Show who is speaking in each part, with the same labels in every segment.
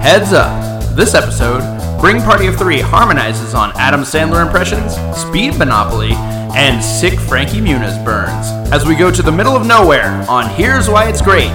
Speaker 1: Heads up! This episode, Bring Party of Three harmonizes on Adam Sandler impressions, Speed Monopoly, and Sick Frankie Muniz burns as we go to the middle of nowhere on Here's Why It's Great.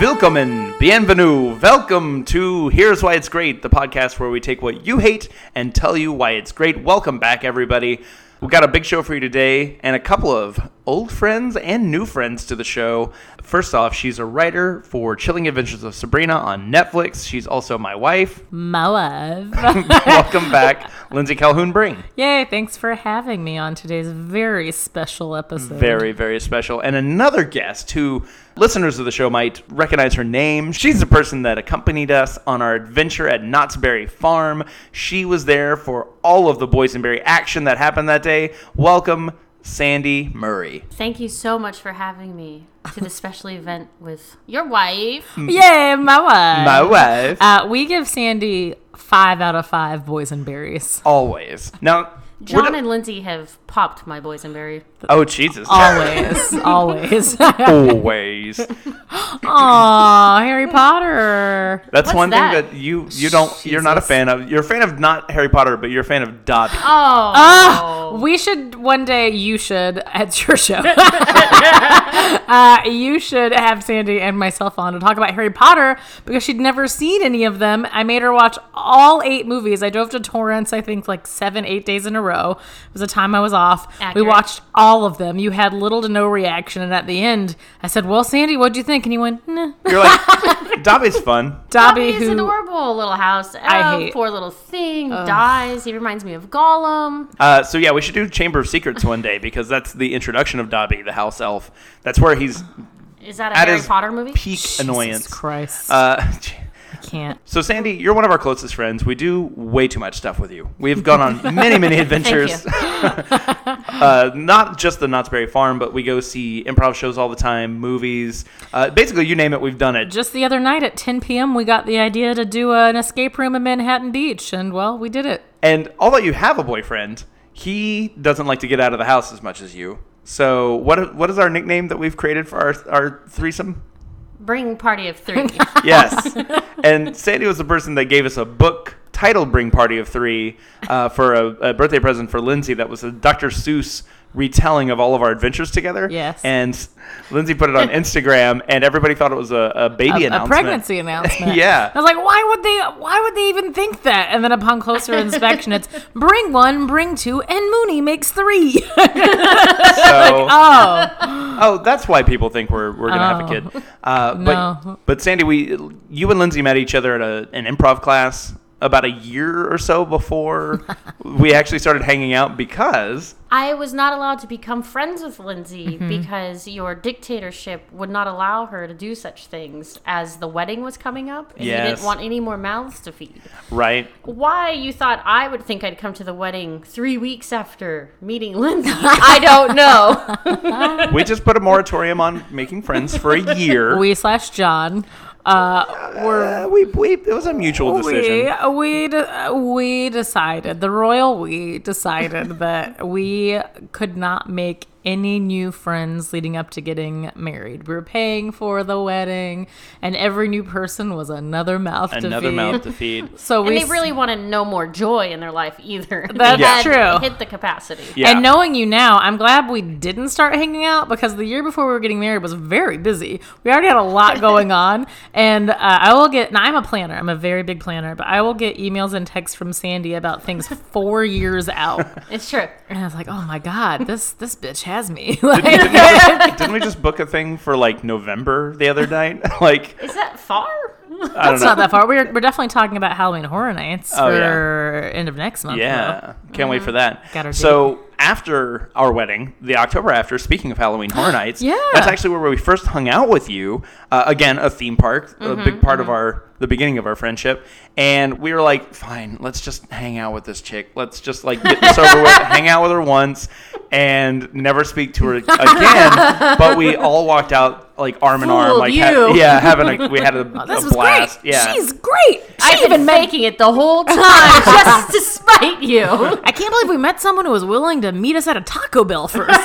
Speaker 1: Willkommen, bienvenue, welcome to Here's Why It's Great, the podcast where we take what you hate and tell you why it's great. Welcome back, everybody. We've got a big show for you today and a couple of old friends and new friends to the show. First off, she's a writer for Chilling Adventures of Sabrina on Netflix. She's also my wife.
Speaker 2: My love.
Speaker 1: Welcome back, Lindsay Calhoun Bring.
Speaker 2: Yay, thanks for having me on today's very special episode.
Speaker 1: Very, very special. And another guest who listeners of the show might recognize her name. She's the person that accompanied us on our adventure at Knott's Berry Farm. She was there for all of the boysenberry action that happened that day. Welcome, Sandy Murray.
Speaker 3: Thank you so much for having me to this special event with your wife.
Speaker 2: Mm. Yay, my wife.
Speaker 1: My wife.
Speaker 2: Uh, we give Sandy five out of five boysenberries.
Speaker 1: Always. Now, we're
Speaker 3: John
Speaker 1: not-
Speaker 3: and Lindsay have popped my boysenberry.
Speaker 1: oh, Jesus.
Speaker 2: Always, always.
Speaker 1: Always.
Speaker 2: Aw, Harry Potter.
Speaker 1: That's
Speaker 3: What's
Speaker 1: one thing
Speaker 3: that?
Speaker 1: that you you don't you're not a
Speaker 2: Jesus.
Speaker 1: fan of. You're a fan of not Harry Potter, but you're a fan of Dobby.
Speaker 3: Oh,
Speaker 2: Ah, we should one day. You should at your show. uh, you should have Sandy and myself on to talk about Harry Potter because she'd never seen any of them. I made her watch all eight movies. I drove to Torrance, I think, like seven, eight days in a row. It was the time I was off.
Speaker 3: Accurate.
Speaker 2: We watched all of them. You had little to no reaction, and at the end, I said, "Well, Sandy, what'd you think?" And you went, nah.
Speaker 1: You're like Dobby's fun.
Speaker 2: "Dobby,
Speaker 3: he's
Speaker 2: who
Speaker 3: adorable little house. Oh,
Speaker 2: hate-
Speaker 3: poor little thing dies. He reminds me of Gollum.
Speaker 1: Uh, so yeah, we should do Chamber of Secrets one day because that's the introduction of Dobby, the house elf. That's where he's
Speaker 3: Is that a
Speaker 1: at
Speaker 3: Harry
Speaker 1: his
Speaker 3: Potter movie?
Speaker 1: peak
Speaker 2: Jesus
Speaker 1: annoyance.
Speaker 2: Christ,
Speaker 1: Uh,
Speaker 2: can't."
Speaker 1: so Sandy, you're one of our closest friends. We do way too much stuff with you. We've gone on many, many adventures. uh, not just the Knott's Berry Farm, but we go see improv shows all the time, movies. Uh, basically, you name it, we've done it.
Speaker 2: Just the other night at 10 p.m., we got the idea to do an escape room in Manhattan Beach, and well, we did it.
Speaker 1: And although you have a boyfriend, he doesn't like to get out of the house as much as you. So what what is our nickname that we've created for our our threesome?
Speaker 3: Bring party of three.
Speaker 1: Yes. and Sandy was the person that gave us a book titled Bring Party of Three uh, for a, a birthday present for Lindsay that was a Dr. Seuss retelling of all of our adventures together.
Speaker 2: Yes.
Speaker 1: And Lindsay put it on Instagram, and everybody thought it was a, a baby
Speaker 2: A, a
Speaker 1: announcement.
Speaker 2: pregnancy announcement.
Speaker 1: Yeah.
Speaker 2: I was like, why would they? Why would they even think that? And then upon closer inspection, it's bring one, bring two, and Mooney makes three.
Speaker 1: So,
Speaker 2: oh,
Speaker 1: oh, that's why people think we're, we're going to have a kid. Uh,
Speaker 2: No.
Speaker 1: but, but Sandy, we you and Lindsay met each other at a, an improv class about a year or so before we actually started hanging out because
Speaker 3: I was not allowed to become friends with Lindsay because your dictatorship would not allow her to do such things as the wedding was coming up and you
Speaker 1: Yes.
Speaker 3: didn't want any more mouths to feed.
Speaker 1: right
Speaker 3: why you thought I would think I'd come to the wedding three weeks after meeting Lindsay, I don't know.
Speaker 1: we just put a moratorium on making friends for a year.
Speaker 2: we slash John. Uh, we're
Speaker 1: Uh, we, we, it was a mutual decision.
Speaker 2: We uh, we de- we decided the royal we decided that we could not make any new friends leading up to getting married. We were paying for the wedding, and every new person was another mouth to
Speaker 1: Another
Speaker 2: feed.
Speaker 1: mouth to feed.
Speaker 2: So
Speaker 3: And
Speaker 2: we
Speaker 3: they really wanted no more joy in their life either.
Speaker 2: That's
Speaker 3: They had
Speaker 2: true.
Speaker 3: Hit the capacity.
Speaker 1: Yeah.
Speaker 2: And knowing you now, I'm glad we didn't start hanging out because the year before we were getting married was very busy. We already had a lot going on. And uh, I will get, and I'm a planner, I'm a very big planner, but I will get emails and texts from Sandy about things four years out.
Speaker 3: It's true.
Speaker 2: And I was like, oh my God, this this bitch has me.
Speaker 1: Didn't we just book a thing for like November the other night? like
Speaker 3: Is that far?
Speaker 1: I don't
Speaker 2: it's
Speaker 1: know.
Speaker 2: not that far. We're, we're definitely talking about Halloween Horror Nights
Speaker 1: Oh, yeah.
Speaker 2: for end of next month.
Speaker 1: yeah,
Speaker 2: though.
Speaker 1: can't wait for that.
Speaker 2: Uh-huh. Got our
Speaker 1: so after our wedding, the October after. Speaking of Halloween Horror Nights,
Speaker 2: Yeah.
Speaker 1: that's actually where we first hung out with you. Uh, again, a theme park,
Speaker 2: Mm-hmm,
Speaker 1: a big part of our the beginning of our friendship, and we were like, fine, let's just hang out with this chick. Let's just like get this over with, hang out with her once, and never speak to her again. but we all walked out. like arm in arm,
Speaker 2: Fooled
Speaker 1: like
Speaker 2: you.
Speaker 1: yeah, having a we had a,
Speaker 2: Oh, This
Speaker 1: a
Speaker 2: was
Speaker 1: blast.
Speaker 2: great.
Speaker 1: Yeah,
Speaker 2: She's great.
Speaker 3: I've
Speaker 2: She's
Speaker 3: been making it the whole time just to spite you. Oh,
Speaker 2: I can't believe we met someone who was willing to meet us at a Taco Bell first.
Speaker 3: you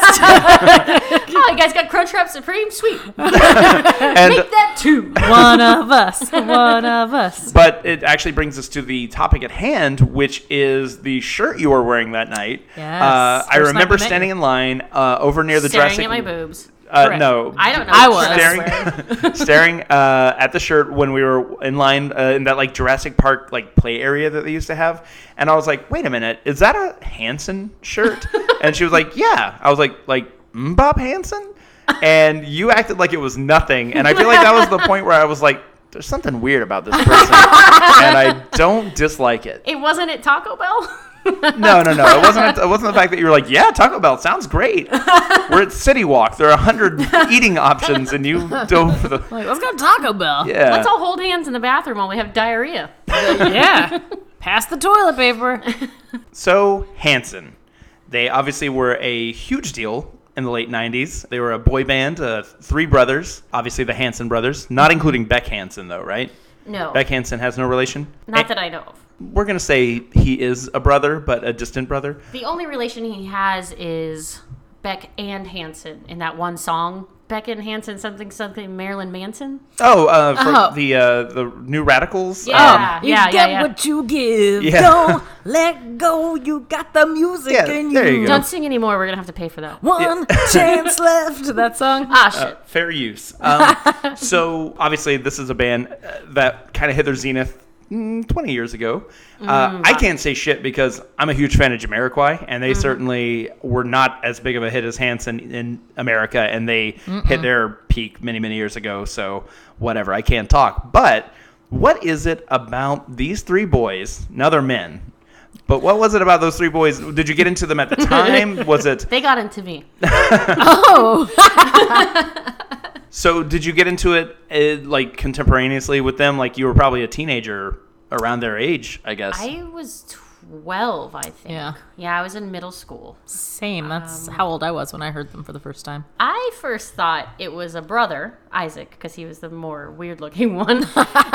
Speaker 3: guys got Crunchwrap Supreme? Sweet.
Speaker 1: and
Speaker 3: Make that two.
Speaker 2: one of us. One of us.
Speaker 1: But it actually brings us to the topic at hand, which is the shirt you were wearing that night.
Speaker 2: Yes.
Speaker 1: Uh, I
Speaker 2: First
Speaker 1: remember
Speaker 2: night we met
Speaker 1: standing in line uh, over near the
Speaker 3: Staring
Speaker 1: dressing.
Speaker 3: at my boobs.
Speaker 1: Uh,
Speaker 2: Correct.
Speaker 1: no.
Speaker 3: I don't know.
Speaker 2: I
Speaker 3: what
Speaker 2: was.
Speaker 3: shirt I'm wearing.
Speaker 1: Staring, staring uh, at the shirt when we were in line uh, in that like Jurassic Park like play area that they used to have, and I was like, "Wait a minute, is that a Hanson shirt?" and she was like, "Yeah." I was like, "Like mm, Bob Hanson?" And you acted like it was nothing, and I feel like that was the point where I was like, "There's something weird about this person," and I don't dislike it.
Speaker 3: It wasn't at Taco Bell?
Speaker 1: No, no, no. It wasn't. It wasn't the fact that you were like, "Yeah, Taco Bell sounds great." We're at City Walk. There are a hundred eating options, and you dove for the
Speaker 2: Like, let's go to Taco Bell.
Speaker 1: yeah.
Speaker 3: Let's all hold hands in the bathroom while we have diarrhea.
Speaker 2: Yeah. Pass the toilet paper.
Speaker 1: So Hanson, they obviously were a huge deal in the late '90s. They were a boy band, uh, three brothers. Obviously, the Hanson brothers, not including Beck Hanson, though, right?
Speaker 3: No.
Speaker 1: Beck Hanson has no relation.
Speaker 3: Oh. Not
Speaker 1: And
Speaker 3: that I know of.
Speaker 1: we're gonna say he is a brother, but a distant brother.
Speaker 3: The only relation he has is Beck and Hanson in that one song. Beck and Hanson, something, something, Marilyn Manson.
Speaker 1: Oh, uh, from
Speaker 2: Oh.
Speaker 1: the uh, the New Radicals.
Speaker 3: Yeah.
Speaker 1: um,
Speaker 2: you
Speaker 3: yeah,
Speaker 2: get
Speaker 3: yeah.
Speaker 2: what you give.
Speaker 1: Yeah.
Speaker 2: Don't let go. You got the music
Speaker 1: Yeah,
Speaker 2: in
Speaker 1: there you go.
Speaker 3: Don't sing anymore. We're going to have to pay for that.
Speaker 2: One chance left. Uh, That song.
Speaker 3: Ah, shit.
Speaker 1: Uh, fair use. Um, so obviously, this is a band uh, that kind of hit their zenith mm, 20 years ago. Uh, I can't say shit because I'm a huge fan of Jamiroquai, and they certainly were not as big of a hit as Hanson in America, and they hit their peak many, many years ago. So whatever, I can't talk. But what is it about these three boys? Now they're men. But what was it about those three boys? Did you get into them at the time? Was it
Speaker 3: they got into me.
Speaker 2: Oh.
Speaker 1: So did you get into it uh, like contemporaneously with them? Like you were probably a teenager around their age, I guess.
Speaker 3: I was 12, I think.
Speaker 2: Yeah.
Speaker 3: Yeah, I was in middle school.
Speaker 2: Same. That's how old I was when I heard them for the first time.
Speaker 3: I first thought it was a brother, Isaac, because he was the more weird looking one,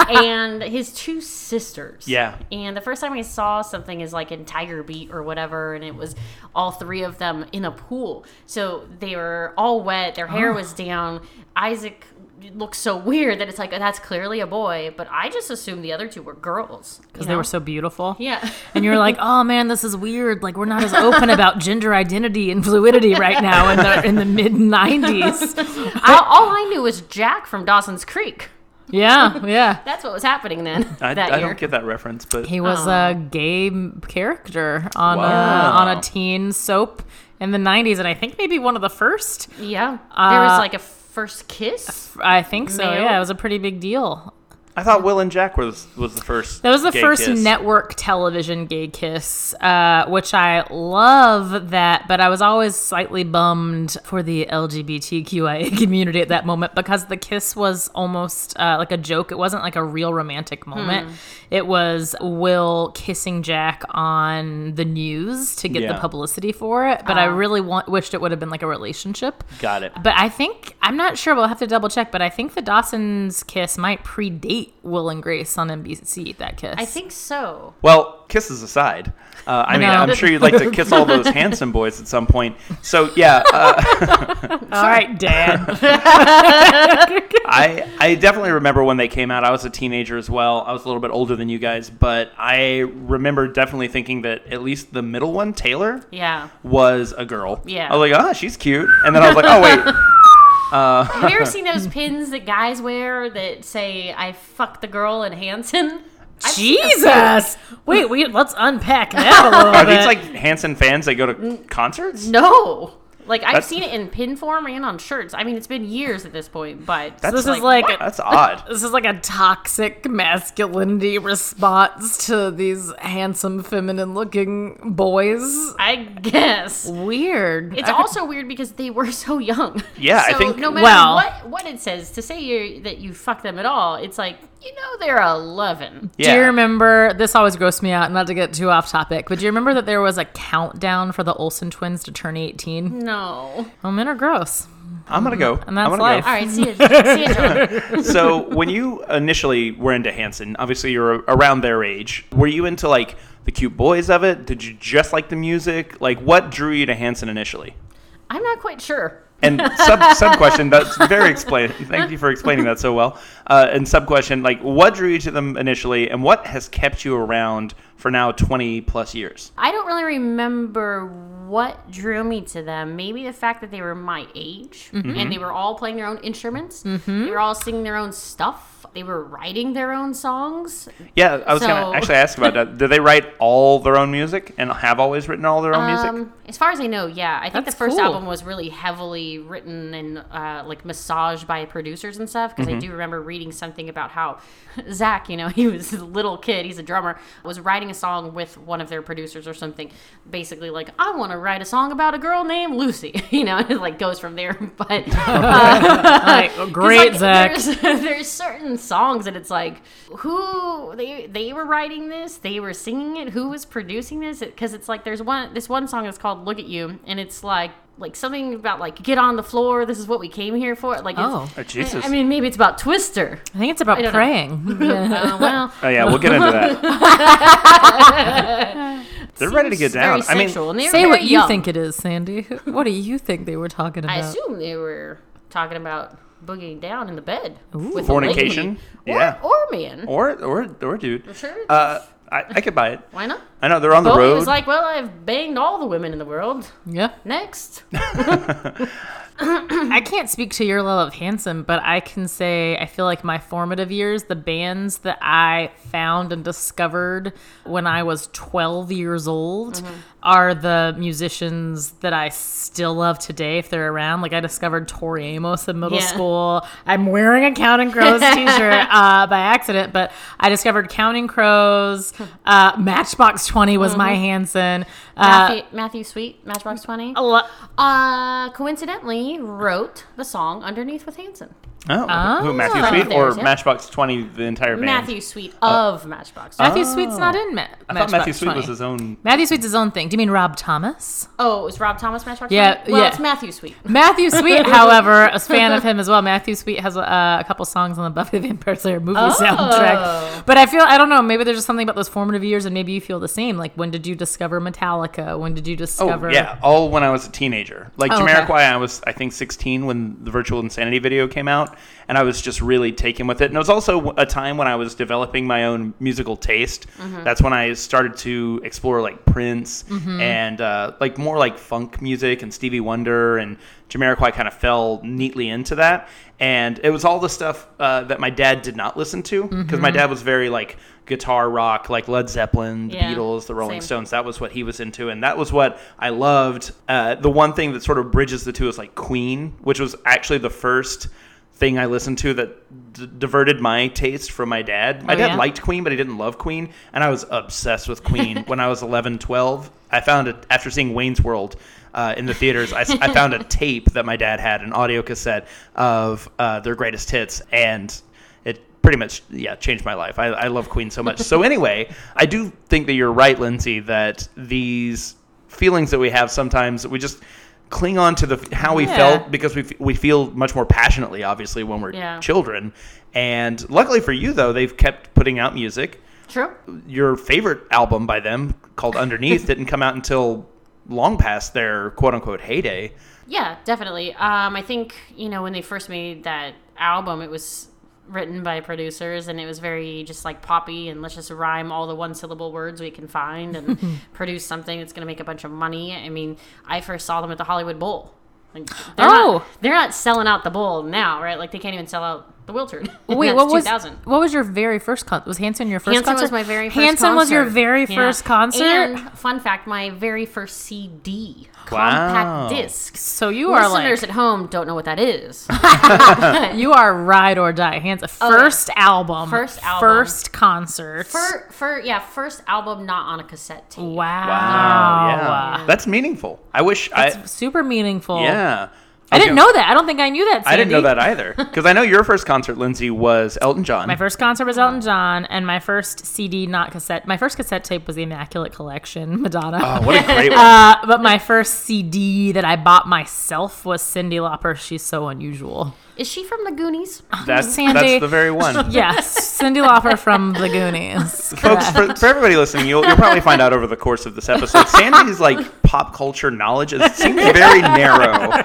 Speaker 3: and his two sisters.
Speaker 1: Yeah.
Speaker 3: And the first time I saw something is like in Tiger Beat or whatever, and it was all three of them in a pool. So they were all wet, their
Speaker 1: Oh.
Speaker 3: hair was down. Isaac looked so weird that it's like, that's clearly a boy, but I just assumed the other two were girls. you
Speaker 2: Because they
Speaker 3: know?
Speaker 2: were so beautiful.
Speaker 3: Yeah.
Speaker 2: And you're like, oh man, this is weird. Like we're not as open about gender identity and fluidity right now in the in the mid '90s.
Speaker 3: I, all I knew was Jack from Dawson's Creek.
Speaker 2: Yeah, yeah.
Speaker 3: That's what was happening then.
Speaker 1: I,
Speaker 3: that
Speaker 1: I
Speaker 3: year.
Speaker 1: don't get that reference, but
Speaker 2: He was a gay m- character on
Speaker 1: Wow.
Speaker 2: a, on a teen soap in the '90s, and I think maybe one of the first.
Speaker 3: Yeah. there
Speaker 2: Uh,
Speaker 3: was like a first kiss.
Speaker 2: I think so.
Speaker 3: Male?
Speaker 2: Yeah, it was a pretty big deal.
Speaker 1: I thought Will and Jack was was the first.
Speaker 2: That was the
Speaker 1: gay
Speaker 2: first
Speaker 1: kiss.
Speaker 2: network television gay kiss, uh, which I love that, but I was always slightly bummed for the LGBTQIA community at that moment because the kiss was almost uh, like a joke. It wasn't like a real romantic moment.
Speaker 1: Hmm.
Speaker 2: It was Will kissing Jack on the news to get
Speaker 1: Yeah.
Speaker 2: the publicity for it, but I really want, wished it would have been like a relationship.
Speaker 1: Got it.
Speaker 2: But I think I'm not sure. We'll have to double check. But I think the Dawson's kiss might predate Will and Grace on NBC. That kiss.
Speaker 3: I think so.
Speaker 1: Well, kisses aside, uh, I mean,
Speaker 2: No.
Speaker 1: I'm sure you'd like to kiss all those handsome boys at some point. So yeah, uh,
Speaker 2: All right, Dad.
Speaker 1: I I definitely remember when they came out. I was a teenager as well. I was a little bit older than you guys, but I remember definitely thinking that at least the middle one, Taylor,
Speaker 3: Yeah.
Speaker 1: was a girl.
Speaker 3: Yeah.
Speaker 1: I was like, ah, she's cute, and then I was like, oh wait.
Speaker 3: Have you ever seen those pins that guys wear that say "I fucked the girl in Hanson"? I've seen a
Speaker 2: Jesus. Wait, we let's unpack that a little
Speaker 1: Are
Speaker 2: bit.
Speaker 1: these like Hanson fans that go to concerts?
Speaker 3: few. No. Like I've
Speaker 1: That's-
Speaker 3: seen it in pin form and on shirts. I mean, it's been years at this point, but
Speaker 1: That's
Speaker 2: this is like
Speaker 1: what?
Speaker 2: a-
Speaker 1: that's odd.
Speaker 2: this is like a toxic masculinity response to these handsome, feminine-looking boys.
Speaker 3: I guess
Speaker 2: Weird.
Speaker 3: it's also weird because they were so young.
Speaker 1: Yeah, I
Speaker 3: so
Speaker 1: think-
Speaker 3: no matter
Speaker 2: Well-
Speaker 3: what what it says to say you that you fuck them at all, it's like you know they're eleven.
Speaker 1: Yeah.
Speaker 2: Do you remember? This always grossed me out. Not to get too off topic, but do you remember that there was a countdown for the Olsen twins to turn eighteen?
Speaker 3: No, No.
Speaker 2: Well, men are gross.
Speaker 1: I'm gonna go.
Speaker 2: And that's
Speaker 1: I'm gonna
Speaker 2: life.
Speaker 1: Go.
Speaker 3: All right, see you, see you John.
Speaker 1: so when you initially were into Hanson, obviously you're around their age. Were you into like the cute boys of it? Did you just like the music? Like what drew you to Hanson initially?
Speaker 3: I'm not quite sure.
Speaker 1: And sub sub question that's very explain. Thank you for explaining that so well. Uh, and sub question like what drew you to them initially, and what has kept you around for now twenty plus years?
Speaker 3: I don't really remember what drew me to them. Maybe the fact that they were my age and they were all playing their own instruments. They were all singing their own stuff. They were writing their own songs.
Speaker 1: Yeah, I was
Speaker 3: So-
Speaker 1: gonna actually ask about that. Do they write all their own music and have always written all their own music?
Speaker 3: Um, as far as I know, yeah. I think
Speaker 2: That's
Speaker 3: the first
Speaker 2: cool.
Speaker 3: album was really heavily written and uh, like massaged by producers and stuff.
Speaker 2: Mm-hmm.
Speaker 3: Because I do remember reading something about how Zach, you know, he was a little kid, he's a drummer, was writing a song with one of their producers or something. Basically, like, I want to write a song about a girl named Lucy, you know, and it like goes from there. But uh,
Speaker 2: Like, great,
Speaker 3: It's like,
Speaker 2: Zach.
Speaker 3: There's, there's certain songs that it's like, who they they were writing this, they were singing it, who was producing this? Because it's like there's one this one song is called "Look at You" and it's like like something about like get on the floor. This is what we came here for. Like, it's-
Speaker 2: Oh.
Speaker 1: Oh, Jesus.
Speaker 3: I mean, maybe it's about Twister.
Speaker 2: I think it's about
Speaker 3: don't know.
Speaker 2: praying.
Speaker 3: Uh, well,
Speaker 1: Oh yeah, we'll get into that. They're ready to get
Speaker 3: it's very
Speaker 1: down. I mean,
Speaker 3: sexual, and they were
Speaker 2: Say
Speaker 3: very
Speaker 2: what you
Speaker 3: young.
Speaker 2: think it is, Sandy. What do you think they were talking about?
Speaker 3: I assume they were talking about boogieing down in the bed with
Speaker 1: Fornication?
Speaker 3: a lady.
Speaker 1: Yeah.
Speaker 3: or, or man.
Speaker 1: or or or dude.
Speaker 3: Sure.
Speaker 1: Uh, I, I could buy it.
Speaker 3: Why not?
Speaker 1: I know they're on the
Speaker 3: Bowie
Speaker 1: road.
Speaker 3: was like, well, I've banged all the women in the world.
Speaker 2: yeah.
Speaker 3: Next.
Speaker 2: Uh, I can't speak to your love of handsome, but I can say I feel like my formative years, the bands that I found and discovered when I was 12 years old are the musicians that I still love today if they're around. Like I discovered Tori Amos in middle
Speaker 3: Yeah.
Speaker 2: school. I'm wearing a Counting Crows t-shirt uh, by accident, but I discovered Counting Crows, uh, Matchbox 20 was my Hanson. Uh,
Speaker 3: Matthew, Matthew Sweet, Matchbox 20.
Speaker 2: a lo-
Speaker 3: Uh, coincidentally, wrote the song Underneath with Hanson.
Speaker 1: oh, who Matthew
Speaker 3: Oh.
Speaker 1: Sweet or
Speaker 3: There's, yeah.
Speaker 1: Matchbox Twenty, the entire band.
Speaker 3: Matthew Sweet
Speaker 2: Uh,
Speaker 3: of Matchbox 20.
Speaker 2: Matthew Sweet's not in Ma-
Speaker 1: I
Speaker 2: Matchbox
Speaker 1: thought Matthew Sweet
Speaker 2: 20.
Speaker 1: was his own.
Speaker 2: Matthew Sweet's his own thing. Do you mean Rob Thomas?
Speaker 3: Oh, it was Rob Thomas Matchbox
Speaker 2: uh, Yeah,
Speaker 3: 20? Well,
Speaker 2: yeah.
Speaker 3: it's Matthew Sweet.
Speaker 2: Matthew Sweet, however, a fan of him as well. Matthew Sweet has uh, a couple songs on the Buffy the Vampire Slayer movie
Speaker 3: Oh.
Speaker 2: soundtrack. But I feel I don't know. Maybe there's just something about those formative years, and maybe you feel the same. Like when did you discover Metallica? When did you
Speaker 1: Oh
Speaker 2: discover?
Speaker 1: yeah, all when I was a teenager. Like
Speaker 2: Oh, okay.
Speaker 1: Jamiroquai, I was I think 16 when the Virtual Insanity video came out, and I was just really taken with it. And it was also a time when I was developing my own musical taste.
Speaker 2: Mm-hmm.
Speaker 1: That's when I started to explore like Prince and uh, like more like funk music and Stevie Wonder and Jamiroquai kind of fell neatly into that. And it was all the stuff uh, that my dad did not listen to because my
Speaker 2: Mm-hmm.
Speaker 1: dad was very like guitar rock, like Led Zeppelin, the
Speaker 3: Yeah,
Speaker 1: Beatles, the Rolling
Speaker 3: same.
Speaker 1: Stones. Stones. That was what he was into, and that was what I loved. Uh, the one thing that sort of bridges the two is like Queen, which was actually the first thing I listened to that d- diverted my taste from my dad. My
Speaker 2: Oh,
Speaker 1: dad
Speaker 2: yeah?
Speaker 1: liked Queen, but he didn't love Queen, and I was obsessed with Queen when I was 11, 12. I found it after seeing Wayne's World. Uh, in the theaters, I, s- I found a tape that my dad had, an audio cassette of uh, their greatest hits, and it pretty much yeah changed my life. I, I love Queen so much. so anyway, I do think that you're right, Lindsay, that these feelings that we have sometimes we just cling on to the how we
Speaker 2: Yeah.
Speaker 1: felt because we f- we feel much more passionately, obviously, when we're
Speaker 3: Yeah.
Speaker 1: children. And luckily for you, though, they've kept putting out music.
Speaker 3: True.
Speaker 1: Your favorite album by them, called Underneath, didn't come out until long past their quote unquote heyday.
Speaker 3: Yeah, definitely. Um, I think you know when they first made that album, it was written by producers and it was very just like poppy and let's just rhyme all the one syllable words we can find and produce something that's going to make a bunch of money. I mean, I first saw them at the Hollywood Bowl. Like, they're
Speaker 2: Oh.
Speaker 3: not, they're not selling out the bowl now, right? Like they can't even sell out the Wiltern.
Speaker 2: Wait,
Speaker 3: That's
Speaker 2: what was
Speaker 3: 2000.
Speaker 2: what was your very first concert? Was Hanson your first
Speaker 3: Hanson
Speaker 2: concert?
Speaker 3: was my very first
Speaker 2: Hanson
Speaker 3: concert.
Speaker 2: was your very
Speaker 3: Yeah.
Speaker 2: first concert.
Speaker 3: And fun fact, my very first CD,
Speaker 1: Wow.
Speaker 3: compact disc.
Speaker 2: so you are
Speaker 3: Listeners
Speaker 2: like
Speaker 3: at home don't know what that is.
Speaker 2: you are ride or die. Hanson first album,
Speaker 3: Oh, First album.
Speaker 2: first concert.
Speaker 3: For, for yeah, first album not on a cassette tape.
Speaker 2: wow.
Speaker 1: Wow, yeah, that's meaningful. I wish I
Speaker 2: It's super meaningful.
Speaker 1: Yeah.
Speaker 2: I didn't
Speaker 1: Okay.
Speaker 2: know that. I don't think I knew that. Sandy.
Speaker 1: I didn't know that either. Because I know your first concert, Lindsay, was Elton John.
Speaker 2: My first concert was Elton John, and my first CD, not cassette. My first cassette tape was The Immaculate Collection, Madonna.
Speaker 1: oh, what a great one.
Speaker 2: Uh, but my first CD that I bought myself was Cindy Lauper. She's so unusual.
Speaker 3: Is she from the Goonies?
Speaker 1: that's,
Speaker 2: Sandy.
Speaker 1: that's the very one.
Speaker 2: Yes, Cindy Lauper from The Goonies.
Speaker 1: Folks,
Speaker 2: Correct.
Speaker 1: for, for everybody listening, you'll, you'll probably find out over the course of this episode, Sandy's like pop culture knowledge is seems very narrow.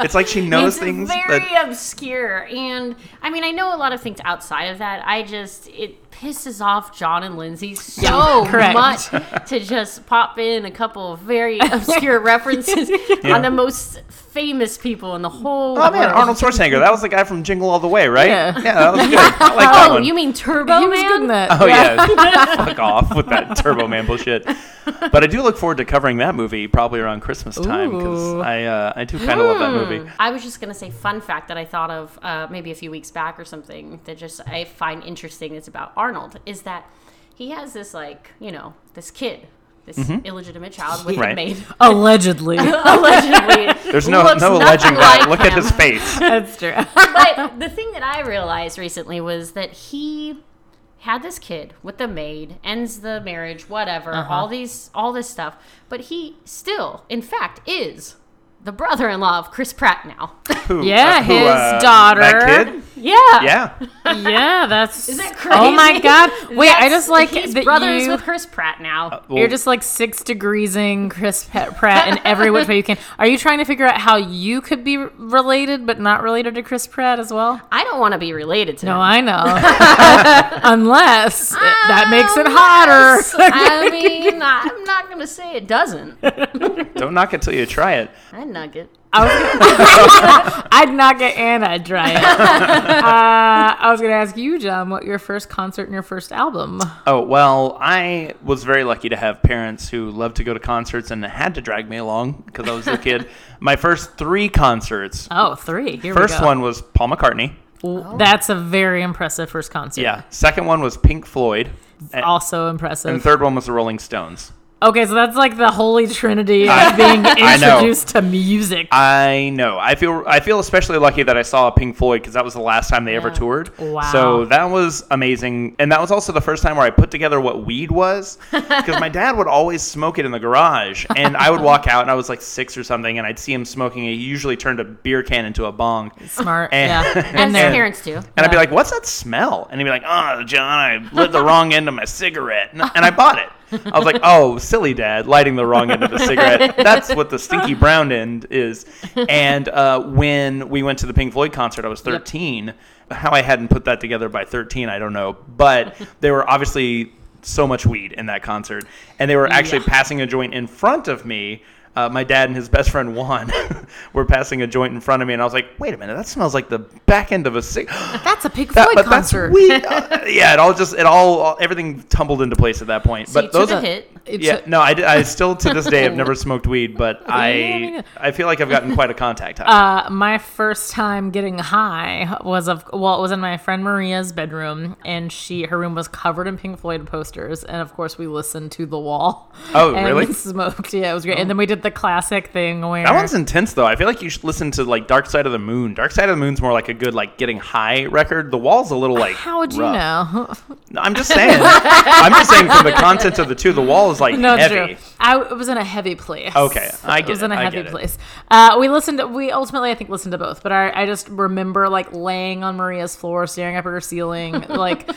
Speaker 1: It's like she knows
Speaker 3: it's
Speaker 1: things
Speaker 3: very
Speaker 1: that
Speaker 3: obscure and i mean i know a lot of things outside of that i just it pisses off john and lindsay so
Speaker 2: correct.
Speaker 3: much to just pop in a couple of very obscure references on the most famous people in the whole
Speaker 1: Oh man,
Speaker 3: world.
Speaker 1: Arnold Schwarzenegger. That was the guy from Jingle All the Way, right?
Speaker 2: Yeah.
Speaker 1: that was good. I like that
Speaker 3: oh
Speaker 1: one.
Speaker 3: you mean turbo
Speaker 2: He was good in
Speaker 3: man
Speaker 2: that.
Speaker 1: Oh yeah, fuck off with that Turbo Man bullshit. But I do look forward to covering that movie probably around Christmas time because
Speaker 2: Ooh.
Speaker 1: I uh, I do kind of love that movie.
Speaker 3: Hmm. I was just gonna say fun fact that I thought of uh, maybe a few weeks back or something that just I find interesting. It's about Arnold is that he has this like you know this kid, this illegitimate child with
Speaker 1: Mm-hmm. Right.
Speaker 3: a maid.
Speaker 2: Allegedly.
Speaker 3: Allegedly,
Speaker 1: There's no
Speaker 3: looks
Speaker 1: no
Speaker 3: nothing
Speaker 1: alleging that.
Speaker 3: like
Speaker 1: Look at
Speaker 3: him.
Speaker 1: his face.
Speaker 2: That's true.
Speaker 3: but the thing that I realized recently was that he had this kid with the maid, ends the marriage, whatever,
Speaker 1: Uh-huh.
Speaker 3: all these all this stuff. But he still, in fact, is the brother-in-law of Chris Pratt now.
Speaker 1: Who-
Speaker 2: Yeah,
Speaker 1: who,
Speaker 2: his
Speaker 1: uh,
Speaker 2: daughter.
Speaker 1: That kid.
Speaker 3: yeah.
Speaker 1: Yeah.
Speaker 2: Yeah, that's.
Speaker 3: Is that crazy?
Speaker 2: Oh my god! Wait, I
Speaker 3: That's-
Speaker 2: just like
Speaker 3: he's
Speaker 2: that
Speaker 3: brothers
Speaker 2: you. Oh.
Speaker 3: with Chris Pratt now.
Speaker 1: Well,
Speaker 2: You're just like six degreesing Chris Pe- Pratt in every which way you can. Are you trying to figure out how you could be r- related but not related to Chris Pratt as well?
Speaker 3: I don't want to be related to
Speaker 2: No,
Speaker 3: him.
Speaker 2: I know. Unless it- that makes it hotter.
Speaker 3: I mean, I'm not gonna say it doesn't.
Speaker 1: don't knock it till you try it.
Speaker 3: I nugget.
Speaker 2: I was gonna, I'd not get and I'd try it. Uh, I was going to ask you, John, what your first concert and your first album.
Speaker 1: Oh, well, I was very lucky to have parents who loved to go to concerts and had to drag me along because I was a kid. My first three concerts.
Speaker 2: Oh, three. Here we
Speaker 1: First
Speaker 2: go.
Speaker 1: one was Paul McCartney.
Speaker 2: one. That's a very impressive first concert.
Speaker 1: Yeah. Second one was Pink Floyd. And,
Speaker 2: Also
Speaker 1: and
Speaker 2: impressive.
Speaker 1: third one was the Rolling Stones.
Speaker 2: Okay, so that's like the holy trinity
Speaker 1: I-
Speaker 2: of being
Speaker 1: I know.
Speaker 2: introduced to music.
Speaker 1: I know. I feel I feel especially lucky that I saw Pink Floyd because that was the last time they ever
Speaker 3: Yeah.
Speaker 1: toured.
Speaker 2: Wow.
Speaker 1: So that was amazing, and that was also the first time where I put together what weed was because my dad would always smoke it in the garage, and I would walk out and I was like six or something, and I'd see him smoking. He usually turned a beer can into a bong.
Speaker 2: Smart.
Speaker 1: Eh. And-
Speaker 2: yeah.
Speaker 3: As
Speaker 2: And
Speaker 3: their
Speaker 2: there.
Speaker 3: parents do.
Speaker 1: And I'd be
Speaker 2: Yeah.
Speaker 1: like, "What's that smell?" And he'd be like, "Oh, John, I lit the wrong end of my cigarette," and, and I bought it. I was like, "Oh, silly dad, lighting the wrong end of the cigarette. That's what the stinky brown end is." And uh, when we went to the Pink Floyd concert, I was 13. How I hadn't put that together by 13, I don't know, but they were obviously so much weed in that concert, and they were actually passing a joint in front of me. Uh, my dad and his best friend Juan were passing a joint in front of me, and I was like, "Wait a minute, that smells like the back end of a cig."
Speaker 2: That's a Pink
Speaker 1: That-
Speaker 2: Floyd
Speaker 1: but
Speaker 2: concert.
Speaker 1: that's weed. Uh, yeah, it all just it all, all- everything tumbled into place at that point.
Speaker 3: So
Speaker 1: but
Speaker 3: you
Speaker 1: those
Speaker 3: took a
Speaker 1: are-
Speaker 3: hit.
Speaker 2: It's
Speaker 1: yeah,
Speaker 2: a-
Speaker 1: no, I, did- I still to this day have never smoked weed, but
Speaker 2: Yeah, me
Speaker 1: I
Speaker 2: neither.
Speaker 1: I feel like I've gotten quite a contact high.
Speaker 2: Uh, my first time getting high was of well, it was in my friend Maria's bedroom, and she her room was covered in Pink Floyd posters, and of course we listened to The Wall.
Speaker 1: Oh,
Speaker 2: and
Speaker 1: really? Oh.
Speaker 2: Smoked, yeah, it was great. And then we did the classic thing where
Speaker 1: that one's intense though. I feel like you should listen to like Dark Side of the Moon. Dark Side of the Moon's more like a good like getting high record. The Wall's a little like
Speaker 2: Uh, how would you
Speaker 1: rough.
Speaker 2: know?
Speaker 1: No, I'm just saying. I'm just saying from the content of the two, the Wall is like
Speaker 2: no, it's
Speaker 1: heavy.
Speaker 2: true. I w- it was in a heavy place.
Speaker 1: Okay, I
Speaker 2: it
Speaker 1: get
Speaker 2: was
Speaker 1: it,
Speaker 2: in a
Speaker 1: I
Speaker 2: heavy
Speaker 1: get it.
Speaker 2: place. Uh, we listened. To, we ultimately, I think, listened to both. But I, I just remember like laying on Maria's floor, staring up at her ceiling, like,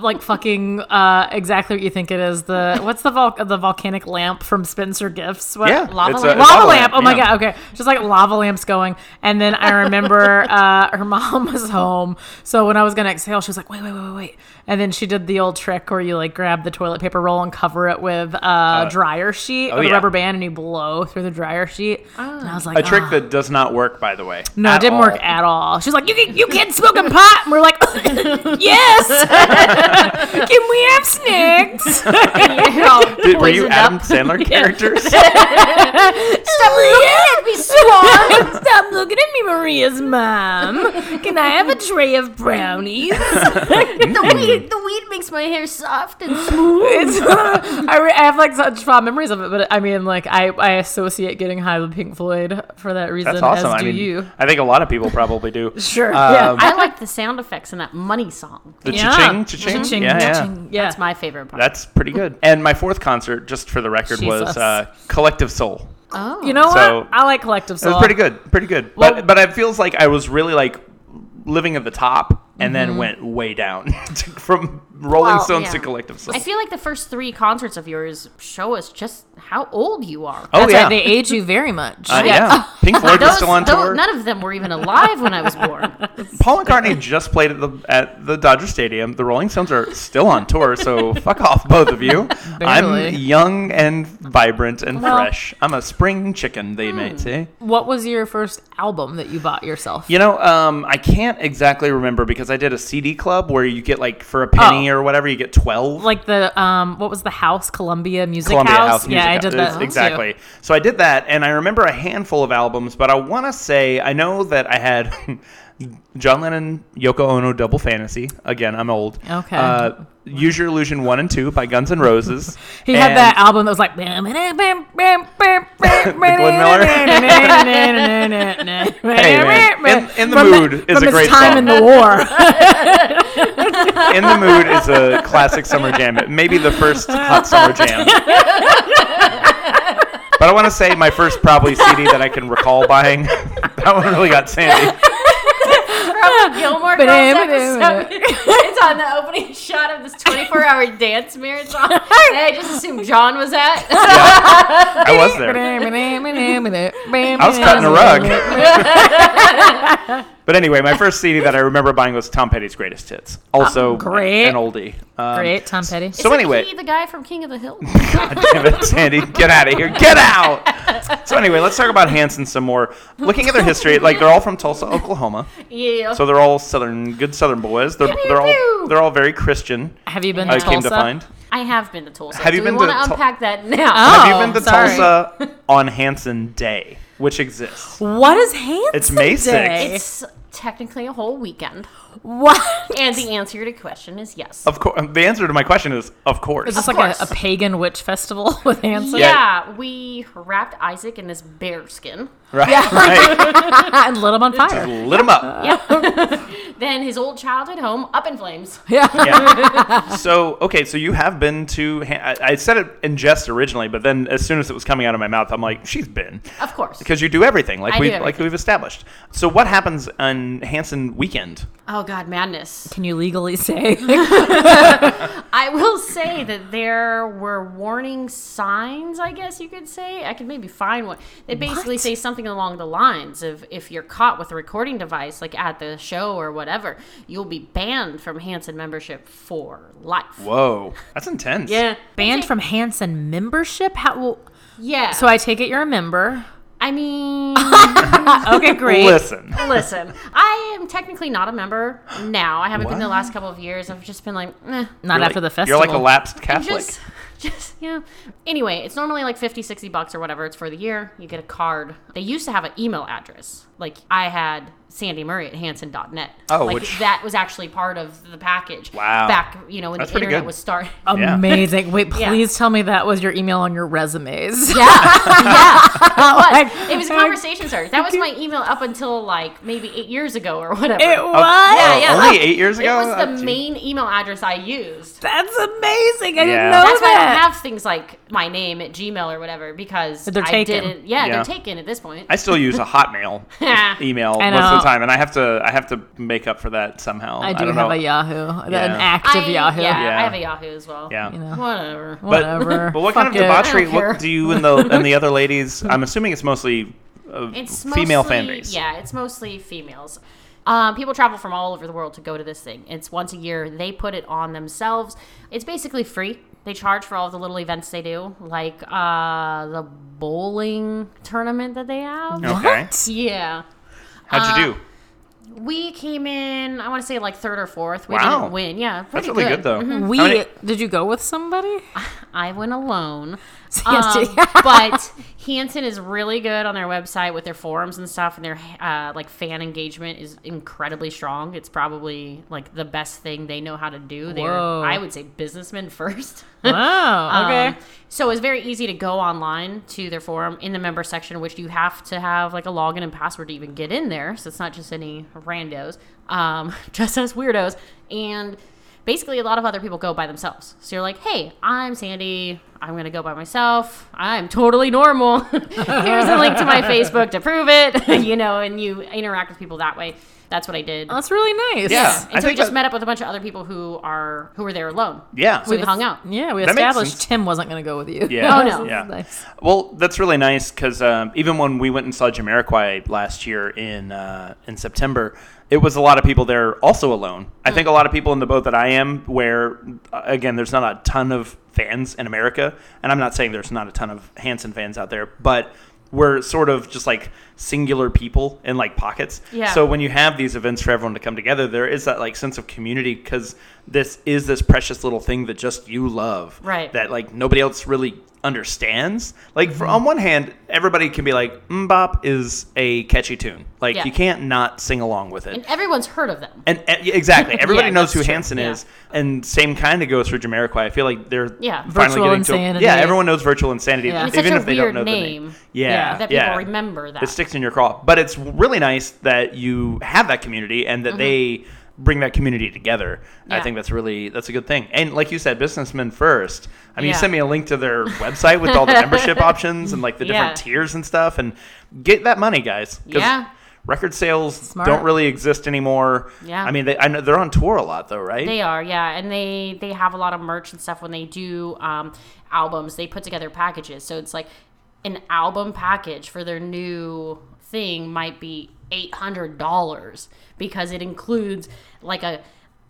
Speaker 2: like fucking uh, exactly what you think it is. The what's the vol- the volcanic lamp from Spencer Gifts? What,
Speaker 1: Yeah,
Speaker 3: Lava
Speaker 1: it's
Speaker 3: lamp.
Speaker 1: it's
Speaker 2: lava lamp. Oh my
Speaker 1: yeah.
Speaker 2: god. Okay, just like lava lamps going. And then I remember uh, her mom was home, so when I was gonna exhale, she was like, "Wait, wait, wait, wait, wait." And then she did the old trick where you like grab the toilet paper roll and cover it with a dryer sheet
Speaker 1: oh,
Speaker 2: with
Speaker 1: yeah.
Speaker 2: a rubber band, and you blow through the dryer sheet. And I was like,
Speaker 1: A trick
Speaker 2: "Ah."
Speaker 1: that does not work, by the way.
Speaker 2: No, it didn't work at all. She's like, you, can- you kids smoking pot? And we're like, yes! Can we have snacks?
Speaker 3: You're all
Speaker 1: Did, were you
Speaker 3: poisoned
Speaker 1: Adam
Speaker 3: up.
Speaker 1: Sandler characters?
Speaker 2: Stop looking at me, Swan! Stop looking at me, Maria's mom. Can I have a tray of brownies? Mm.
Speaker 3: The weed, the weed makes my hair soft and smooth.
Speaker 2: It's, I, re- I have like such fond memories of it, but I mean, like I, I associate getting high with Pink Floyd for that reason.
Speaker 1: That's awesome.
Speaker 2: As
Speaker 1: I
Speaker 2: do
Speaker 1: mean,
Speaker 2: you?
Speaker 1: I think a lot of people probably do.
Speaker 2: Sure.
Speaker 1: Um,
Speaker 2: yeah.
Speaker 3: I like the sound effects in that money song.
Speaker 1: The
Speaker 2: Yeah.
Speaker 1: cha-ching, cha-ching,
Speaker 2: Cha-ching,
Speaker 1: yeah, yeah.
Speaker 2: cha-ching, yeah.
Speaker 3: That's my favorite part.
Speaker 1: That's pretty good. And my fourth concert, just for the record, was
Speaker 2: Jesus.
Speaker 1: uh, Collective Soul.
Speaker 3: oh,
Speaker 2: You know what?
Speaker 1: So-
Speaker 2: I like Collective
Speaker 1: It
Speaker 2: Soul.
Speaker 1: was pretty good, pretty good.
Speaker 2: Well-
Speaker 1: but but it feels like I was really like living at the top and
Speaker 2: Mm-hmm.
Speaker 1: then went way down to, from Rolling
Speaker 3: Well,
Speaker 1: Stones
Speaker 3: yeah.
Speaker 1: to Collective Soul.
Speaker 3: I feel like the first three concerts of yours show us just how old you are.
Speaker 1: oh
Speaker 2: That's
Speaker 1: yeah,
Speaker 2: right. They age you very much.
Speaker 1: Uh, yeah. Pink Floyd was still on
Speaker 3: tho-
Speaker 1: tour.
Speaker 3: None of them were even alive when I was born.
Speaker 1: Paul McCartney just played at the at the Dodger Stadium. The Rolling Stones are still on tour, so fuck off, both of you. I'm
Speaker 2: Barely.
Speaker 1: young and vibrant and
Speaker 2: Well- hmm.
Speaker 1: fresh. I'm a spring chicken, they might say.
Speaker 2: What was your first album that you bought yourself?
Speaker 1: You know, um, I can't exactly remember because I did a CD club where you get like for a penny
Speaker 2: Oh.
Speaker 1: or whatever, you get twelve.
Speaker 2: Like the um, what was the house? Columbia Music
Speaker 1: Columbia
Speaker 2: House.
Speaker 1: House, Music
Speaker 2: yeah, I
Speaker 1: House.
Speaker 2: did
Speaker 1: It's-
Speaker 2: that too.
Speaker 1: exactly. So I did that, and I remember a handful of albums, but I want to say I know that I had John Lennon, Yoko Ono, Double Fantasy. Again, I'm old.
Speaker 2: Okay.
Speaker 1: Uh, Use Your Illusion One and Two by Guns N' Roses.
Speaker 2: He had
Speaker 1: And-
Speaker 2: that album that was like bam, bam, bam, bam, bam, bam,
Speaker 1: Miller?
Speaker 2: Hey,
Speaker 1: man, In- In the Mood is
Speaker 2: from
Speaker 1: a
Speaker 2: his
Speaker 1: great
Speaker 2: time
Speaker 1: song.
Speaker 2: in the war.
Speaker 1: In the Mood is a classic summer jam. It may be the first hot summer jam. But I want to say my first probably CD that I can recall buying. that one really got sandy.
Speaker 3: From Gilmore Girls
Speaker 2: Ba-dam-ba-dam-ba-dam.
Speaker 3: episode, it's on the opening shot of this 24-hour dance marathon that I just assumed John was at.
Speaker 1: Yeah. I was there. I was cutting a rug. but anyway, my first CD that I remember buying was Tom Petty's Greatest Hits. Also,
Speaker 2: Oh, great.
Speaker 1: an oldie. Um,
Speaker 2: Great, Tom Petty.
Speaker 1: So anyway,
Speaker 3: He, the guy from King of the Hill.
Speaker 1: God damn it, Sandy, get out of here, get out. So anyway, let's talk about Hanson some more. Looking at their history, like they're all from Tulsa, Oklahoma,
Speaker 3: yeah.
Speaker 1: so they're all southern, good southern boys. They're they're all they're all very Christian.
Speaker 2: Have you been
Speaker 1: I
Speaker 2: to
Speaker 1: came to
Speaker 2: Tulsa?
Speaker 1: find.
Speaker 3: I have been to Tulsa.
Speaker 1: Have you
Speaker 3: Do
Speaker 1: been
Speaker 3: we
Speaker 1: to
Speaker 3: want to
Speaker 1: Tul-
Speaker 3: unpack that now?
Speaker 2: Oh,
Speaker 1: Have you been to
Speaker 2: sorry.
Speaker 1: Tulsa on Hanson Day, which exists?
Speaker 2: What is Hanson
Speaker 1: It's May
Speaker 2: Day?
Speaker 1: sixth.
Speaker 3: It's technically a whole weekend.
Speaker 2: What?
Speaker 3: And the answer to question is yes.
Speaker 1: Of course, the answer to my question is of course.
Speaker 2: Is this
Speaker 3: Of
Speaker 2: like a, a
Speaker 3: course.
Speaker 2: pagan witch festival with Hanson?
Speaker 1: Yeah.
Speaker 3: Yeah, we wrapped Isaac in this bear skin.
Speaker 1: right, right.
Speaker 2: and lit them on fire.
Speaker 1: Lit them up.
Speaker 3: Then his old childhood home up in flames.
Speaker 2: Yeah.
Speaker 1: Yeah. So okay, so you have been to. Han- I, I said it in jest originally, but then as soon as it was coming out of my mouth, I'm like, she's been
Speaker 3: Of course.
Speaker 1: because you do everything like
Speaker 3: I
Speaker 1: we
Speaker 3: do
Speaker 1: like
Speaker 3: everything.
Speaker 1: we've established. So what happens on Hanson weekend?
Speaker 3: Oh god, madness.
Speaker 2: Can you legally say?
Speaker 3: I will say that there were warning signs, I guess you could say. I could maybe find one. They basically say something along the lines of if you're caught with a recording device like at the show or whatever, you'll be banned from Hanson membership for life.
Speaker 1: Whoa, that's intense.
Speaker 3: Yeah.
Speaker 2: Banned from Hanson membership? How? Well,
Speaker 3: Yeah.
Speaker 2: so I take it you're a member.
Speaker 3: I mean,
Speaker 2: Okay, great.
Speaker 1: Listen,
Speaker 3: listen, I am technically not a member now. I haven't been the
Speaker 1: What?
Speaker 3: last couple of years. I've just been like, eh.
Speaker 2: Not
Speaker 1: You're
Speaker 2: after
Speaker 1: like-
Speaker 2: the festival.
Speaker 1: You're like a lapsed Catholic.
Speaker 3: just just yeah anyway it's normally like 50 60 bucks or whatever it's for the year you get a card they used to have an email address like i had sandy murray at hanson.net
Speaker 1: Oh,
Speaker 3: like
Speaker 1: which-
Speaker 3: that was actually part of the package
Speaker 1: Wow.
Speaker 3: back you know when
Speaker 1: That's
Speaker 3: the
Speaker 1: pretty
Speaker 3: internet
Speaker 1: good.
Speaker 3: was starting
Speaker 1: Yeah.
Speaker 2: Amazing. Wait,
Speaker 3: Yeah.
Speaker 2: please tell me that was your email on your resumes.
Speaker 3: But
Speaker 2: Like,
Speaker 3: it was a conversation starter that was my email up until like maybe eight years ago or whatever
Speaker 2: It
Speaker 1: Oh,
Speaker 2: was.
Speaker 1: oh,
Speaker 3: yeah,
Speaker 1: Only
Speaker 3: like,
Speaker 1: eight years
Speaker 3: it
Speaker 1: ago.
Speaker 3: was
Speaker 1: Oh,
Speaker 3: the
Speaker 1: gee.
Speaker 3: main email address i used
Speaker 2: That's amazing. I didn't
Speaker 1: Yeah.
Speaker 2: know
Speaker 3: That's why I don't
Speaker 2: that.
Speaker 3: have things like my name at Gmail or whatever because
Speaker 2: But they're
Speaker 3: I
Speaker 2: taken.
Speaker 3: didn't. Yeah,
Speaker 1: Yeah.
Speaker 3: they're taken at this point.
Speaker 1: I still use a Hotmail email
Speaker 2: I
Speaker 1: most of
Speaker 2: know.
Speaker 1: the time, and I have to I have to make up for that somehow.
Speaker 2: I do
Speaker 1: don't
Speaker 2: have
Speaker 1: know.
Speaker 2: a Yahoo, an
Speaker 1: Yeah.
Speaker 2: active
Speaker 3: I-
Speaker 2: Yahoo.
Speaker 3: Yeah,
Speaker 1: Yeah.
Speaker 3: I have a Yahoo as well.
Speaker 1: Yeah.
Speaker 2: You know,
Speaker 3: Whatever.
Speaker 2: whatever.
Speaker 1: But what kind of
Speaker 2: Fuck it.
Speaker 1: debauchery?
Speaker 3: I don't care.
Speaker 1: What do you and the and the other ladies? I'm assuming it's mostly uh,
Speaker 3: It's
Speaker 1: female fan
Speaker 3: mostly-
Speaker 1: base.
Speaker 3: Yeah, it's mostly females. Um, people travel from all over the world to go to this thing. It's once a year. They put it on themselves. It's basically free. They charge for all the little events they do, like uh, the bowling tournament that they have.
Speaker 1: Okay.
Speaker 2: Mm-hmm.
Speaker 3: Yeah.
Speaker 1: How'd
Speaker 3: Uh,
Speaker 1: you do?
Speaker 3: We came in, I want to say like third or fourth. We
Speaker 1: Wow.
Speaker 3: didn't win. Yeah.
Speaker 1: That's
Speaker 3: pretty
Speaker 1: really good, though.
Speaker 3: Mhm.
Speaker 2: Mm-hmm. We
Speaker 1: How many-
Speaker 2: did you go with somebody?
Speaker 3: I went alone.
Speaker 2: Hanson-
Speaker 3: Um, but Hanson is really good on their website with their forums and stuff, and their uh, like fan engagement is incredibly strong. It's probably like the best thing they know how to do. They're
Speaker 2: Whoa.
Speaker 3: I would say businessmen first.
Speaker 2: Wow. Okay.
Speaker 3: Um, so it's very easy to go online to their forum in the member section, which you have to have like a login and password to even get in there. So it's not just any randos, um, just us weirdos. And basically, a lot of other people go by themselves. So you're like, hey, I'm Sandy. I'm going to go by myself. I'm totally normal. Here's a link to my Facebook to prove it, you know, and you interact with people that way. That's what I did.
Speaker 2: That's really nice.
Speaker 1: Yeah.
Speaker 3: and
Speaker 1: I
Speaker 3: so I
Speaker 1: think
Speaker 3: just
Speaker 1: that-
Speaker 3: met up with a bunch of other people who are who were there alone.
Speaker 1: Yeah.
Speaker 3: So we hung out.
Speaker 2: Yeah, we
Speaker 1: That makes
Speaker 2: established
Speaker 1: sense.
Speaker 2: Tim wasn't going to go with you.
Speaker 1: Yeah.
Speaker 3: Oh, no.
Speaker 1: Yeah.
Speaker 2: Nice.
Speaker 1: Well, that's really nice because um, even when we went and saw Jamiroquai last year in uh, in September, it was a lot of people there also alone. I think a lot of people in the boat that I am, where uh, again, there's not a ton of fans in America, and I'm not saying there's not a ton of Hanson fans out there, but we're sort of just like singular people in like pockets.
Speaker 3: Yeah.
Speaker 1: So when you have these events for everyone to come together, there is that like sense of community because this is this precious little thing that just you love
Speaker 3: Right.
Speaker 1: that like nobody else really understands. Like for,
Speaker 3: Mm-hmm.
Speaker 1: on one hand, everybody can be like, "Mbop is a catchy tune. Like
Speaker 3: Yeah.
Speaker 1: you can't not sing along with it."
Speaker 3: And everyone's heard of them.
Speaker 1: And, and- yeah, exactly, everybody
Speaker 3: Yeah,
Speaker 1: knows who
Speaker 3: that's true.
Speaker 1: Hanson
Speaker 3: Yeah.
Speaker 1: is, and same kind of goes for Jamiroquai. I feel like they're
Speaker 3: Yeah.
Speaker 2: Virtual
Speaker 1: to-
Speaker 2: Insanity.
Speaker 1: yeah, everyone knows virtual insanity,
Speaker 2: Yeah. And
Speaker 3: it's
Speaker 1: even
Speaker 3: such a
Speaker 1: if they don't
Speaker 3: weird
Speaker 1: know the
Speaker 3: name
Speaker 1: name. Yeah,
Speaker 2: Yeah.
Speaker 3: that
Speaker 1: yeah.
Speaker 3: people remember that.
Speaker 1: It sticks in your craw. But it's really nice that you have that community and that they bring that community together. I
Speaker 3: Mm-hmm. Yeah.
Speaker 1: think that's really that's a good thing. And like you said, businessmen first. I mean,
Speaker 3: Yeah.
Speaker 1: you sent me a link to their website with all the membership options and like the
Speaker 3: Yeah.
Speaker 1: different tiers and stuff. And get that money, guys. 'cause
Speaker 3: Yeah.
Speaker 1: Record sales
Speaker 2: Smart.
Speaker 1: don't really exist anymore.
Speaker 3: Yeah.
Speaker 1: I mean, they, I know they're on tour a lot though, right?
Speaker 3: They are, yeah, and they they have a lot of merch and stuff when they do um, albums. They put together packages, so it's like an album package for their new thing might be eight hundred dollars because it includes like a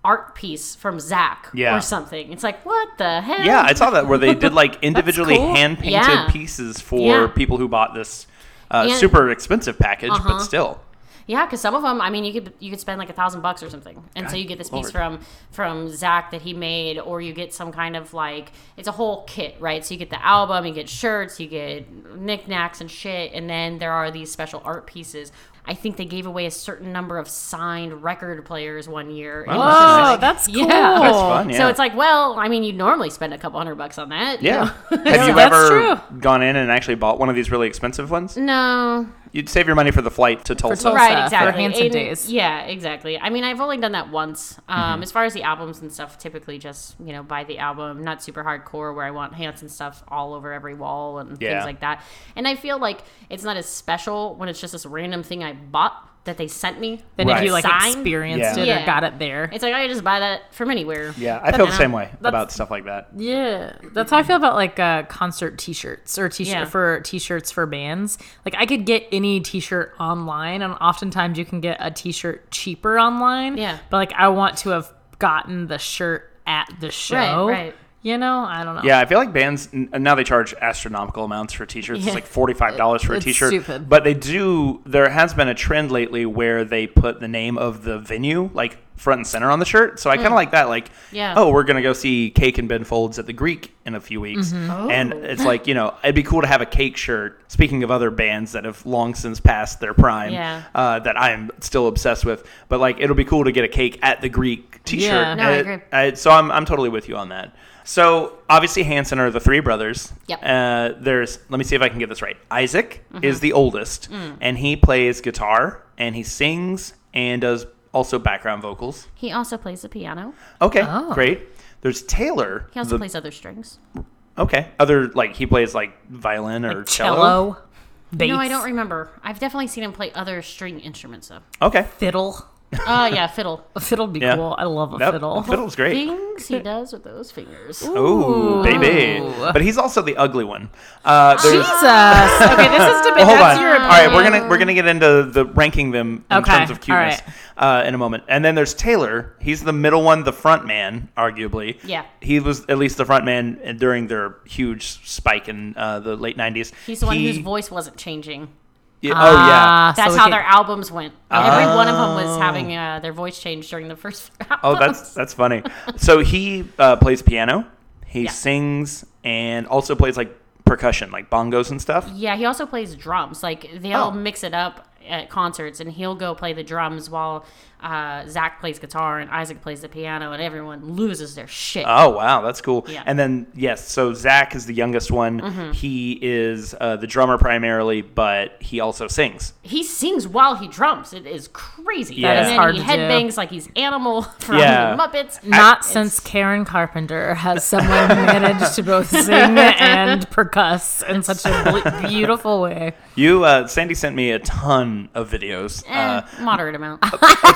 Speaker 3: art piece from Zach
Speaker 1: Yeah.
Speaker 3: or something. It's like what the hell?
Speaker 1: yeah, I saw that where they did like individually
Speaker 2: cool.
Speaker 1: hand painted
Speaker 3: Yeah.
Speaker 1: pieces for
Speaker 3: Yeah.
Speaker 1: people who bought this uh,
Speaker 3: And- Uh-huh.
Speaker 1: super expensive package, but still.
Speaker 3: Yeah, because some of them, I mean, you could you could spend like a thousand bucks or something, and so
Speaker 1: God
Speaker 3: you get this piece
Speaker 1: lord.
Speaker 3: from from Zach that he made, or you get some kind of like it's a whole kit, right? So you get the album, you get shirts, you get knickknacks and shit, and then there are these special art pieces. I think they gave away a certain number of signed record players one year. It
Speaker 1: Wow.
Speaker 3: was
Speaker 2: Oh,
Speaker 3: just
Speaker 1: Nice.
Speaker 3: like-
Speaker 2: that's cool.
Speaker 3: Yeah. That's
Speaker 1: fun, yeah.
Speaker 3: So it's like, well, I mean, you normally spend a couple hundred bucks on that. you
Speaker 1: Yeah.
Speaker 3: know?
Speaker 1: Have you
Speaker 2: That's
Speaker 1: ever
Speaker 2: true.
Speaker 1: gone in and actually bought one of these really expensive ones?
Speaker 3: No,
Speaker 1: You'd save your money for the flight to Tulsa.
Speaker 2: Tulsa.
Speaker 3: right
Speaker 2: for
Speaker 3: exactly
Speaker 2: Hanson
Speaker 3: And-
Speaker 2: days.
Speaker 3: yeah exactly i mean i've only done that once um,
Speaker 1: Mm-hmm.
Speaker 3: as far as the albums and stuff typically just you know buy the album not super hardcore where i want hanson stuff all over every wall and
Speaker 1: Yeah.
Speaker 3: things like that and i feel like it's not as special when it's just this random thing i bought that they sent me
Speaker 2: Then if
Speaker 1: Right.
Speaker 2: you like
Speaker 3: Sign?
Speaker 2: experienced
Speaker 1: Yeah.
Speaker 2: it
Speaker 3: Yeah.
Speaker 2: or got it there.
Speaker 3: it's like i just buy that from anywhere
Speaker 1: Yeah, I feel the
Speaker 3: Yeah.
Speaker 1: same way
Speaker 2: That's-
Speaker 1: about stuff like that.
Speaker 2: Yeah, that's how I feel about like uh, concert T-shirts or T-shirt
Speaker 3: Yeah.
Speaker 2: for T-shirts for bands. Like I could get any T-shirt online, and oftentimes you can get a T-shirt cheaper online.
Speaker 3: Yeah.
Speaker 2: but like I want to have gotten the shirt at the show.
Speaker 3: right.
Speaker 2: You know, I don't know.
Speaker 1: Yeah, I feel like bands n- now they charge astronomical amounts for t-shirts.
Speaker 3: Yeah.
Speaker 1: It's like forty-five dollars for a
Speaker 2: It's
Speaker 1: t-shirt.
Speaker 2: stupid.
Speaker 1: But they do. There has been a trend lately where they put the name of the venue like front and center on the shirt. So I kind of like that. Like,
Speaker 3: Mm. Yeah.
Speaker 1: oh, we're gonna go see Cake and Ben Folds at the Greek in a few weeks,
Speaker 3: Mm-hmm. Oh.
Speaker 1: and it's like you know it'd be cool to have a Cake shirt. Speaking of other bands that have long since passed their prime,
Speaker 3: Yeah.
Speaker 1: uh, that I'm still obsessed with. But like, it'll be cool to get a Cake at the Greek t-shirt.
Speaker 2: Yeah.
Speaker 3: No, I
Speaker 1: Uh,
Speaker 3: agree.
Speaker 1: I, so I'm, I'm totally with you on that. So obviously Hanson are the three brothers.
Speaker 3: Yep.
Speaker 1: Uh, there's let me see if I can get this right. Isaac is the oldest, and he plays guitar and he sings and does also background vocals.
Speaker 3: he also plays the piano
Speaker 1: Okay,
Speaker 2: Oh.
Speaker 1: great. There's Taylor.
Speaker 3: he also
Speaker 1: the-
Speaker 3: plays other strings
Speaker 1: okay. Other like he plays like violin or cello.
Speaker 2: cello, bass,
Speaker 3: no i don't remember i've definitely seen him play other string instruments though
Speaker 1: Okay.
Speaker 2: fiddle.
Speaker 3: oh yeah fiddle
Speaker 2: A fiddle'd be
Speaker 1: Yeah.
Speaker 2: cool. I love a
Speaker 1: That-
Speaker 2: fiddle.
Speaker 1: Fiddle's great.
Speaker 3: things he does with those fingers
Speaker 1: Oh, baby.
Speaker 2: Ooh.
Speaker 1: But he's also the ugly one. Uh, there's,
Speaker 2: Jesus. okay, this is debate.
Speaker 1: Well, hold
Speaker 2: That's
Speaker 1: on.
Speaker 2: your
Speaker 1: All right, we're
Speaker 2: opinion.
Speaker 1: gonna we're gonna get into the ranking them in
Speaker 2: Okay,
Speaker 1: terms of
Speaker 2: all right.
Speaker 1: cuteness uh, in a moment. And then there's Taylor. He's the middle one, the front man, arguably.
Speaker 3: Yeah.
Speaker 1: He was at least the front man during their huge spike in uh, the late '90s.
Speaker 3: he's the one
Speaker 1: He-
Speaker 3: whose voice was't changing
Speaker 1: Yeah, oh yeah.
Speaker 2: Ah,
Speaker 3: That's
Speaker 2: so we
Speaker 3: how
Speaker 2: can-
Speaker 3: their albums went. Every one of them was having uh, their voice changed during the first. Album.
Speaker 1: Oh, that's that's funny. So he uh, plays piano. He
Speaker 3: Yeah.
Speaker 1: sings and also plays like percussion, like bongos and stuff.
Speaker 3: Yeah, he also plays drums. Like they all
Speaker 1: Oh.
Speaker 3: mix it up at concerts, and he'll go play the drums while uh, Zach plays guitar and Isaac plays the piano, and everyone loses their shit.
Speaker 1: Oh wow, that's cool.
Speaker 3: Yeah. Mm-hmm.
Speaker 1: And then yes, so Zach is the youngest one. He is uh, the drummer primarily, but he also sings.
Speaker 3: he sings while he drums. It is crazy.
Speaker 1: That is
Speaker 3: and then
Speaker 2: hard
Speaker 3: he
Speaker 2: to do.
Speaker 3: headbangs like he's Animal from
Speaker 1: Yeah.
Speaker 3: the Muppets.
Speaker 2: Not
Speaker 3: It's-
Speaker 2: since Karen Carpenter has someone managed to both sing and percuss in such a bl- beautiful way.
Speaker 1: You, uh, Sandy, sent me a ton of videos.
Speaker 3: eh,
Speaker 1: Uh,
Speaker 3: moderate amount.
Speaker 1: a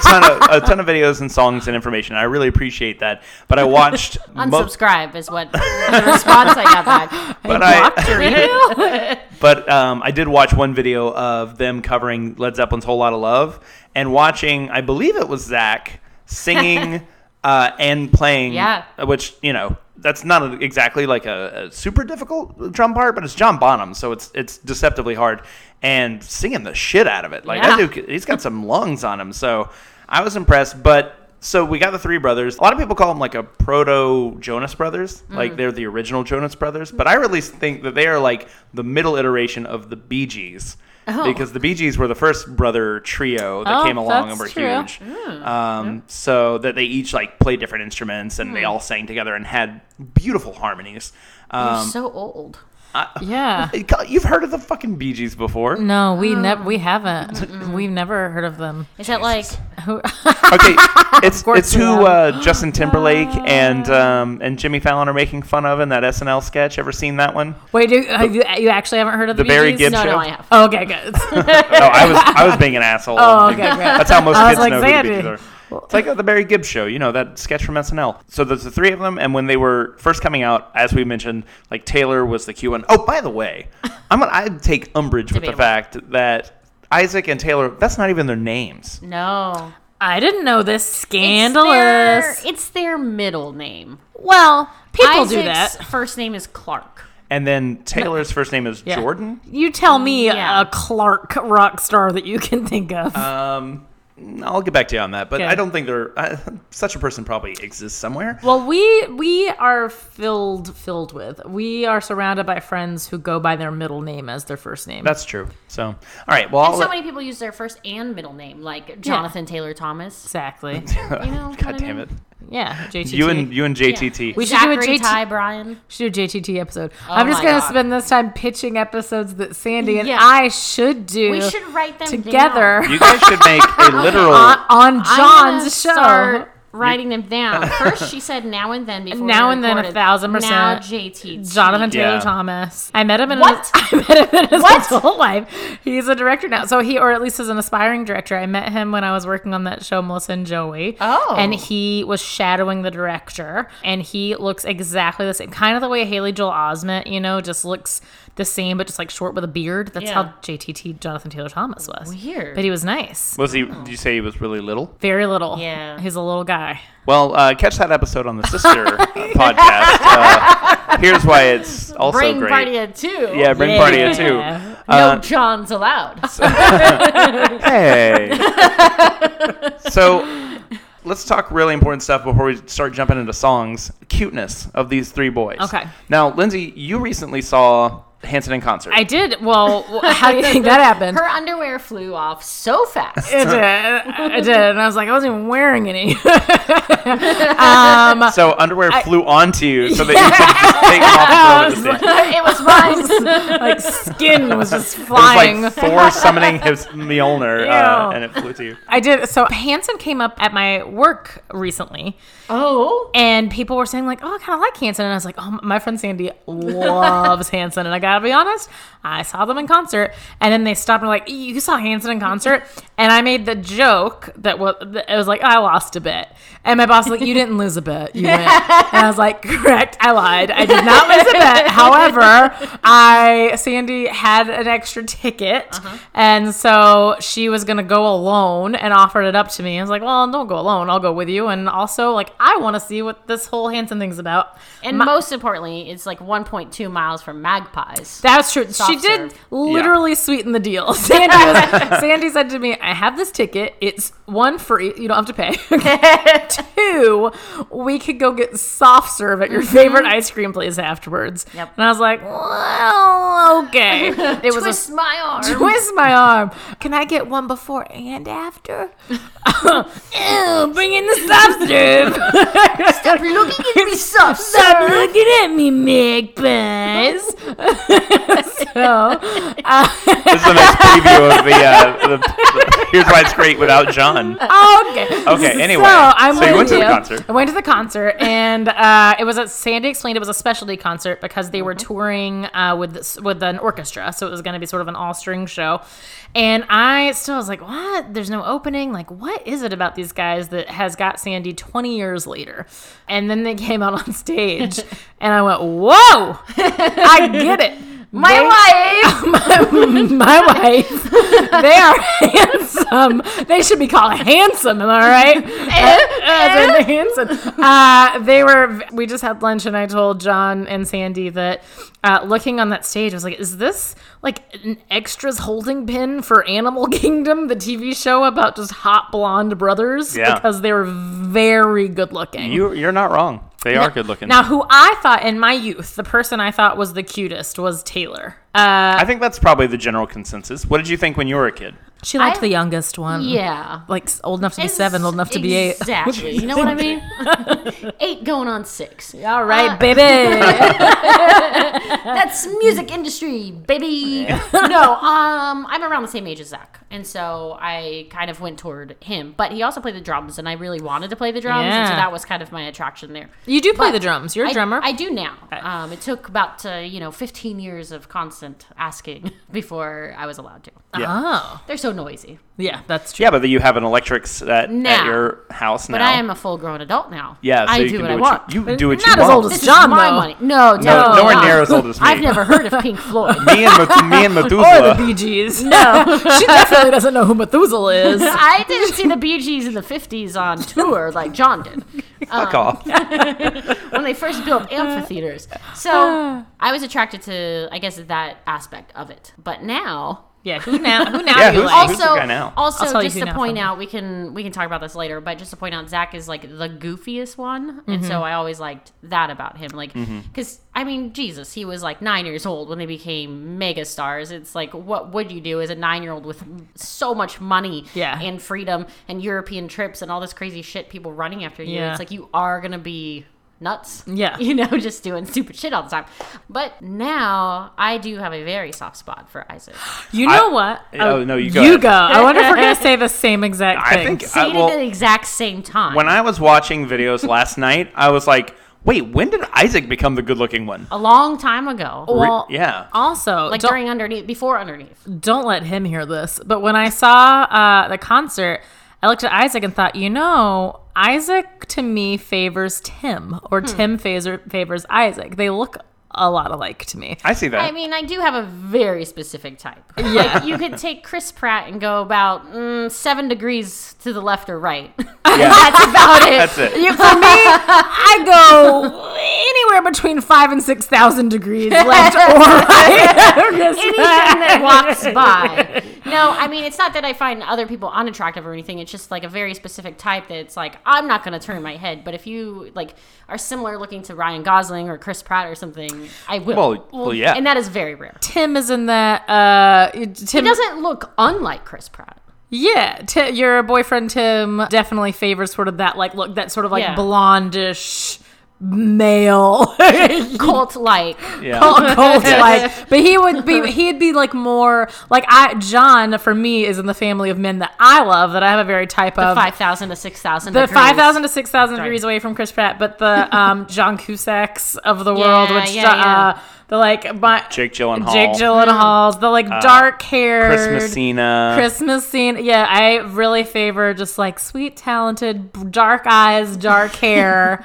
Speaker 1: ton of a ton of videos and songs and information. I really appreciate that. But I watched mo-
Speaker 3: Unsubscribe is what the response I got back.
Speaker 1: but
Speaker 2: Blocked
Speaker 1: I
Speaker 2: your email?
Speaker 1: but um, I did watch one video of them covering Led Zeppelin's "Whole Lot of Love" and watching. I believe it was Zach singing uh, and playing.
Speaker 3: Yeah.
Speaker 1: which you know that's not exactly like a, a super difficult drum part, but it's John Bonham, so it's it's deceptively hard. And singing the shit out of it, like
Speaker 3: Yeah.
Speaker 1: that dude, he's got some lungs on him. So I was impressed, but. So we got the three brothers. A lot of people call them like a proto Jonas Brothers,
Speaker 2: Mm.
Speaker 1: like they're the original Jonas Brothers. But I really think that they are like the middle iteration of the Bee Gees, because the Bee Gees were the first brother trio that
Speaker 2: Oh,
Speaker 1: came along and
Speaker 2: that's
Speaker 1: were
Speaker 2: true.
Speaker 1: huge. Um, So that they each like played different instruments and they all sang together and had beautiful harmonies.
Speaker 3: You're
Speaker 1: Um,
Speaker 3: so old.
Speaker 2: Yeah.
Speaker 1: you've heard of the fucking Bee Gees before?
Speaker 2: No, we never we haven't. We've never heard of them.
Speaker 3: Is that like
Speaker 1: Okay, it's
Speaker 2: course
Speaker 1: it's who
Speaker 2: we
Speaker 1: uh, Justin Timberlake and um, and Jimmy Fallon are making fun of in that SNL sketch. Ever seen that one?
Speaker 2: Wait, do, have you, you actually haven't heard of the,
Speaker 1: The Barry
Speaker 2: Bee Gees?
Speaker 1: Gibb
Speaker 3: no,
Speaker 1: show.
Speaker 3: no, I have.
Speaker 2: Oh, okay, good.
Speaker 1: No, I was I was being an asshole.
Speaker 2: Oh, okay, great.
Speaker 1: That's how most
Speaker 2: I was
Speaker 1: kids
Speaker 2: like,
Speaker 1: know who the Bee
Speaker 2: Xandy.
Speaker 1: Gees are. It's like uh, the Barry Gibb show, you know that sketch from SNL. So there's the three of them, and when they were first coming out, as we mentioned, like Taylor was the Q one. Oh, by the way, I'm gonna I take umbrage with the
Speaker 3: Debatable.
Speaker 1: fact that Isaac and Taylor, that's not even their names.
Speaker 3: no?
Speaker 2: I didn't know this.
Speaker 3: It's
Speaker 2: Scandalous.
Speaker 3: their, it's their middle name.
Speaker 2: well, people do
Speaker 3: Isaac's
Speaker 2: that.
Speaker 3: First name is Clark.
Speaker 1: And then Taylor's first name is
Speaker 2: Yeah.
Speaker 1: Jordan.
Speaker 2: You tell me
Speaker 3: Mm, Yeah. Uh,
Speaker 2: a Clark rock star that you can think of.
Speaker 1: Um, I'll get back to you on that, but
Speaker 2: Okay.
Speaker 1: I don't think they're uh, such a person probably exists somewhere.
Speaker 2: Well, we we are filled filled with. We are surrounded by friends who go by their middle name as their first name.
Speaker 1: That's true. So, all right. Well,
Speaker 3: And
Speaker 1: I'll
Speaker 3: so
Speaker 1: let-
Speaker 3: many people use their first and middle name, like Jonathan Taylor Thomas.
Speaker 2: exactly.
Speaker 3: You know, kinda
Speaker 1: God damn
Speaker 3: name.
Speaker 1: it.
Speaker 2: Yeah, JTT.
Speaker 1: You and you and
Speaker 3: Yeah.
Speaker 1: JTT.
Speaker 2: We should do a
Speaker 3: Zachary
Speaker 2: JT
Speaker 3: Ty Bryan.
Speaker 2: should do a JTT episode. I'm just
Speaker 3: Oh my
Speaker 2: gonna
Speaker 3: God.
Speaker 2: spend this time pitching episodes that Sandy and
Speaker 3: Yeah.
Speaker 2: I should do
Speaker 3: We should write them
Speaker 2: together
Speaker 1: You guys should make a literal.
Speaker 2: on, on
Speaker 3: down. I'm gonna
Speaker 2: John's show.
Speaker 3: Start writing them down. First, she said now and then before. we
Speaker 2: Now and then, a
Speaker 3: recorded.
Speaker 2: thousand percent.
Speaker 3: Now JT.
Speaker 2: Jonathan Taylor
Speaker 1: Yeah.
Speaker 2: Thomas. I met him in
Speaker 3: What?
Speaker 2: His, I met him in his
Speaker 3: What?
Speaker 2: adult life. He's a director now, so he or at least is an aspiring director. I met him when I was working on that show, Melissa and Joey.
Speaker 3: Oh.
Speaker 2: and he was shadowing the director, and he looks exactly the same, kind of the way Haley Joel Osment, you know, just looks the same, but just like short with a beard. That's
Speaker 3: Yeah.
Speaker 2: how JTT Jonathan Taylor Thomas was.
Speaker 3: Weird.
Speaker 2: but he was nice.
Speaker 1: Was he? Did you say he was really little?
Speaker 2: Very little.
Speaker 3: Yeah.
Speaker 2: he's a little guy.
Speaker 1: Well, uh, catch that episode on the sister podcast. Uh, here's why it's also
Speaker 3: Bring
Speaker 1: great.
Speaker 3: party at two.
Speaker 1: yeah, uh, bring party at two.
Speaker 2: Yeah.
Speaker 3: No Johns allowed.
Speaker 1: Hey. so, let's talk really important stuff before we start jumping into songs. Cuteness of these three boys.
Speaker 2: Okay.
Speaker 1: Now, Lindsay, you recently saw Hanson in concert.
Speaker 2: I did. Well, how do you think that happened?
Speaker 3: Her underwear flew off so fast.
Speaker 2: It did. It did. And I was like, I wasn't even wearing any. Um,
Speaker 1: so underwear flew onto you so that you could just take off. for everything.
Speaker 3: it was mine.
Speaker 2: like, skin was just
Speaker 1: It was
Speaker 2: flying.
Speaker 1: like Thor summoning his Mjolnir, uh,
Speaker 2: Ew.
Speaker 1: and it flew to you.
Speaker 2: I did. So Hanson came up at my work recently,
Speaker 3: oh.
Speaker 2: and people were saying, like, oh, I kind of like Hanson. And I was like, oh, my friend Sandy loves Hanson. And I got to be honest, I saw them in concert. And then they stopped and were like, you saw Hanson in concert? And I made the joke that was, that it was like, I lost a bit. And my boss was like, you didn't lose a bit. You went. And I was like, correct. I lied. I did not lose a bet. However, I Sandy had an extra ticket, and so she was gonna go alone and offered it up to me. I was like, "Well, don't go alone. I'll go with you." And also, like, I want to see what this whole Hanson thing's about.
Speaker 3: And most importantly, it's like 1.2 miles from Magpies. nice.
Speaker 2: That's true. she
Speaker 3: Soft
Speaker 2: did
Speaker 3: serve.
Speaker 2: literally sweeten the deal. Sandy, was, Sandy said to me, I have this ticket. It's one free. You don't have to pay. Two, we could go get soft serve at your favorite ice cream place afterwards.
Speaker 3: Mm-hmm. Yep.
Speaker 2: And I was like, well, okay. It was
Speaker 3: Twist
Speaker 2: a
Speaker 3: my arm.
Speaker 2: twist my arm. Can I get one before and after? Ew, bring in the soft serve.
Speaker 3: Stop looking at me, soft
Speaker 2: Stop looking at me, Magpies. so.
Speaker 1: This is a nice preview of the, uh, the, the- Here's Why It's Great Without John.
Speaker 2: Oh, okay.
Speaker 1: Okay, anyway.
Speaker 2: So, I'm
Speaker 1: So you
Speaker 2: with
Speaker 1: went to the concert.
Speaker 2: I went to the concert, and uh, it was at Sandy explained it was a specialty concert because they were touring uh, with this- with an orchestra, so it was going to be sort of an all string show. And I still was like, "What? There's no opening. Like, what is it about these guys that has got Sandy 20 years later?" And then they came out on stage, and I went, "Whoa, I get it."
Speaker 3: My
Speaker 2: They-
Speaker 3: wife.
Speaker 2: my, my wife. They are handsome. They should be called handsome. Am I right? Uh, they're handsome. Uh, they were. We just had lunch, and I told John and Sandy that uh, looking on that stage, I was like, "Is this like an extras holding pin for Animal Kingdom, the TV show about just hot blonde brothers?"
Speaker 1: Yeah.
Speaker 2: Because they were very good looking.
Speaker 1: You, you're not wrong. They are good looking.
Speaker 2: now, who I thought in my youth, the person I thought was the cutest was Taylor. Uh,
Speaker 1: I think that's probably the general consensus. What did you think when you were a kid?
Speaker 2: She liked
Speaker 3: I-
Speaker 2: the youngest one.
Speaker 3: Yeah.
Speaker 2: Like s- old enough to be seven, old enough to be eight.
Speaker 3: Exactly. You know what I mean? eight going on six. Uh,
Speaker 2: All right, baby.
Speaker 3: That's music industry, baby. no, um, I'm around the same age as Zach, and so I kind of went toward him. But he also played the drums, and I really wanted to play the drums, and so
Speaker 2: Yeah.
Speaker 3: that was kind of my attraction there.
Speaker 2: you do play the drums. You're a
Speaker 3: I-
Speaker 2: drummer.
Speaker 3: I, do now. Um, it took about uh, you know 15 years of constant asking before I was allowed to.
Speaker 1: Yeah.
Speaker 2: oh,
Speaker 3: They're so noisy,
Speaker 2: yeah, that's true.
Speaker 1: Yeah, but you have an electric set at
Speaker 3: Now.
Speaker 1: your house now.
Speaker 3: but I am a full-grown adult now.
Speaker 1: yeah, so
Speaker 3: I
Speaker 1: you
Speaker 3: do
Speaker 1: can
Speaker 3: what
Speaker 1: do
Speaker 3: I
Speaker 1: what
Speaker 3: want.
Speaker 1: You, you do what
Speaker 2: Not
Speaker 1: you
Speaker 2: as
Speaker 1: want.
Speaker 2: old as-
Speaker 3: this is
Speaker 2: John,
Speaker 3: my
Speaker 2: though.
Speaker 3: money. No,
Speaker 1: no,
Speaker 3: definitely
Speaker 1: nowhere
Speaker 3: not.
Speaker 1: near as old as me.
Speaker 3: I've never heard of Pink Floyd.
Speaker 1: me and Meth- me and
Speaker 2: Or the
Speaker 1: Methuselah.
Speaker 2: Bee Gees. No, she definitely doesn't know who Methuselah is.
Speaker 3: I didn't see the Bee Gees in the 50s on tour like John did
Speaker 1: Fuck off.
Speaker 3: when they first built amphitheaters. So I was attracted to, I guess, that aspect of it. But now.
Speaker 2: Yeah, who now? Who now?
Speaker 1: Yeah,
Speaker 2: do you
Speaker 1: who's-
Speaker 2: like?
Speaker 1: who's- the
Speaker 3: Also,
Speaker 1: guy now?
Speaker 2: I'll
Speaker 3: also,
Speaker 2: tell you
Speaker 3: just
Speaker 2: who
Speaker 3: to
Speaker 2: now
Speaker 3: point
Speaker 2: from-
Speaker 3: out, we can we can talk about this later, but just to point out, Zach is like the goofiest one, and
Speaker 2: Mm-hmm.
Speaker 3: so I always liked that about him. Like,
Speaker 1: Mm-hmm.
Speaker 3: because I mean, Jesus, he was like nine years old when they became mega stars. It's like, what would you do as a nine year old with so much money,
Speaker 2: Yeah.
Speaker 3: and freedom, and European trips, and all this crazy shit, people running after you?
Speaker 2: Yeah.
Speaker 3: It's like you are gonna be nuts,
Speaker 2: Yeah.
Speaker 3: you know, just doing stupid shit all the time. But now I do have a very soft spot for Isaac.
Speaker 2: You know what?
Speaker 1: oh, no, you go
Speaker 2: You
Speaker 1: ahead.
Speaker 2: go. I wonder if we're gonna say the same exact
Speaker 1: I
Speaker 2: thing.
Speaker 1: think
Speaker 3: Say
Speaker 1: I,
Speaker 3: it
Speaker 1: well,
Speaker 3: at the exact same time.
Speaker 1: when I was watching videos last night, I was like, wait, when did Isaac become the good looking one?
Speaker 3: a long time ago.
Speaker 1: Re-
Speaker 2: Well,
Speaker 1: yeah.
Speaker 2: Also,
Speaker 3: like
Speaker 2: don't-
Speaker 3: during underneath, before underneath.
Speaker 2: don't let him hear this. But when I saw uh, the concert, I looked at Isaac and thought, you know, Isaac to me favors Tim, or Tim favor- favors Isaac. They look a lot alike to me.
Speaker 1: I see that.
Speaker 3: I mean, I do have a very specific type.
Speaker 2: Yeah.
Speaker 3: Like, you could take Chris Pratt and go about mm, seven degrees to the left or right.
Speaker 1: yeah,
Speaker 3: That's about it.
Speaker 1: that's it.
Speaker 2: You- for me, I go anywhere between five and six thousand degrees left or right.
Speaker 3: Anything that walks by. No, I mean, it's not that I find other people unattractive or anything. It's just like a very specific type that's like, I'm not going to turn my head. But if you like are similar looking to Ryan Gosling or Chris Pratt or something, I will.
Speaker 1: Well, well, yeah.
Speaker 3: And that is very rare.
Speaker 2: Tim is in that. Uh, Tim
Speaker 3: He doesn't look unlike Chris Pratt.
Speaker 2: Yeah, t- your boyfriend Tim definitely favors sort of that like look, that sort of like
Speaker 3: Yeah.
Speaker 2: blondish male
Speaker 3: Cult like.
Speaker 1: Yeah.
Speaker 2: cult like. But he would be he'd be like more like I John for me is in the family of men that I love that I have a very type of
Speaker 3: Five thousand to six thousand.
Speaker 2: the five thousand to six thousand degrees away from Chris Pratt, but the um John Cusacks of the world,
Speaker 3: Yeah,
Speaker 2: which
Speaker 3: yeah, yeah.
Speaker 2: uh, the like my,
Speaker 1: Jake Gyllenhaal. Uh,
Speaker 2: Jake Gyllenhaal's the like dark haired
Speaker 1: Chris Messina.
Speaker 2: Christmas scene. Yeah, I really favor just like sweet, talented, b- dark eyes, dark hair.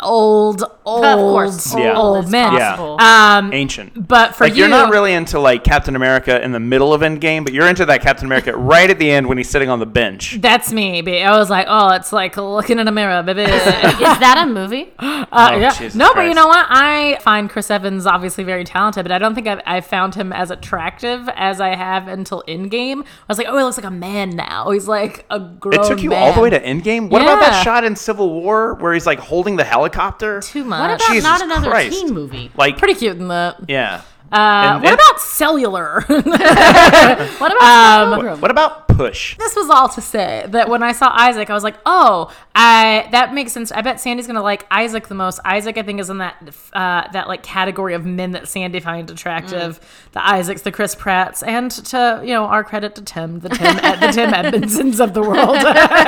Speaker 2: old, old,
Speaker 3: Of course,
Speaker 1: Yeah.
Speaker 2: old
Speaker 3: as
Speaker 2: men.
Speaker 1: Yeah.
Speaker 3: possible.
Speaker 2: Um,
Speaker 1: Ancient.
Speaker 2: but for
Speaker 1: like
Speaker 2: you,
Speaker 1: are not really into like Captain America in the middle of Endgame, but you're into that Captain America right at the end when he's sitting on the bench.
Speaker 2: that's me. Baby. I was like, oh, it's like looking in a mirror, baby.
Speaker 3: Is that a movie?
Speaker 2: Uh,
Speaker 1: Oh,
Speaker 2: yeah.
Speaker 1: Jesus
Speaker 2: no, but you
Speaker 1: Christ.
Speaker 2: know what? I find Chris Evans obviously very talented, but I don't think I've, I've found him as attractive as I have until Endgame. I was like, oh, he looks like a man now. He's like a grown.
Speaker 1: It took you all the way to
Speaker 2: Oh, man.
Speaker 1: Endgame. What about
Speaker 2: Yeah.
Speaker 1: that shot in Civil War where he's like holding the helicopter?
Speaker 2: too much.
Speaker 3: What about
Speaker 1: Jesus
Speaker 3: not another
Speaker 1: Christ.
Speaker 3: teen movie?
Speaker 1: Like
Speaker 2: Pretty cute in the.
Speaker 1: yeah.
Speaker 2: Uh,
Speaker 1: And-
Speaker 2: what
Speaker 1: and-
Speaker 2: about cellular?
Speaker 3: What about um,
Speaker 1: What about Push?
Speaker 2: this was all to say that when I saw Isaac, I was like, "Oh, I that makes sense. I bet Sandy's gonna like Isaac the most. Isaac, I think, is in that uh, that like category of men that Sandy finds attractive. The Isaacs, the Chris Pratts, and to you know, our credit to Tim, the Tim, the Tim Edmondsons of the world.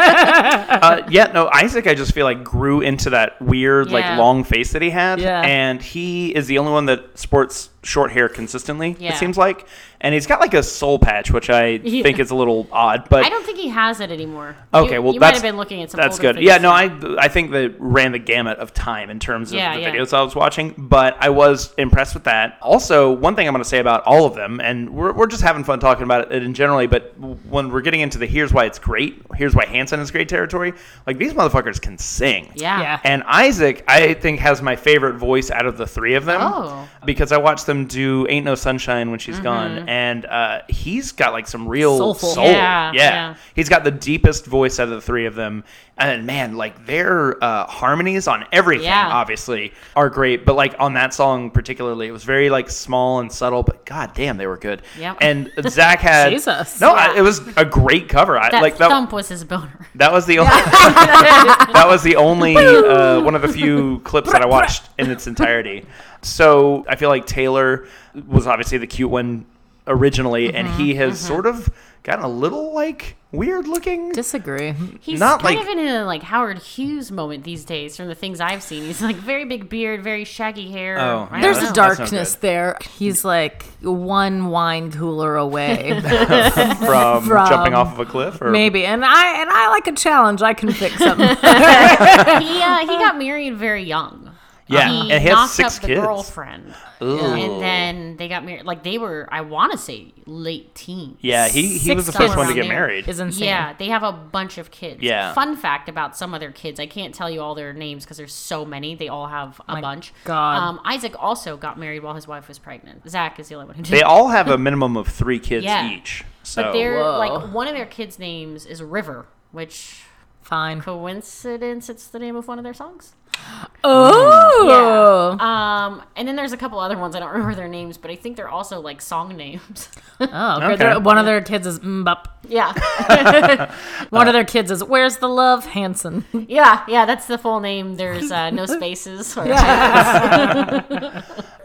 Speaker 1: Uh, yeah, no, Isaac, I just feel like grew into that weird,
Speaker 3: Yeah.
Speaker 1: like long face that he had.
Speaker 2: Yeah.
Speaker 1: And he is the only one that sports short hair consistently,
Speaker 3: Yeah.
Speaker 1: it seems like. And he's got like a soul patch, which I think is a little odd, but.
Speaker 3: I don't think he has it anymore.
Speaker 1: Okay,
Speaker 3: You-
Speaker 1: well,
Speaker 3: you
Speaker 1: that's,
Speaker 3: might have been looking at some.
Speaker 1: That's
Speaker 3: older
Speaker 1: good. Yeah,
Speaker 3: things.
Speaker 1: no, I I think that ran the gamut of time in terms of
Speaker 3: Yeah,
Speaker 1: the
Speaker 3: yeah.
Speaker 1: videos I was watching, but I was impressed with that. Also, one thing I'm going to say about all of them, and we're, we're just having fun talking about it in generally, but when we're getting into the here's why it's great, here's why Hanson is great territory, like these motherfuckers can sing.
Speaker 3: Yeah.
Speaker 2: Yeah.
Speaker 1: And Isaac, I think, has my favorite voice out of the three of them
Speaker 3: Oh.
Speaker 1: because I watched them do "Ain't No Sunshine" when she's
Speaker 3: Mm-hmm.
Speaker 1: gone, and uh, he's got like some real
Speaker 2: Soulful.
Speaker 1: soul.
Speaker 3: Yeah, yeah.
Speaker 1: he's got the deepest voice out of the three of them, and man, like their uh, harmonies on everything,
Speaker 3: Yeah.
Speaker 1: obviously, are great. But like on that song particularly, it was very like small and subtle, but god damn, they were good.
Speaker 3: Yep.
Speaker 1: And Zach had
Speaker 2: Jesus.
Speaker 1: No, I, it was a great cover. I
Speaker 3: that
Speaker 1: like that.
Speaker 3: thump was his boner.
Speaker 1: That was the only. that was the only uh, one of the few clips that I watched in its entirety. So I feel like Taylor was obviously the cute one originally, and
Speaker 3: Mm-hmm,
Speaker 1: he has sort of gotten a little like weird looking.
Speaker 2: Disagree.
Speaker 3: He's
Speaker 1: Not
Speaker 3: kind
Speaker 1: like-
Speaker 3: of in a like Howard Hughes moment these days. From the things I've seen, he's like very big beard, very shaggy hair.
Speaker 1: Oh,
Speaker 3: I
Speaker 1: yeah, that's-
Speaker 2: There's
Speaker 3: don't
Speaker 2: a
Speaker 3: know.
Speaker 1: that's not
Speaker 2: darkness
Speaker 1: good.
Speaker 2: there. He's like one wine cooler away.
Speaker 1: from,
Speaker 2: From-
Speaker 1: jumping off of a cliff, or
Speaker 2: Maybe, and I and I like a challenge. I can fix something.
Speaker 3: he uh, he got married very young.
Speaker 1: Yeah,
Speaker 3: he
Speaker 1: and he has
Speaker 3: knocked
Speaker 1: six
Speaker 3: up the
Speaker 1: kids.
Speaker 3: girlfriend,
Speaker 1: Ooh.
Speaker 3: and then they got married. Like they were, I want to say late teens.
Speaker 1: yeah, he he
Speaker 2: Six
Speaker 1: was the first one to
Speaker 3: somewhere
Speaker 1: get
Speaker 3: around there.
Speaker 1: married.
Speaker 2: Is insane.
Speaker 3: Yeah, they have a bunch of kids.
Speaker 1: Yeah.
Speaker 3: Fun fact about some of their kids, I can't tell you all their names because there's so many. They all have a bunch.
Speaker 2: God.
Speaker 3: Um, Isaac also got married while his wife was pregnant. Zach is the only one who did.
Speaker 1: They all have a minimum of three kids
Speaker 3: Yeah.
Speaker 1: each. So
Speaker 3: but they're
Speaker 2: Whoa.
Speaker 3: like one of their kids' names is River, which
Speaker 2: Fine.
Speaker 3: coincidence it's the name of one of their songs.
Speaker 2: Oh.
Speaker 3: Um, and then there's a couple other ones I don't remember their names, but I think they're also like song names.
Speaker 2: Oh, okay.
Speaker 1: Okay.
Speaker 2: They're- One of their kids is Mbop.
Speaker 3: yeah,
Speaker 1: Oh.
Speaker 2: One of their kids is Where's the Love Hanson.
Speaker 3: yeah, yeah. That's the full name. There's uh, no spaces. Or, yeah.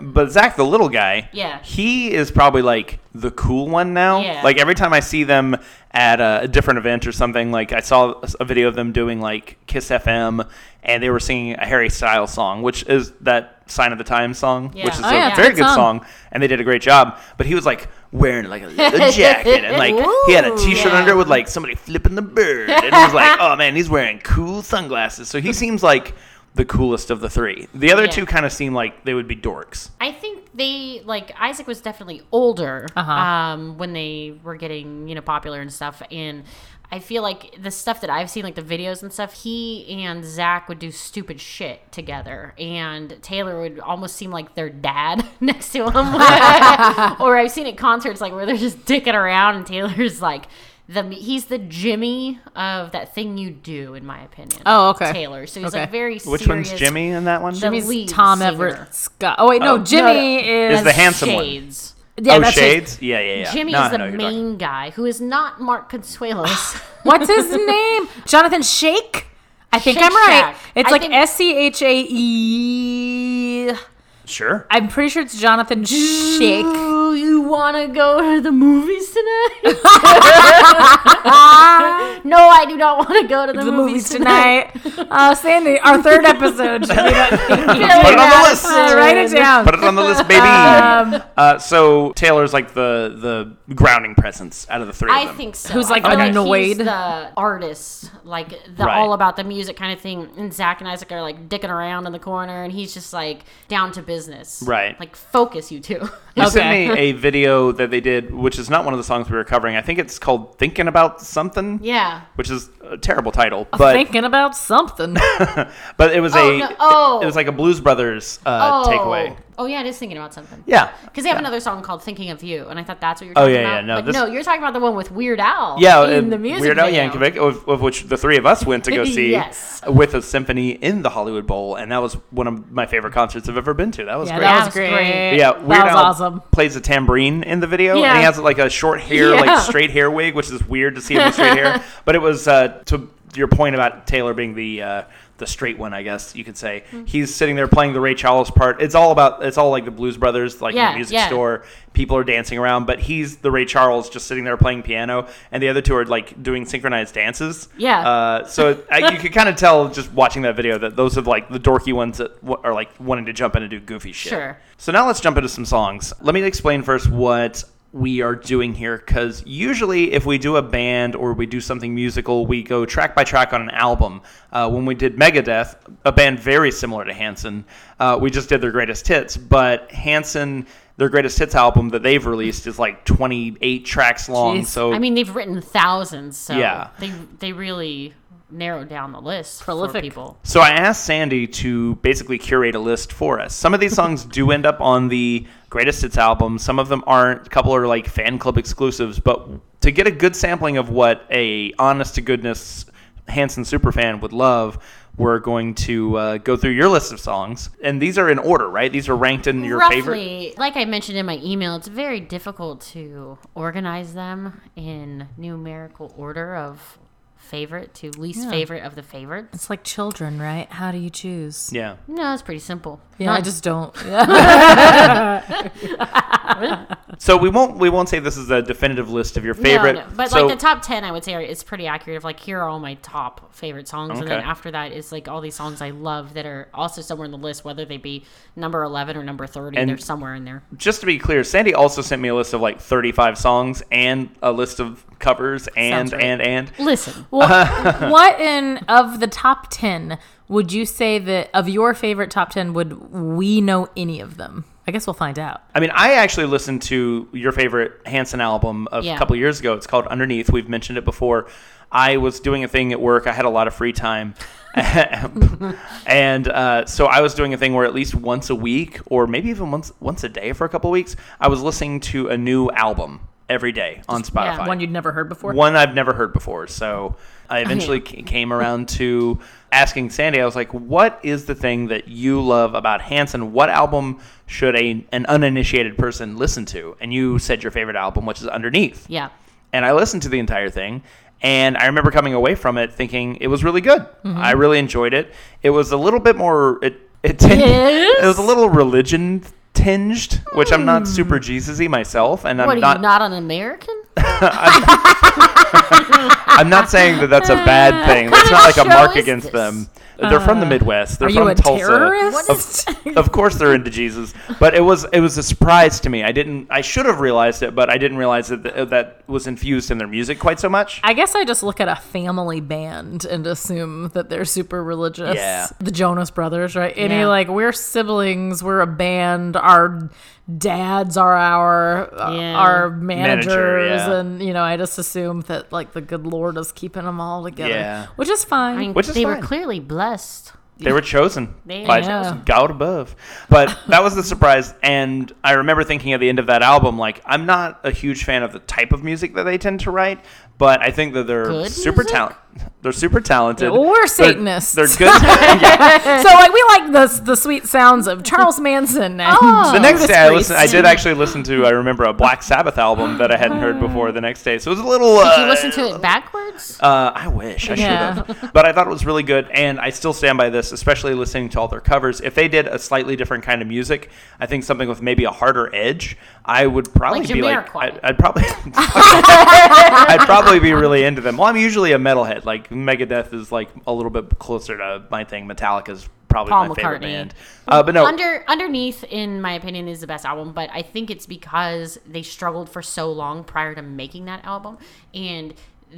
Speaker 1: But Zach, the little guy,
Speaker 3: Yeah.
Speaker 1: he is probably like the cool one now.
Speaker 3: Yeah.
Speaker 1: Like every time I see them at a, a different event or something, like I saw a s- a video of them doing like Kiss FM, and they were singing a Harry Styles song, which is that Sign of the Times song,
Speaker 3: Yeah.
Speaker 1: which is
Speaker 3: Oh,
Speaker 1: a
Speaker 2: yeah, it's a
Speaker 1: very
Speaker 2: good
Speaker 1: good
Speaker 2: song.
Speaker 1: song, and they did a great job. But he was like wearing like a leather jacket, and like he had a
Speaker 2: Ooh,
Speaker 1: T-shirt
Speaker 3: yeah.
Speaker 1: under it with like somebody flipping the bird, and it was like, oh man, he's wearing cool sunglasses. So he seems like. The coolest of the three. The other
Speaker 3: Yeah.
Speaker 1: two kind of seem like they would be dorks.
Speaker 3: I think they like Isaac was definitely older
Speaker 2: Uh-huh.
Speaker 3: um, when they were getting you know popular and stuff, and I feel like the stuff that I've seen, like the videos and stuff, he and Zach would do stupid shit together, and Taylor would almost seem like their dad next to him, or I've seen at concerts like where they're just dicking around, and Taylor's like. The, he's the Jimmy of that thing you do, in my opinion.
Speaker 2: Oh, okay.
Speaker 3: Taylor. So he's
Speaker 2: Okay.
Speaker 3: like very.
Speaker 1: Which one's
Speaker 3: serious-
Speaker 1: Jimmy in that one?
Speaker 3: The
Speaker 2: Jimmy's
Speaker 3: lead
Speaker 2: Tom
Speaker 3: singer.
Speaker 2: Everett Scott. Oh, wait, no.
Speaker 1: Oh.
Speaker 2: Jimmy is.
Speaker 1: Is the handsome one.
Speaker 3: Shades.
Speaker 2: yeah,
Speaker 1: oh,
Speaker 2: that's his-
Speaker 1: Shades? Yeah, yeah, yeah.
Speaker 3: Jimmy
Speaker 1: No,
Speaker 3: is
Speaker 1: I know
Speaker 3: the
Speaker 1: who you're talking-
Speaker 3: main guy who is not Mark Consuelos.
Speaker 2: What's his name? Jonathan Shake? I think
Speaker 3: Shake
Speaker 2: I'm right.
Speaker 3: Shack.
Speaker 2: It's
Speaker 3: I
Speaker 2: like
Speaker 3: think-
Speaker 2: S C H A E.
Speaker 1: Sure.
Speaker 2: I'm pretty sure it's Jonathan Shake.
Speaker 3: you you want to go to the movies tonight? no, I do not want to go to the,
Speaker 2: the
Speaker 3: movies,
Speaker 2: movies tonight. uh, Sandy, our third episode. Should be that
Speaker 3: tonight.
Speaker 1: Put it on the
Speaker 3: Yeah,
Speaker 1: list.
Speaker 2: Uh, write it down.
Speaker 1: Put it on the list, baby.
Speaker 3: Um,
Speaker 1: uh, so Taylor's like the the grounding presence out of the three of
Speaker 3: I
Speaker 1: them.
Speaker 3: think so.
Speaker 2: Who's, like,
Speaker 3: I feel
Speaker 2: annoyed.
Speaker 3: He's the artist, like the
Speaker 1: Right.
Speaker 3: all about the music kind of thing. And Zach and Isaac are like dicking around in the corner, and he's just like down to business.
Speaker 1: Right.
Speaker 3: Like focus, you two.
Speaker 1: You sent
Speaker 2: Okay.
Speaker 1: me a video that they did, which is not one of the songs we were covering. I think it's called "Thinking About Something,"
Speaker 3: yeah.
Speaker 1: which is a terrible title, but
Speaker 2: Thinking about something.
Speaker 1: but it was
Speaker 3: Oh,
Speaker 1: a
Speaker 3: no. Oh.
Speaker 1: it, was like a Blues Brothers uh,
Speaker 3: oh.
Speaker 1: takeaway.
Speaker 3: Oh yeah, I was thinking about something.
Speaker 1: Yeah,
Speaker 3: Because they have another song called "Thinking of You," and I thought that's what you're
Speaker 1: Oh,
Speaker 3: talking
Speaker 1: yeah,
Speaker 3: about.
Speaker 1: yeah, no,
Speaker 3: but
Speaker 1: this-
Speaker 3: no, you're talking about the one with Weird Al.
Speaker 1: yeah,
Speaker 2: In
Speaker 1: and
Speaker 2: the music
Speaker 1: Weird Al
Speaker 2: video.
Speaker 1: Yankovic, of, of which the three of us went to go see
Speaker 3: Yes.
Speaker 1: with a symphony in the Hollywood Bowl, and that was one of my favorite concerts I've ever been to. That was
Speaker 2: yeah,
Speaker 1: great.
Speaker 2: that
Speaker 3: That
Speaker 2: was
Speaker 3: was
Speaker 2: great.
Speaker 3: great.
Speaker 1: yeah,
Speaker 2: that
Speaker 1: Weird
Speaker 2: was
Speaker 1: Al
Speaker 2: awesome.
Speaker 1: plays a tambourine in the video, and
Speaker 3: Yeah.
Speaker 1: he has like a short hair,
Speaker 3: Yeah.
Speaker 1: like straight hair wig, which is weird to see him with straight hair. But it was uh, to your point about Taylor being the uh, the straight one, I guess you could say.
Speaker 3: Mm-hmm.
Speaker 1: He's sitting there playing the Ray Charles part. It's all about it's all like the Blues Brothers, like in
Speaker 3: Yeah,
Speaker 1: the music
Speaker 3: yeah.
Speaker 1: store. People are dancing around, but he's the Ray Charles, just sitting there playing piano, and the other two are like doing synchronized dances.
Speaker 3: Yeah.
Speaker 1: Uh, so I, you could kind of tell just watching that video that those are like the dorky ones that w- are like wanting to jump in and do goofy shit.
Speaker 3: Sure.
Speaker 1: So now let's jump into some songs. Let me explain first what we are doing here because usually if we do a band or we do something musical we go track by track on an album uh, when we did megadeth a band very similar to hanson uh, we just did their greatest hits but hanson their greatest hits album that they've released is like 28 tracks long
Speaker 2: Jeez.
Speaker 1: so
Speaker 3: I mean, they've written thousands, so
Speaker 1: Yeah.
Speaker 3: they they really narrowed down the list.
Speaker 2: Prolific.
Speaker 3: for people.
Speaker 1: So I asked Sandy to basically curate a list for us. Some of these songs do end up on the greatest hits album. Some of them aren't. A couple are like fan club exclusives. But to get a good sampling of what a honest to goodness Hanson superfan would love, we're going to uh, go through your list of songs, and these are in order, right? These are ranked in your
Speaker 3: Roughly,
Speaker 1: favorite.
Speaker 3: like I mentioned in my email, it's very difficult to organize them in numerical order of favorite to least favorite of the favorites.
Speaker 2: It's like children, right? How do you choose?
Speaker 1: Yeah.
Speaker 3: No, it's pretty simple.
Speaker 2: Yeah,
Speaker 3: Not-
Speaker 2: I just don't.
Speaker 1: So we won't we won't say this is a definitive list of your favorite.
Speaker 3: No, no. But
Speaker 1: So-
Speaker 3: like the top ten, I would say are, is pretty accurate. Of like, here are all my top favorite songs, and then
Speaker 1: Okay.
Speaker 3: after that is like all these songs I love that are also somewhere in the list, whether they be number eleven or number thirty.
Speaker 1: And-
Speaker 3: they're somewhere in there.
Speaker 1: just to be clear, Sandy also sent me a list of like 35 songs and a list of covers and
Speaker 3: Sounds right.
Speaker 1: and and.
Speaker 3: Listen,
Speaker 2: Well, what in of the top ten would you say that of your favorite top ten would we know any of them? I guess we'll find out.
Speaker 1: I mean, I actually listened to your favorite Hanson album a
Speaker 3: Yeah.
Speaker 1: couple years ago. It's called Underneath. We've mentioned it before. I was doing a thing at work. I had a lot of free time. and uh, so I was doing a thing where at least once a week, or maybe even once once a day for a couple of weeks, I was listening to a new album every day on Spotify.
Speaker 2: One you'd never heard before.
Speaker 1: One I've never heard before. So I eventually ca- came around to asking Sandy, I was like, what is the thing that you love about Hanson? What album should a, an uninitiated person listen to? And you said your favorite album, which is Underneath.
Speaker 3: yeah.
Speaker 1: And I listened to the entire thing. And I remember coming away from it thinking it was really good.
Speaker 3: Mm-hmm.
Speaker 1: I really enjoyed it. It was a little bit more, it, it, tin-
Speaker 3: Yes?
Speaker 1: it was a little religion tinged, which I'm not super Jesus y myself. And I'm
Speaker 3: Hmm. What are
Speaker 1: not
Speaker 3: you not an American?
Speaker 1: I'm not saying that that's a bad thing. That's not like a
Speaker 3: show
Speaker 1: mark
Speaker 3: is
Speaker 1: against
Speaker 3: this?
Speaker 1: them. They're from the Midwest. They're
Speaker 2: Uh, Are
Speaker 1: from
Speaker 2: you a
Speaker 1: Tulsa.
Speaker 2: terrorist?
Speaker 1: Of course they're into Jesus, but it was it was a surprise to me. I didn't I should have realized it, but I didn't realize that th- that was infused in their music quite so much.
Speaker 2: I guess I just look at a family band and assume that they're super religious.
Speaker 1: Yeah.
Speaker 2: The Jonas Brothers, right? Any
Speaker 3: Yeah.
Speaker 2: like we're siblings, we're a band, our dads are our uh,
Speaker 3: Yeah.
Speaker 2: our managers
Speaker 1: Manager, yeah.
Speaker 2: and you know, I just assume that like the good Lord is keeping them all together,
Speaker 1: Yeah.
Speaker 2: which is fine.
Speaker 3: I mean,
Speaker 1: Which is
Speaker 3: they
Speaker 1: fine.
Speaker 3: were clearly blessed.
Speaker 1: They were chosen
Speaker 3: They
Speaker 1: by
Speaker 3: were
Speaker 2: chosen.
Speaker 1: God above. But that was the surprise. And I remember thinking at the end of that album, like, I'm not a huge fan of the type of music that they tend to write, But I think that they're
Speaker 3: Good
Speaker 1: super
Speaker 3: music?
Speaker 1: talent. They're super talented.
Speaker 2: Or
Speaker 1: They're-
Speaker 2: Satanists.
Speaker 1: They're, good. yeah.
Speaker 2: so like we like the the sweet sounds of Charles Manson. And
Speaker 3: Oh.
Speaker 1: The next
Speaker 2: Judas
Speaker 1: day, I,
Speaker 2: Priest.
Speaker 1: listened, I did actually listen to. I remember a Black Sabbath album that I hadn't heard before. The next day, so it was a little. Uh,
Speaker 3: Did you listen to it backwards?
Speaker 1: Uh, I wish I
Speaker 2: Yeah.
Speaker 1: should have, but I thought it was really good, and I still stand by this, especially listening to all their covers. If they did a slightly different kind of music, I think something with maybe a harder edge, I would probably
Speaker 3: Like
Speaker 1: be like,
Speaker 3: Jamiroquai.
Speaker 1: I'd, I'd probably, I'd probably be really into them. Well, I'm usually a metalhead. Like Megadeth is like a little bit closer to my thing. Metallica's probably
Speaker 3: Paul
Speaker 1: my favorite
Speaker 3: McCartney.
Speaker 1: band. Uh, but no,
Speaker 3: Under underneath, in my opinion, is the best album, but I think it's because they struggled for so long prior to making that album, and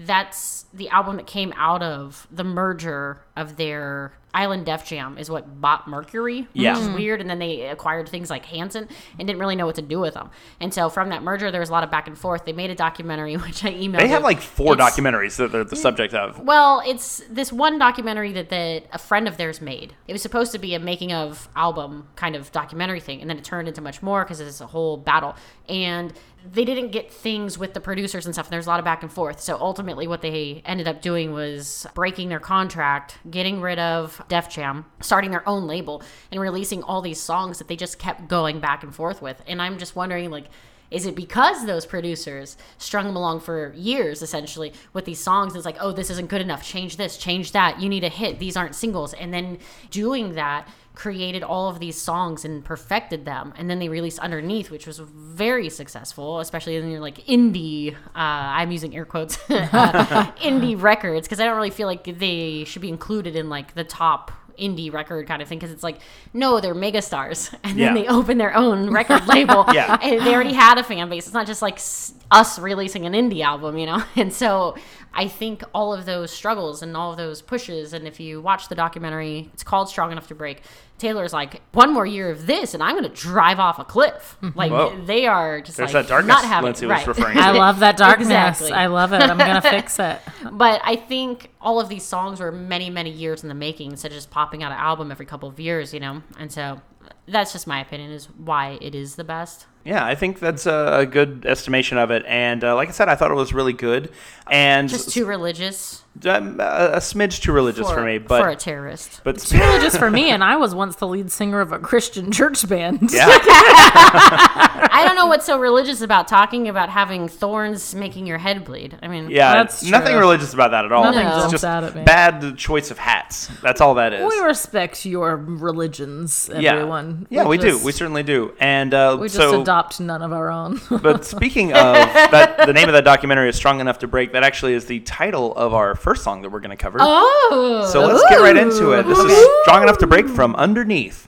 Speaker 3: that's the album that came out of the merger of their Island Def Jam is what bought Mercury, which
Speaker 1: Yeah.
Speaker 3: is weird. And then they acquired things like Hanson and didn't really know what to do with them. And so from that merger, there was a lot of back and forth. They made a documentary, which I emailed.
Speaker 1: they have
Speaker 3: you.
Speaker 1: like four
Speaker 3: It's-
Speaker 1: documentaries that they're the subject of.
Speaker 3: well, it's this one documentary that, that a friend of theirs made. It was supposed to be a making of album kind of documentary thing, and then it turned into much more because it's a whole battle. And they didn't get things with the producers and stuff, and there's a lot of back and forth. So ultimately, what they ended up doing was breaking their contract, getting rid of Def Jam, starting their own label, and releasing all these songs that they just kept going back and forth with. And I'm just wondering, like, is it because those producers strung them along for years, essentially, with these songs? It's like, oh, this isn't good enough. Change this, change that. You need a hit. These aren't singles. And then doing that created all of these songs and perfected them. And then they released Underneath, which was very successful, especially in your like indie, uh, I'm using air quotes, uh, indie records, because I don't really feel like they should be included in like the top indie record kind of thing because it's like no they're megastars and then
Speaker 1: Yeah.
Speaker 3: they open their own record label
Speaker 1: Yeah.
Speaker 3: and they already had a fan base. It's not just like s- us releasing an indie album, you know? And so I think all of those struggles and all of those pushes, and if you watch the documentary, it's called Strong Enough to Break. Taylor's like, one more year of this, and I'm going to drive off a cliff. Like,
Speaker 1: Mm-hmm. Whoa.
Speaker 3: they are just
Speaker 1: There's
Speaker 3: like,
Speaker 1: that darkness
Speaker 3: not having
Speaker 1: Lindsay was
Speaker 3: right.
Speaker 1: referring to.
Speaker 2: I love that darkness.
Speaker 3: Exactly.
Speaker 2: I love it. I'm gonna fix it.
Speaker 3: But I think all of these songs were many, many years in the making instead of just popping out an album every couple of years, you know? And so that's just my opinion, is why it is the best.
Speaker 1: Yeah, I think that's a a good estimation of it. And uh, like I said, I thought it was really good. And
Speaker 3: Just too religious
Speaker 1: um, a, a smidge too religious for, me, but
Speaker 3: for a terrorist.
Speaker 1: but
Speaker 2: Really, just for me, and I was once the lead singer of a Christian church band.
Speaker 1: yeah,
Speaker 3: I don't know what's so religious about talking about having thorns making your head bleed. I mean,
Speaker 1: yeah,
Speaker 2: That's
Speaker 1: nothing
Speaker 2: true.
Speaker 1: religious about that at all.
Speaker 2: Nothing
Speaker 1: It's
Speaker 2: jumps
Speaker 1: just
Speaker 2: out at me.
Speaker 1: bad choice of hats. That's all that is.
Speaker 2: We respect your religions,
Speaker 1: yeah,
Speaker 2: everyone.
Speaker 1: yeah, we,
Speaker 2: just-
Speaker 1: do. We certainly do. And uh,
Speaker 2: we just
Speaker 1: so,
Speaker 2: adopt none of our own.
Speaker 1: but speaking of that, the name of that documentary is "Strong Enough to Break." That actually is the title of our first song that we're going to cover.
Speaker 3: Oh,
Speaker 1: So let's get right into it. This is strong enough to break from underneath.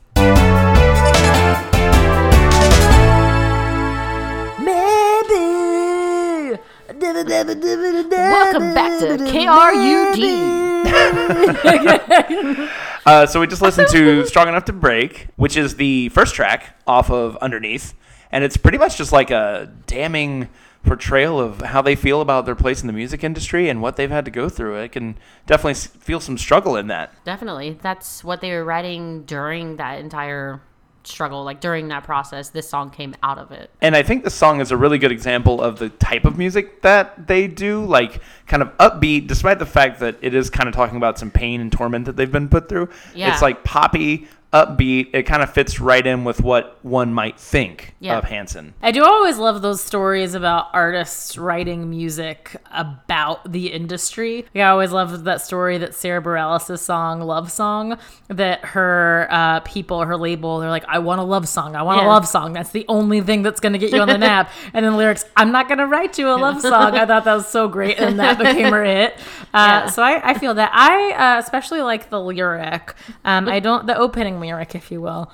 Speaker 2: Maybe.
Speaker 3: welcome back to KRUD.
Speaker 1: Uh, so we just listened to "Strong Enough to Break," which is the first track off of "Underneath," and it's pretty much just like a damning portrayal of how they feel about their place in the music industry and what they've had to go through. I can definitely s- feel some struggle in that.
Speaker 3: Definitely, that's what they were writing during that entire struggle, like during that process. This song came out of it.
Speaker 1: And I think this song is a really good example of the type of music that they do, like kind of upbeat, despite the fact that it is kind of talking about some pain and torment that they've been put through.
Speaker 3: Yeah.
Speaker 1: It's like poppy, upbeat. It kind of fits right in with what one might think
Speaker 3: Yeah.
Speaker 1: of Hanson.
Speaker 2: I do always love those stories about artists writing music about the industry. Yeah, I always loved that story that Sarah Bareilles' song "Love Song" that her uh, people, her label, they're like, "I want a love song. I want a
Speaker 3: Yeah.
Speaker 2: love song. That's the only thing that's going to get you on the nap." And then the lyrics, "I'm not going to write you a love song." I thought that was so great, and that became her hit. Uh,
Speaker 3: Yeah.
Speaker 2: So I, I feel that I uh, especially like the lyric. Um, I don't the opening lyric, if you will.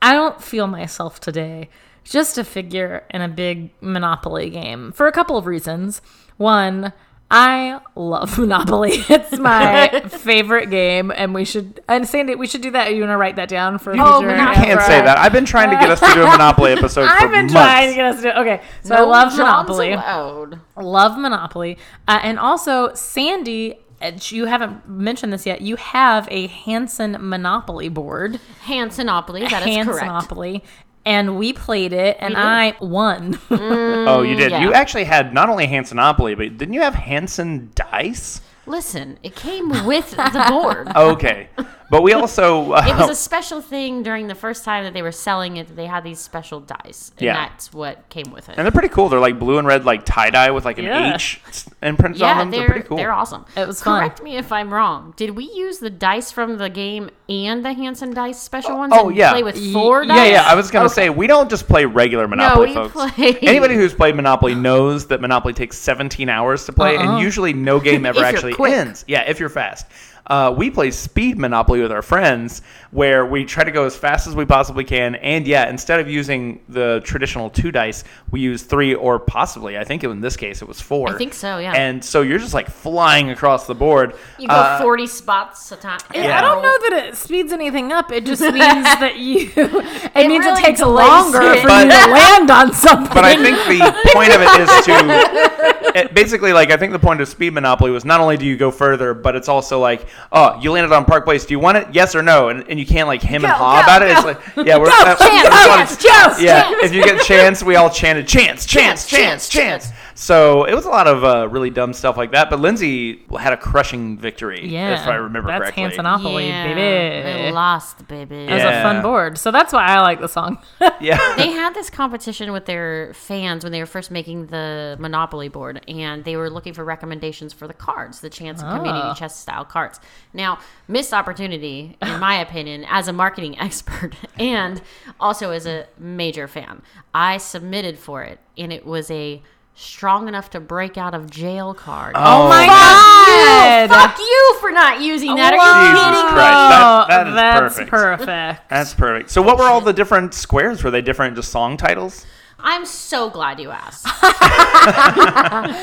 Speaker 2: I don't feel myself today. Just a figure in a big Monopoly game for a couple of reasons. One, I love Monopoly. It's my favorite game, and we should and Sandy, we should do that. You want to write that down for
Speaker 3: Oh,
Speaker 2: future?
Speaker 1: You
Speaker 3: Monopoly.
Speaker 1: can't say that. I've been trying to get us to do a Monopoly episode for
Speaker 2: I've been
Speaker 1: months.
Speaker 2: trying to get us to do. Okay, so I love Monopoly
Speaker 3: Allowed.
Speaker 2: love Monopoly. Uh, and also, Sandy, uh, you haven't mentioned this yet, you have a Hanson Monopoly board.
Speaker 3: Hansonopoly. That is correct.
Speaker 2: Hansonopoly. and we played it, and I won.
Speaker 1: oh, you did.
Speaker 3: Mm, yeah.
Speaker 1: You actually had not only Hansonopoly, but didn't you have Hanson Dice?
Speaker 3: Listen, it came with the board.
Speaker 1: Okay, but we also uh,
Speaker 3: It was a special thing during the first time that they were selling it. that They had these special dice, and
Speaker 1: Yeah.
Speaker 3: that's what came with it.
Speaker 1: and they're pretty cool. They're like blue and red, like tie dye with like an
Speaker 2: Yeah.
Speaker 1: H imprinted
Speaker 3: yeah,
Speaker 1: on them. They're,
Speaker 3: they're
Speaker 1: pretty cool.
Speaker 3: they're awesome.
Speaker 2: It was fun.
Speaker 3: Correct me if I'm wrong. Did we use the dice from the game and the Hanson dice special ones?
Speaker 1: oh,
Speaker 3: and
Speaker 1: yeah.
Speaker 3: play with
Speaker 1: Y-
Speaker 3: four
Speaker 1: yeah,
Speaker 3: dice.
Speaker 1: yeah. I was gonna say we don't just play regular Monopoly,
Speaker 3: we
Speaker 1: folks.
Speaker 3: play-
Speaker 1: Anybody who's played Monopoly knows that Monopoly takes 17 hours to play, and usually no game ever
Speaker 3: Uh-huh. If you're
Speaker 1: actually
Speaker 3: quick.
Speaker 1: ends. Yeah, if you're fast. Uh, we play speed Monopoly with our friends, where we try to go as fast as we possibly can. And yeah, instead of using the traditional two dice, we use three or possibly, I think in this case, it was four.
Speaker 3: I think so, yeah.
Speaker 1: And so you're just like flying across the board.
Speaker 3: you go
Speaker 1: Uh,
Speaker 3: 40 spots a time.
Speaker 1: Yeah.
Speaker 2: I don't know that it speeds anything up. It just means that you. It, means
Speaker 3: really
Speaker 2: it takes
Speaker 3: delays
Speaker 2: longer
Speaker 3: it.
Speaker 2: for
Speaker 1: But-
Speaker 2: you to land on something.
Speaker 1: But I think the point of it is to it- basically, like, I think the point of Speed Monopoly was not only do you go further, but it's also like, oh, you landed on Park Place. Do you want it? Yes or no? And, and you can't, like, him and
Speaker 2: Go,
Speaker 1: haw
Speaker 2: go,
Speaker 1: about it. It's like, yeah, we're. uh, we
Speaker 2: chance,
Speaker 1: just wanted-
Speaker 2: chance, chance,
Speaker 1: yeah,
Speaker 2: chance.
Speaker 1: if you get chance, we all chanted chance, chance, chance,
Speaker 3: Chance,
Speaker 1: chance.
Speaker 3: chance,
Speaker 1: So it was a lot of uh, really dumb stuff like that. But Lindsay had a crushing victory,
Speaker 2: yeah,
Speaker 1: if I remember
Speaker 2: that's
Speaker 1: correctly.
Speaker 2: Hansonopoly,
Speaker 3: Yeah,
Speaker 2: baby.
Speaker 3: They lost, baby.
Speaker 2: It was
Speaker 1: Yeah. Oh
Speaker 2: a fun board, so that's why I like the song.
Speaker 1: Yeah.
Speaker 3: they had this competition with their fans when they were first making the Monopoly board, and they were looking for recommendations for the cards, the chance of
Speaker 2: Oh.
Speaker 3: community chess style cards. Now, missed opportunity, in my opinion, as a marketing expert and also as a major fan. I submitted for it, and it was a strong enough to break out of jail card.
Speaker 2: Oh, my god!
Speaker 3: Fuck you for not using that. Are you
Speaker 1: Jesus
Speaker 3: kidding me?
Speaker 1: Christ, that- that is
Speaker 2: that's
Speaker 1: perfect.
Speaker 2: perfect.
Speaker 1: That's perfect. So, what were all the different squares? Were they different just song titles?
Speaker 3: I'm so glad you asked.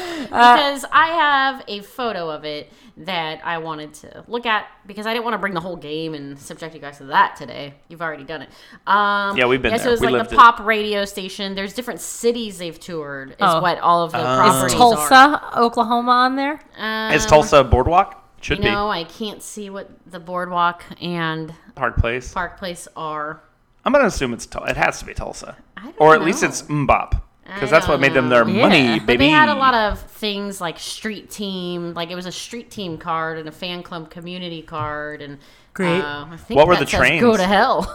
Speaker 2: Uh,
Speaker 3: because I have a photo of it that I wanted to look at because I didn't want to bring the whole game and subject you guys to that today. You've already done it. Um,
Speaker 1: Yeah, we've been
Speaker 3: So
Speaker 1: there.
Speaker 3: it was
Speaker 1: We
Speaker 3: like
Speaker 1: lived
Speaker 3: the
Speaker 1: it.
Speaker 3: pop radio station. There's different cities they've toured. Is
Speaker 2: Oh.
Speaker 3: what all of the properties are.
Speaker 2: Tulsa, Oklahoma, on there.
Speaker 3: Um,
Speaker 1: Is Tulsa Boardwalk? Should
Speaker 3: You know, I can't see what the boardwalk and
Speaker 1: be Hard Place.
Speaker 3: Park Place are.
Speaker 1: I'm gonna assume it's Tul- it has to be Tulsa,
Speaker 3: I don't
Speaker 1: or at least
Speaker 3: know.
Speaker 1: it's Mbop, because
Speaker 3: I
Speaker 1: that's what
Speaker 3: don't
Speaker 1: made them
Speaker 3: know.
Speaker 1: their money,
Speaker 2: Yeah.
Speaker 1: baby.
Speaker 2: But
Speaker 3: But they had a lot of things like street team, like it was a street team card and a fan club community card, and
Speaker 2: Great.
Speaker 3: Uh, I think
Speaker 1: What were
Speaker 3: that
Speaker 1: the
Speaker 3: says
Speaker 1: trains?
Speaker 3: Go to hell.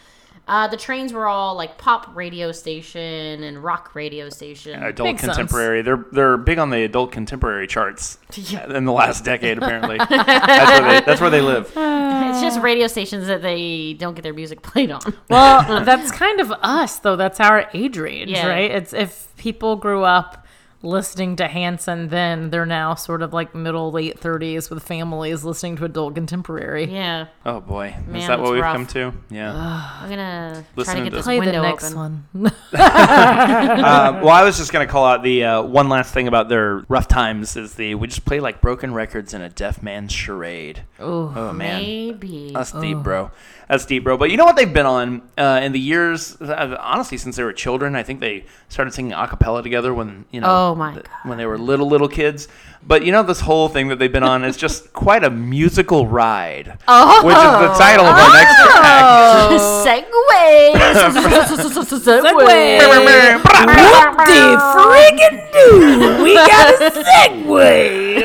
Speaker 3: uh, the trains were all like pop radio station and rock radio station.
Speaker 1: adult
Speaker 2: Makes sense.
Speaker 1: contemporary. They're they're big on the adult contemporary charts in the last decade, apparently. that's, where they, that's where they live.
Speaker 3: it's just radio stations that they don't get their music played on.
Speaker 2: Well, that's kind of us, though. That's our age range,
Speaker 3: Yeah.
Speaker 2: right? It's if people grew up listening to Hanson, then they're now sort of like middle late thirties with families listening to adult contemporary.
Speaker 3: Yeah,
Speaker 1: Oh boy, is
Speaker 3: Man,
Speaker 1: that what
Speaker 3: it's
Speaker 1: we've
Speaker 3: rough.
Speaker 1: come to? Yeah.
Speaker 3: I'm gonna
Speaker 1: Listening to
Speaker 3: try to get this
Speaker 2: Play the
Speaker 3: window
Speaker 2: next
Speaker 3: open.
Speaker 2: one.
Speaker 1: Uh, well, I was just going to call out the uh, one last thing about their rough times is the we just play like broken records in a deaf man's charade. oh man,
Speaker 3: Maybe
Speaker 1: that's deep, bro. That's deep, bro. But you know what they've been on uh, in the years? Uh, honestly, since they were children, I think they started singing a cappella together when you know
Speaker 3: Oh, my
Speaker 1: th-
Speaker 3: God.
Speaker 1: when they were little little kids. But you know this whole thing that they've been on is just quite a musical ride, oh. which is the title of our next
Speaker 3: Oh.
Speaker 1: track.
Speaker 3: Segway.
Speaker 2: friggin' do! We got a segue.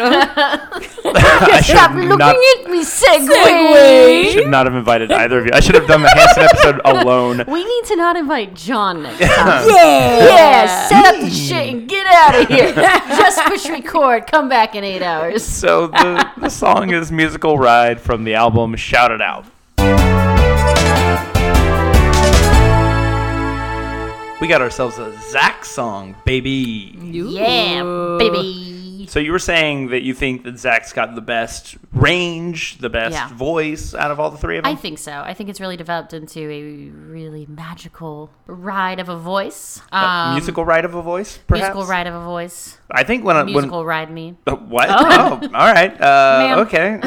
Speaker 1: I should not,
Speaker 3: at me,
Speaker 2: Segway.
Speaker 1: should not have invited either of you. I should have done the Hanson episode alone.
Speaker 3: We need to not invite John next time.
Speaker 2: Yeah.
Speaker 3: Yeah, set up the shit and get out of here. Just push record. Come back in eight hours.
Speaker 1: So the, the song is Musical Ride from the album Shout It Out. We got ourselves a Zach song, baby.
Speaker 3: Yeah, baby.
Speaker 1: So you were saying that you think that Zach's got the best range, the best
Speaker 3: Yeah.
Speaker 1: voice out of all the three of them?
Speaker 3: I think so. I think it's really developed into a really magical ride of a voice. Um,
Speaker 1: musical ride of a voice, perhaps?
Speaker 3: musical ride of a voice.
Speaker 1: I think when, I- when
Speaker 3: Musical ride me.
Speaker 1: Uh, What? Oh, all right. Uh,
Speaker 2: Ma'am.
Speaker 1: okay.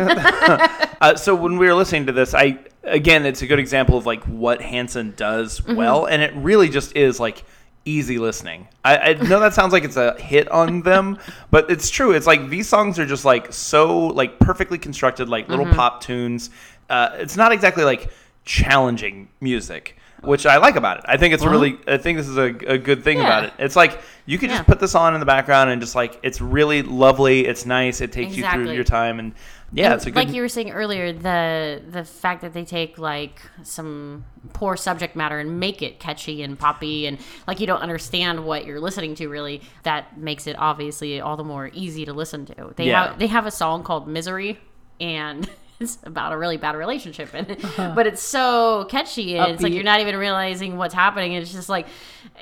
Speaker 1: uh, so when we were listening to this, I again, it's a good example of like what Hanson does
Speaker 3: Mm-hmm.
Speaker 1: well, and it really just is like easy listening. I, I know that sounds like it's a hit on them, but it's true. It's like these songs are just like so like perfectly
Speaker 3: Mm-hmm.
Speaker 1: constructed, like little pop tunes. Uh, it's not exactly like challenging music. which I like about it. I think it's really, I think this is a, a good thing
Speaker 3: Uh-huh. Yeah.
Speaker 1: about it. It's like you could
Speaker 3: Yeah.
Speaker 1: just put this on in the background and just like it's really lovely. It's nice. It takes you through
Speaker 3: Exactly.
Speaker 1: your time and yeah,
Speaker 3: And
Speaker 1: it's a good.
Speaker 3: like you were saying earlier, the the fact that they take like some poor subject matter and make it catchy and poppy, and like you don't understand what you're listening to really, that makes it obviously all the more easy to listen to. They
Speaker 1: Yeah.
Speaker 3: have they have a song called "Misery," and it's about a really bad relationship, and but it's so catchy, and it's like
Speaker 2: Upbeat.
Speaker 3: you're not even realizing what's happening. It's just like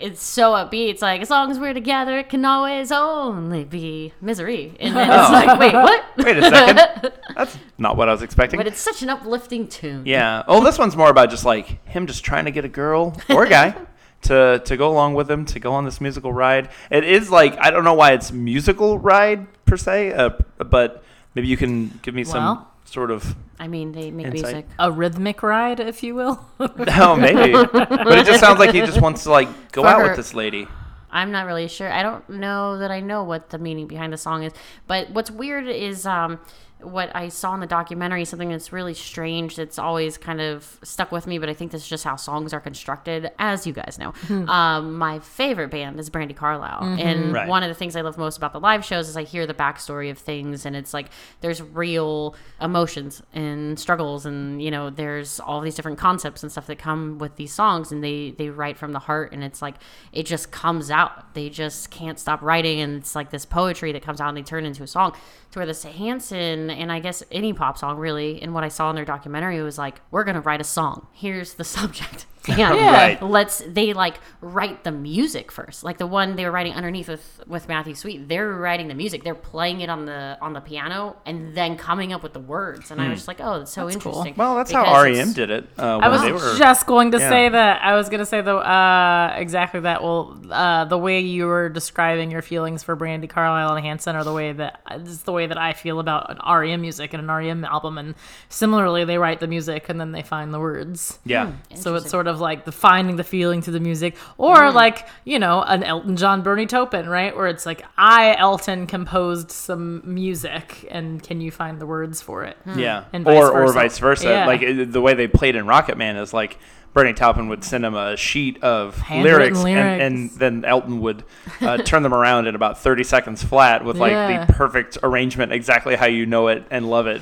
Speaker 3: it's so upbeat. It's like as long as we're together, it can always only be misery. And then it's
Speaker 1: Oh.
Speaker 3: like, wait, what?
Speaker 1: Wait a second. That's not what I was expecting.
Speaker 3: But it's such an uplifting tune.
Speaker 1: Yeah. Oh, this one's more about just like him just trying to get a girl or a guy to to go along with him to go on this musical ride. It is like I don't know why it's musical ride per se, uh, but maybe you can give me some
Speaker 2: Well.
Speaker 1: sort of
Speaker 3: I mean, they make
Speaker 1: Insight.
Speaker 3: music.
Speaker 2: A rhythmic ride, if you will.
Speaker 1: oh maybe, but it just sounds like he just wants to like go
Speaker 3: For
Speaker 1: out
Speaker 3: her.
Speaker 1: with this lady.
Speaker 3: I'm not really sure. I don't know that I know what the meaning behind the song is. But what's weird is um, what I saw in the documentary, something that's really strange that's always kind of stuck with me, but I think that's just how songs are constructed, as you guys know. um, my favorite band is Brandy Carlisle. And
Speaker 1: Hmm. Right.
Speaker 3: one of the things I love most about the live shows is I hear the backstory of things, and it's like there's real emotions and struggles, and you know, there's all these different concepts and stuff that come with these songs, and they they write from the heart, and it's like it just comes out. They just can't stop writing, and it's like this poetry that comes out, and they turn into a song. To where this Hanson and I guess any pop song really, and what I saw in their documentary was like, we're gonna write a song. Here's the subject. And
Speaker 1: Right.
Speaker 3: let's they like write the music first like the one they were writing underneath with with matthew sweet they're writing the music they're playing it on the on the piano and then coming up with the words and i was just like oh that's so
Speaker 2: Hmm. That's cool.
Speaker 3: interesting
Speaker 1: Well, that's
Speaker 3: Because
Speaker 1: how REM
Speaker 3: it's-
Speaker 1: did it uh, when
Speaker 2: I was
Speaker 1: they were.
Speaker 2: just going to
Speaker 1: yeah.
Speaker 2: say that. I was going to say the uh, exactly that. Well, uh, the way you were describing your feelings for Brandy Carlisle and Hanson are the way that is the way that I feel about an REM music and an REM album. And similarly, they write the music and then they find the words.
Speaker 1: yeah.
Speaker 2: So it's
Speaker 3: Interesting.
Speaker 2: sort of like the finding the feeling through the music, or
Speaker 1: Mm-hmm.
Speaker 2: like you know an Elton John, Bernie Taupin, right? Where it's like I Elton composed some music, and can you find the words for it?
Speaker 1: Yeah,
Speaker 2: Hmm. And vice
Speaker 1: or or
Speaker 2: versa.
Speaker 1: vice versa.
Speaker 2: Yeah.
Speaker 1: Like it, the way they played in Rocket Man is like Bernie Taupin would send him a sheet of
Speaker 2: Handwritten
Speaker 1: lyrics, And, and
Speaker 2: lyrics.
Speaker 1: then Elton would uh, turn them around in about thirty seconds flat with like
Speaker 2: Yeah.
Speaker 1: the perfect arrangement, exactly how you know it and love it,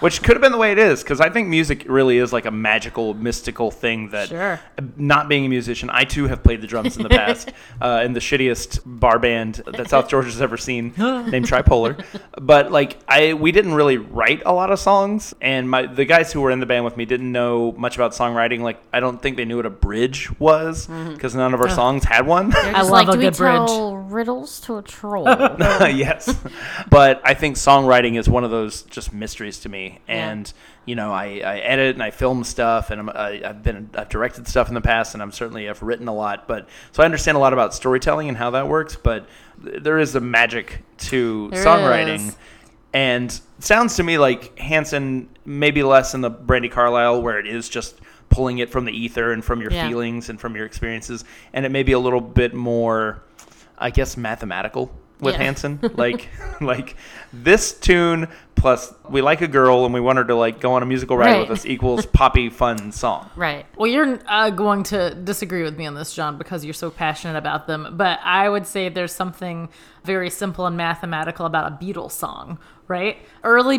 Speaker 1: which could have been the way it is because I think music really is like a magical, mystical thing that
Speaker 2: Sure.
Speaker 1: not being a musician, I too have played the drums in the past uh, in the shittiest bar band that South Georgia's ever seen, named Tripolar. But like, I we didn't really write a lot of songs, and my the guys who were in the band with me didn't know much about songwriting. Like, I don't think they knew what a bridge was because none of our songs had one.
Speaker 3: They're
Speaker 2: I
Speaker 3: just
Speaker 2: love
Speaker 3: like,
Speaker 2: a
Speaker 3: do
Speaker 2: good
Speaker 3: we
Speaker 2: bridge.
Speaker 3: tell riddles to a troll
Speaker 1: yes, but I think songwriting is one of those just mysteries to me. And you know, I, I edit and I film stuff, and I'm, I, I've been I've directed stuff in the past, and I'm certainly I've written a lot. But so I understand a lot about storytelling and how that works. But th- there is a magic to
Speaker 2: There
Speaker 1: songwriting.
Speaker 2: is.
Speaker 1: And it sounds to me like Hanson maybe less in the Brandy Carlisle where it is just pulling it from the ether and from your
Speaker 3: Yeah.
Speaker 1: feelings and from your experiences, and it may be a little bit more, I guess, mathematical with
Speaker 3: Yeah.
Speaker 1: Hanson. Like, like this tune plus we like a girl and we want her to like go on a musical ride
Speaker 3: Right.
Speaker 1: with us equals poppy fun song.
Speaker 3: right
Speaker 2: Well, you're uh, going to disagree with me on this, John, because you're so passionate about them. But I would say there's something very simple and mathematical about a Beatles song, right? Early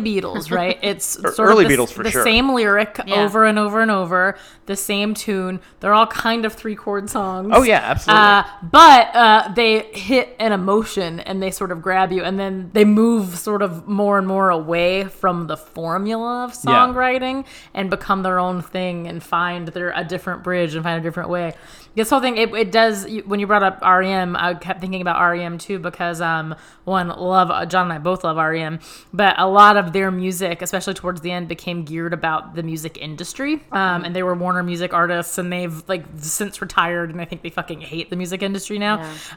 Speaker 2: Beatles, right? It's sort
Speaker 1: E-, early
Speaker 2: of the, s-
Speaker 1: Beatles for
Speaker 2: the
Speaker 1: sure.
Speaker 2: same lyric
Speaker 3: Yeah.
Speaker 2: over and over and over, the same tune. They're all kind of three chord songs.
Speaker 1: Oh, yeah, absolutely.
Speaker 2: Uh, but uh, they hit an emotion and they sort of grab you, and then they move sort of more and more away from the formula of songwriting and become their own thing and find their a different bridge and find a different way. This whole thing, it, it does. you- When you brought up REM, I kept thinking about REM too because um, one love uh, John and I both love REM, but a lot of their music, especially towards the end, became geared about the music industry. Um, and they were Warner Music artists, and they've like since retired, and I think they fucking hate the music industry now.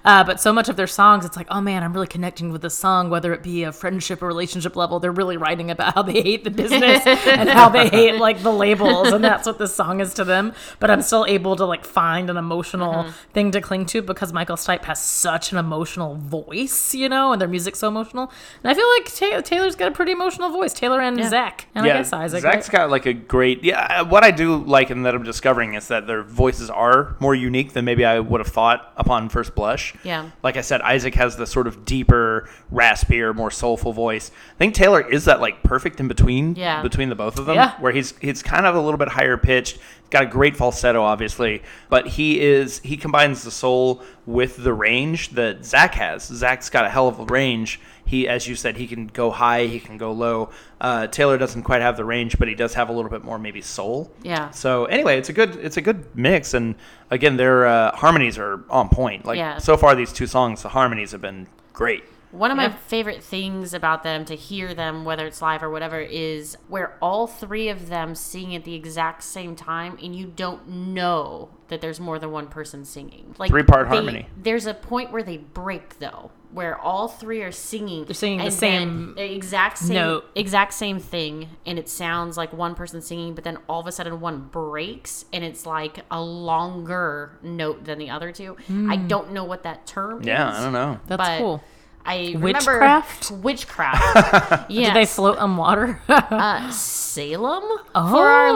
Speaker 2: Uh, but so much of their songs, it's like, oh man, I'm really connecting with this song, whether it be a friendship or relationship level. They're really writing about how they hate the business and how they hate like the labels, and that's what this song is to them. But I'm still able to like find an emotional
Speaker 3: Mm-hmm.
Speaker 2: thing to cling to because Michael Stipe has such an emotional voice, you know, and their music's so emotional. And I feel like Ta Taylor's got a pretty emotional voice. Taylor and
Speaker 3: Yeah.
Speaker 2: Zach. And I guess Isaac.
Speaker 1: Zach's
Speaker 2: right?
Speaker 1: got like a great. Yeah, uh, what I do like and that I'm discovering is that their voices are more unique than maybe I would have thought upon first blush.
Speaker 3: Yeah.
Speaker 1: Like I said, Isaac has the sort of deeper, raspier, more soulful voice. I think Taylor is that like perfect in between.
Speaker 3: Yeah.
Speaker 1: Between the both of them,
Speaker 2: Yeah.
Speaker 1: where he's he's kind of a little bit higher pitched. He's got a great falsetto, obviously, but he is he combines the soul with the range that Zach has. Zach's got a hell of a range. He, as you said, he can go high, he can go low. Uh, Taylor doesn't quite have the range, but he does have a little bit more maybe soul.
Speaker 3: Yeah.
Speaker 1: So anyway, it's a good it's a good mix, and again, their uh, harmonies are on point. Like
Speaker 3: Yeah.
Speaker 1: so far, these two songs, the harmonies have been great.
Speaker 3: One of my
Speaker 2: Yeah.
Speaker 3: favorite things about them to hear them, whether it's live or whatever, is where all three of them sing at the exact same time and you don't know that there's more than one person singing. Like
Speaker 1: Three-part
Speaker 3: they-
Speaker 1: harmony.
Speaker 3: There's a point where they break though, where all three are singing. They're
Speaker 2: singing the same
Speaker 3: the exact same
Speaker 2: note.
Speaker 3: exact same thing and it sounds like one person singing, but then all of a sudden one breaks and it's like a longer note than the other two. I don't know what that term
Speaker 1: Yeah,
Speaker 3: is.
Speaker 1: I don't know.
Speaker 2: That's
Speaker 3: but
Speaker 2: cool.
Speaker 3: I
Speaker 2: Witchcraft?
Speaker 3: remember witchcraft. yes.
Speaker 2: Did they float on water?
Speaker 3: uh, Salem for our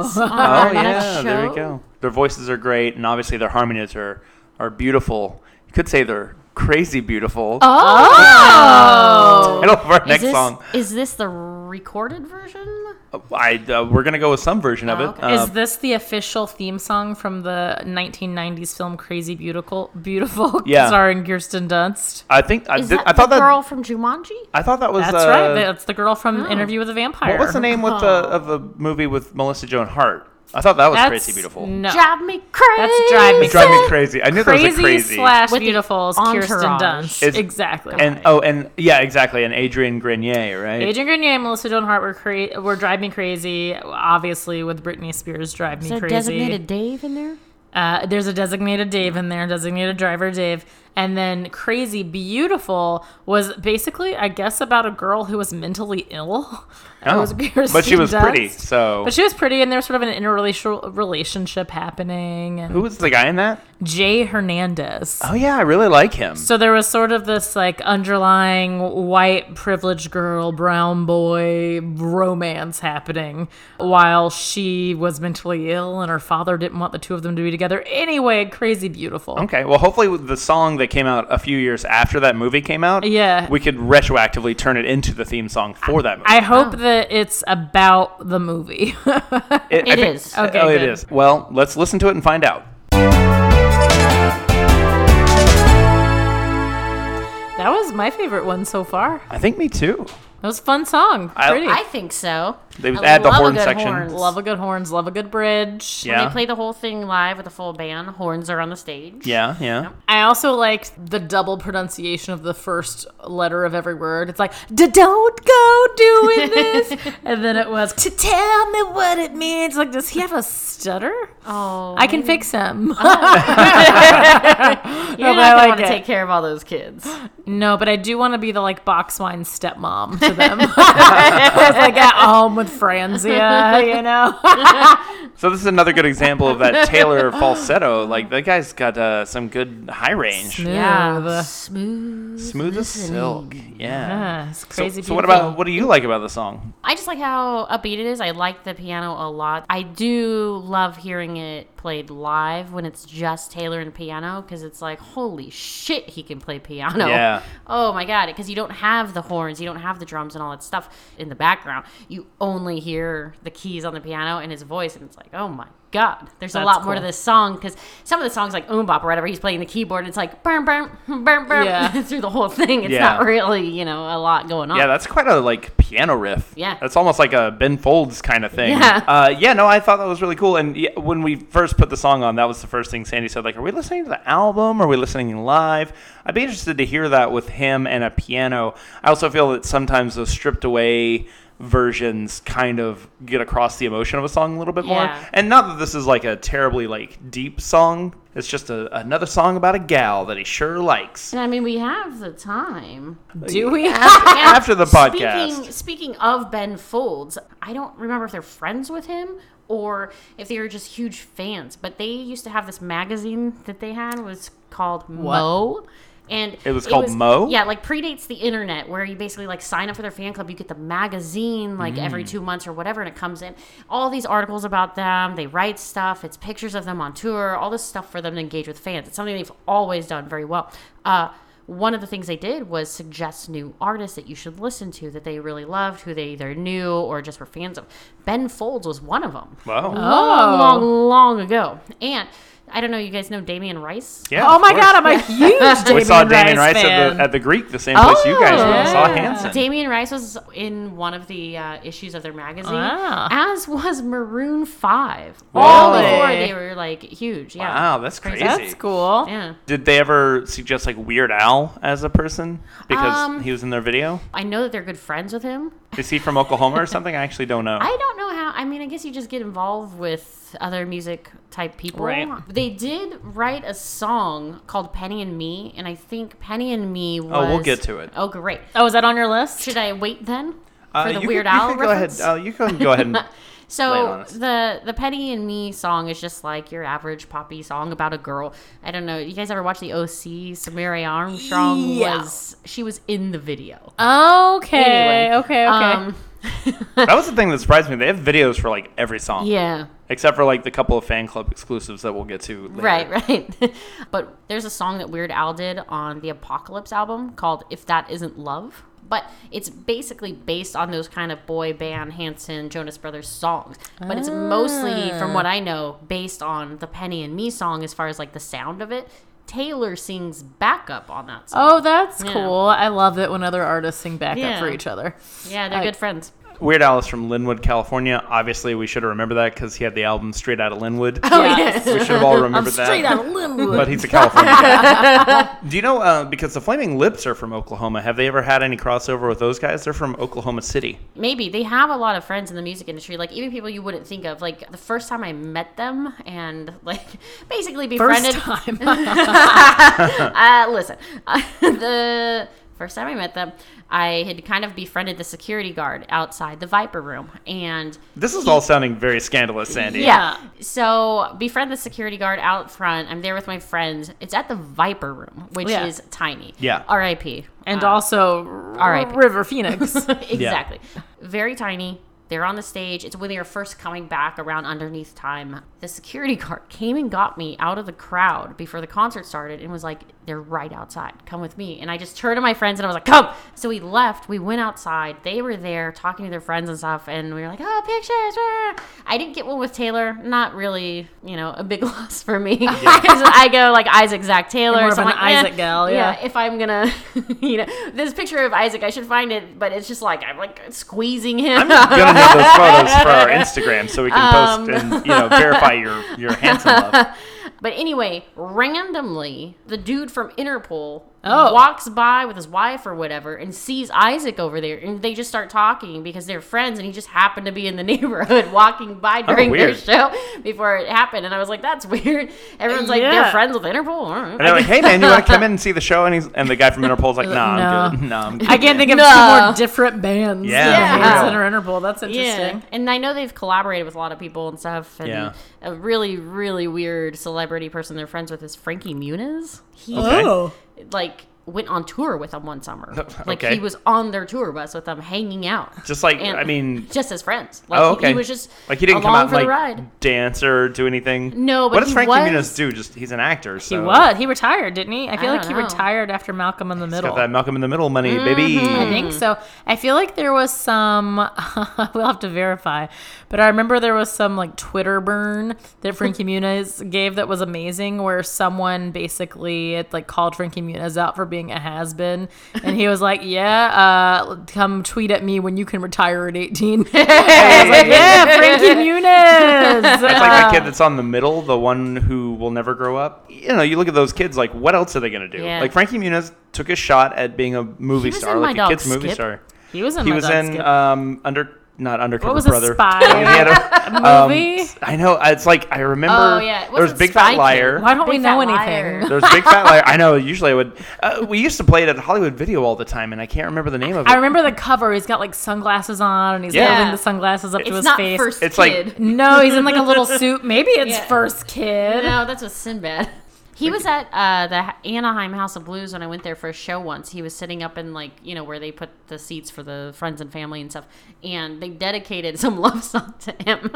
Speaker 3: list of things. on
Speaker 1: Oh
Speaker 3: our
Speaker 1: yeah, there
Speaker 3: show.
Speaker 1: we go. Their voices are great, and obviously their harmonies are are beautiful. You could say they're crazy beautiful. Oh,
Speaker 3: Oh,
Speaker 1: title of our next
Speaker 3: is this,
Speaker 1: song.
Speaker 3: Is this the recorded version?
Speaker 1: I uh, we're gonna go with some version of
Speaker 3: Oh,
Speaker 1: it. Uh,
Speaker 3: okay.
Speaker 2: Is this the official theme song from the 1990s film Crazy Beautiful? Beautiful,
Speaker 1: Yeah.
Speaker 2: starring Kirsten Dunst.
Speaker 1: I think I,
Speaker 3: Is
Speaker 1: did,
Speaker 3: that
Speaker 1: I thought
Speaker 3: the
Speaker 1: that
Speaker 3: girl from Jumanji?
Speaker 1: I thought that was
Speaker 2: That's
Speaker 1: uh,
Speaker 2: right. That's the girl from
Speaker 3: Oh.
Speaker 2: Interview with a Vampire.
Speaker 1: What was the name with the of the movie with Melissa Joan Hart? I thought that was
Speaker 2: That's
Speaker 1: crazy beautiful.
Speaker 2: No,
Speaker 3: Drive me crazy.
Speaker 2: Drive Me
Speaker 1: Drive me crazy. I knew that was
Speaker 2: crazy,
Speaker 1: a crazy.
Speaker 2: slash
Speaker 3: With the
Speaker 2: beautiful is Kirsten
Speaker 3: entourage.
Speaker 2: Dunst.
Speaker 1: It's-
Speaker 2: exactly.
Speaker 1: and oh, and yeah, exactly. And Adrian Grenier, right?
Speaker 2: Adrian Grenier and Melissa Joan Hart were cra- were Drive Me Crazy, obviously with Britney Spears Drive Me
Speaker 3: Is there
Speaker 2: Crazy.
Speaker 3: designated Dave in there?
Speaker 2: Uh, there's a designated Dave in there, designated driver Dave. And then Crazy Beautiful was basically, I guess, about a girl who was mentally ill. It
Speaker 1: Oh.
Speaker 2: was
Speaker 1: but she
Speaker 2: Kirsten
Speaker 1: was pretty.
Speaker 2: Dunst.
Speaker 1: So
Speaker 2: But she was pretty, and there was sort of an interrelational relationship happening. And
Speaker 1: who was the guy in that?
Speaker 2: Jay Hernandez.
Speaker 1: Oh yeah, I really like him.
Speaker 2: So there was sort of this like underlying white privileged girl, brown boy romance happening while she was mentally ill and her father didn't want the two of them to be together. Anyway, crazy beautiful.
Speaker 1: Okay, well, hopefully with the song that came out a few years after that movie came out,
Speaker 2: Yeah.
Speaker 1: we could retroactively turn it into the theme song for that movie.
Speaker 2: I hope that it's about the movie.
Speaker 1: it
Speaker 3: It is.
Speaker 2: Okay,
Speaker 1: oh, it
Speaker 2: good.
Speaker 1: is. Well, let's listen to it and find out.
Speaker 2: that was my favorite one so far.
Speaker 1: I think me too.
Speaker 2: That was a fun song.
Speaker 1: I-
Speaker 2: Pretty.
Speaker 3: I think so.
Speaker 1: They
Speaker 3: I
Speaker 1: add the
Speaker 3: love a
Speaker 1: horn
Speaker 3: good
Speaker 1: section.
Speaker 3: horns.
Speaker 2: love a good horns, love a good bridge.
Speaker 1: Yeah.
Speaker 3: They play the whole thing live with a full band. Horns are on the stage.
Speaker 1: Yeah, yeah.
Speaker 2: I also liked the double pronunciation of the first letter of every word. It's like, "D- don't go doing this. and then it was, to tell me what it means. Like, does he have a stutter?
Speaker 3: Oh,
Speaker 2: I can fix him.
Speaker 3: you're
Speaker 2: but I
Speaker 3: not gonna
Speaker 2: like
Speaker 3: want to
Speaker 2: it.
Speaker 3: take care of all those kids.
Speaker 2: no, but I do want to be the like box wine stepmom to them. I was like at home with Franzia, you know?
Speaker 1: So this is another good example of that Taylor falsetto. Like that guy's got uh, some good high range,
Speaker 2: Ooh,
Speaker 3: smooth.
Speaker 1: smooth as silk. Yeah.
Speaker 2: the- Uh, it's
Speaker 1: So-
Speaker 2: crazy.
Speaker 1: so what
Speaker 2: beautiful.
Speaker 1: about what do you like about the song?
Speaker 3: I just like how upbeat it is. I like the piano a lot. I do love hearing it played live when it's just Taylor and piano because it's like, holy shit, he can play piano.
Speaker 1: Yeah.
Speaker 3: Oh my god, because you don't have the horns, you don't have the drums and all that stuff in the background. You only hear the keys on the piano and his voice, and it's like, oh my god, there's a
Speaker 2: That's
Speaker 3: lot more to
Speaker 2: cool.
Speaker 3: this song because some of the songs like Oombop or whatever, he's playing the keyboard. And it's like burn, burn, burn, burn
Speaker 2: Yeah.
Speaker 3: through the whole thing. It's
Speaker 1: Yeah.
Speaker 3: not really, you know, a lot going on.
Speaker 1: Yeah, that's quite a like piano riff.
Speaker 3: Yeah.
Speaker 1: that's almost like a Ben Folds kind of thing.
Speaker 3: Yeah.
Speaker 1: uh, yeah. No, I thought that was really cool. And yeah, when we first put the song on, that was the first thing Sandy said. Like, are we listening to the album? Are we listening live? I'd be interested to hear that with him and a piano. I also feel that sometimes those stripped away versions kind of get across the emotion of a song a little bit more.
Speaker 3: Yeah.
Speaker 1: And not that this is like a terribly like deep song. It's just a, another song about a gal that he sure likes.
Speaker 3: And I mean, we have the time.
Speaker 2: Do we have?
Speaker 3: And
Speaker 1: After the podcast.
Speaker 3: Speaking, speaking of Ben Folds, I don't remember if they're friends with him or if they were just huge fans, but they used to have this magazine that they had was called Mo. and
Speaker 1: It was called Mo?
Speaker 3: Yeah, like predates the internet, where you basically like sign up for their fan club. You get the magazine like every
Speaker 1: Mm.
Speaker 3: two months or whatever, and it comes in all these articles about them. They write stuff. It's pictures of them on tour. All this stuff for them to engage with fans. It's something they've always done very well. Uh, one of the things they did was suggest new artists that you should listen to that they really loved, who they either knew or just were fans of. Ben Folds was one of them.
Speaker 1: Wow.
Speaker 3: Long,
Speaker 2: Oh.
Speaker 3: long, long ago. And I don't know, you guys know Damien Rice?
Speaker 1: Yeah,
Speaker 2: oh
Speaker 1: of
Speaker 2: my
Speaker 1: course.
Speaker 2: god, I'm a huge Damien
Speaker 1: we saw Damien
Speaker 2: Rice
Speaker 1: Rice
Speaker 2: fan.
Speaker 1: at the, at the Greek, the same place you guys were. and Saw
Speaker 3: Oh.
Speaker 2: yeah.
Speaker 1: Hanson.
Speaker 3: Damien Rice was in one of the uh, issues of their magazine,
Speaker 2: Wow.
Speaker 3: as was Maroon Five.
Speaker 1: Really?
Speaker 3: All before they were like huge. Yeah.
Speaker 1: Wow, that's crazy.
Speaker 2: That's cool.
Speaker 3: Yeah.
Speaker 1: Did they ever suggest like Weird Al as a person because
Speaker 3: Um,
Speaker 1: he was in their video?
Speaker 3: I know that they're good friends with him.
Speaker 1: Is he from Oklahoma or something? I actually don't know.
Speaker 3: I don't know how. I mean, I guess you just get involved with other music type people.
Speaker 2: Right.
Speaker 3: They did write a song called "Penny and Me," and I think "Penny and Me" was.
Speaker 1: we'll get to it.
Speaker 3: Oh, great.
Speaker 2: Oh, is that on your list?
Speaker 3: Should I wait then for
Speaker 1: Uh,
Speaker 3: the
Speaker 1: you
Speaker 3: Weird
Speaker 1: could- you
Speaker 3: Al
Speaker 1: could go ahead.
Speaker 3: reference?
Speaker 1: Uh, you can go ahead and Lay it on
Speaker 3: So
Speaker 1: us.
Speaker 3: the the Petty and Me song is just like your average poppy song about a girl. I don't know. You guys ever watch the OC? Samari Armstrong
Speaker 2: Yeah.
Speaker 3: was she was in the video.
Speaker 2: Okay.
Speaker 3: Anyway,
Speaker 2: okay. Okay.
Speaker 3: Um,
Speaker 1: that was the thing that surprised me. They have videos for like every song,
Speaker 3: yeah.
Speaker 1: except for like the couple of fan club exclusives that we'll get to. Later.
Speaker 3: Right, right. but there's a song that Weird Al did on the Apocalypse album called If That Isn't Love. But it's basically based on those kind of boy band, Hanson, Jonas Brothers songs. But it's mostly, from what I know, based on the Penny and Me song as far as like the sound of it. Taylor sings backup on that song.
Speaker 2: oh, that's
Speaker 3: Yeah.
Speaker 2: cool. I love it when other artists sing back up
Speaker 3: Yeah.
Speaker 2: for each other.
Speaker 3: yeah, they're
Speaker 2: I-
Speaker 3: good friends.
Speaker 1: Weird Al is from Linwood, California. Obviously, we should have remembered that because he had the album Straight Out of Linwood.
Speaker 2: Oh,
Speaker 3: yes.
Speaker 1: We should have all remembered
Speaker 2: I'm straight
Speaker 1: that.
Speaker 2: out of Linwood.
Speaker 1: But he's a California guy. Do you know, uh, because the Flaming Lips are from Oklahoma, have they ever had any crossover with those guys? They're from Oklahoma City.
Speaker 3: maybe they have a lot of friends in the music industry like even people you wouldn't think of like the first time i met them and like basically befriended
Speaker 2: First time.
Speaker 3: uh, listen, the first time I met them, I had kind of befriended the security guard outside the Viper room, and
Speaker 1: This is all sounding very scandalous, Sandy.
Speaker 3: yeah. So befriend the security guard out front. I'm there with my friends. It's at the Viper room, which
Speaker 2: Yeah.
Speaker 3: is tiny.
Speaker 1: Yeah.
Speaker 3: R.I.P.
Speaker 2: and
Speaker 3: Uh,
Speaker 2: also
Speaker 3: R.I.P.
Speaker 2: River Phoenix.
Speaker 3: exactly. Very tiny. They're on the stage. It's when they are first coming back around underneath time. The security guard came and got me out of the crowd before the concert started and was like, They're right outside. Come with me. And I just turned to my friends and I was like, Come. So we left. We went outside. They were there talking to their friends and stuff. And we were like, Oh, pictures. rah." I didn't get one with Taylor. Not really, you know, a big loss for me. 'Cause I go like Isaac, Zach, Taylor.
Speaker 2: More of
Speaker 3: so I'm
Speaker 2: an
Speaker 3: like, eh,
Speaker 2: Isaac gal, yeah.
Speaker 3: if I'm gonna, you know, this picture of Isaac, I should find it, but it's just like I'm like squeezing
Speaker 1: We're
Speaker 3: him.
Speaker 1: gonna have those photos for our Instagram so we can post
Speaker 3: Um.
Speaker 1: and you know verify your your handsome love.
Speaker 3: but anyway, randomly, the dude from Interpol
Speaker 2: Oh.
Speaker 3: walks by with his wife or whatever and sees Isaac over there, and they just start talking because they're friends, and he just happened to be in the neighborhood walking by
Speaker 2: Oh,
Speaker 3: during their
Speaker 1: weird.
Speaker 3: show before it happened, and I was like, that's weird. Everyone's like,
Speaker 2: Yeah.
Speaker 3: they're friends with Interpol. I don't
Speaker 1: And
Speaker 3: know.
Speaker 1: they're like, "Hey man, you want to come in and see the show?" And he's and the guy from Interpol's like, "Nah,
Speaker 2: No.
Speaker 1: I'm good. Nah, I'm good."
Speaker 2: I can't think of
Speaker 3: No.
Speaker 2: two more different bands.
Speaker 1: Yeah,
Speaker 2: than
Speaker 3: Yeah.
Speaker 2: Hanson or Interpol. That's interesting.
Speaker 3: And I know they've collaborated with a lot of people and stuff. And
Speaker 1: Yeah.
Speaker 3: a really, really weird celebrity person they're friends with is Frankie Muniz. He
Speaker 1: Okay.
Speaker 2: Oh.
Speaker 3: like went on tour with them one summer. Like
Speaker 1: Okay.
Speaker 3: he was on their tour bus with them, hanging out.
Speaker 1: Just like
Speaker 3: And-
Speaker 1: I mean,
Speaker 3: just as friends. Like
Speaker 1: oh
Speaker 3: he-
Speaker 1: okay.
Speaker 3: he, was just
Speaker 1: like he didn't come
Speaker 3: along
Speaker 1: out
Speaker 3: for
Speaker 1: and
Speaker 3: the
Speaker 1: like
Speaker 3: ride.
Speaker 1: dance or do anything.
Speaker 3: No, but
Speaker 1: what does
Speaker 3: he
Speaker 1: Frankie
Speaker 3: was-
Speaker 1: Muniz do? Just he's an actor. So
Speaker 2: He was. He retired, didn't he? I feel
Speaker 3: I
Speaker 2: like he
Speaker 3: don't know.
Speaker 2: retired after Malcolm in the
Speaker 1: Got
Speaker 2: Middle.
Speaker 1: that Malcolm in the Middle money, baby.
Speaker 3: Mm-hmm.
Speaker 2: I think
Speaker 3: Hmm.
Speaker 2: so. I feel like there was some. we'll have to verify, but I remember there was some like Twitter burn that Frankie Muniz gave that was amazing, where someone basically it, like called Frankie Muniz out for being a has been, and he was like, "Yeah, uh, come tweet at me when you can retire at 18." I was like, "Yeah, Frankie Muniz."
Speaker 1: It's like that kid that's on the middle, the one who will never grow up. You know, you look at those kids, like, what else are they going to do?
Speaker 3: Yeah.
Speaker 1: Like, Frankie Muniz took a shot at being a movie
Speaker 3: He was
Speaker 1: star,
Speaker 3: in My
Speaker 1: like a
Speaker 3: Dog,
Speaker 1: kid's movie
Speaker 3: Skip.
Speaker 1: star.
Speaker 2: he was in.
Speaker 1: he
Speaker 2: my
Speaker 1: was
Speaker 2: Dog's
Speaker 1: in
Speaker 2: Kid
Speaker 1: um, under not undercover
Speaker 2: was it,
Speaker 1: brother.
Speaker 2: Spy?
Speaker 1: He had a- um,
Speaker 2: movie?
Speaker 1: I know. It's like I remember.
Speaker 3: Oh, yeah.
Speaker 1: there was
Speaker 3: Wasn't
Speaker 1: Big
Speaker 3: Spy
Speaker 1: Fat
Speaker 3: Kid?
Speaker 1: Liar.
Speaker 2: Why don't we
Speaker 3: Big
Speaker 2: know
Speaker 3: fat liar.
Speaker 2: anything?
Speaker 1: There's Big Fat Liar. I know. Usually I would. Uh, we used to play it at Hollywood Video all the time, and I can't remember the name of it.
Speaker 2: I remember the cover. He's got like sunglasses on, and he's
Speaker 1: Yeah.
Speaker 2: holding the sunglasses up to
Speaker 3: It's
Speaker 2: his
Speaker 3: not
Speaker 2: face.
Speaker 3: first
Speaker 1: It's like-
Speaker 3: kid.
Speaker 2: No, he's in like a little suit. Maybe it's
Speaker 3: Yeah.
Speaker 2: first kid.
Speaker 3: no, that's with uh, Sinbad. He was at uh, the Anaheim House of Blues when I went there for a show once. He was sitting up in like you know where they put the seats for the friends and family and stuff, and they dedicated some love song to him.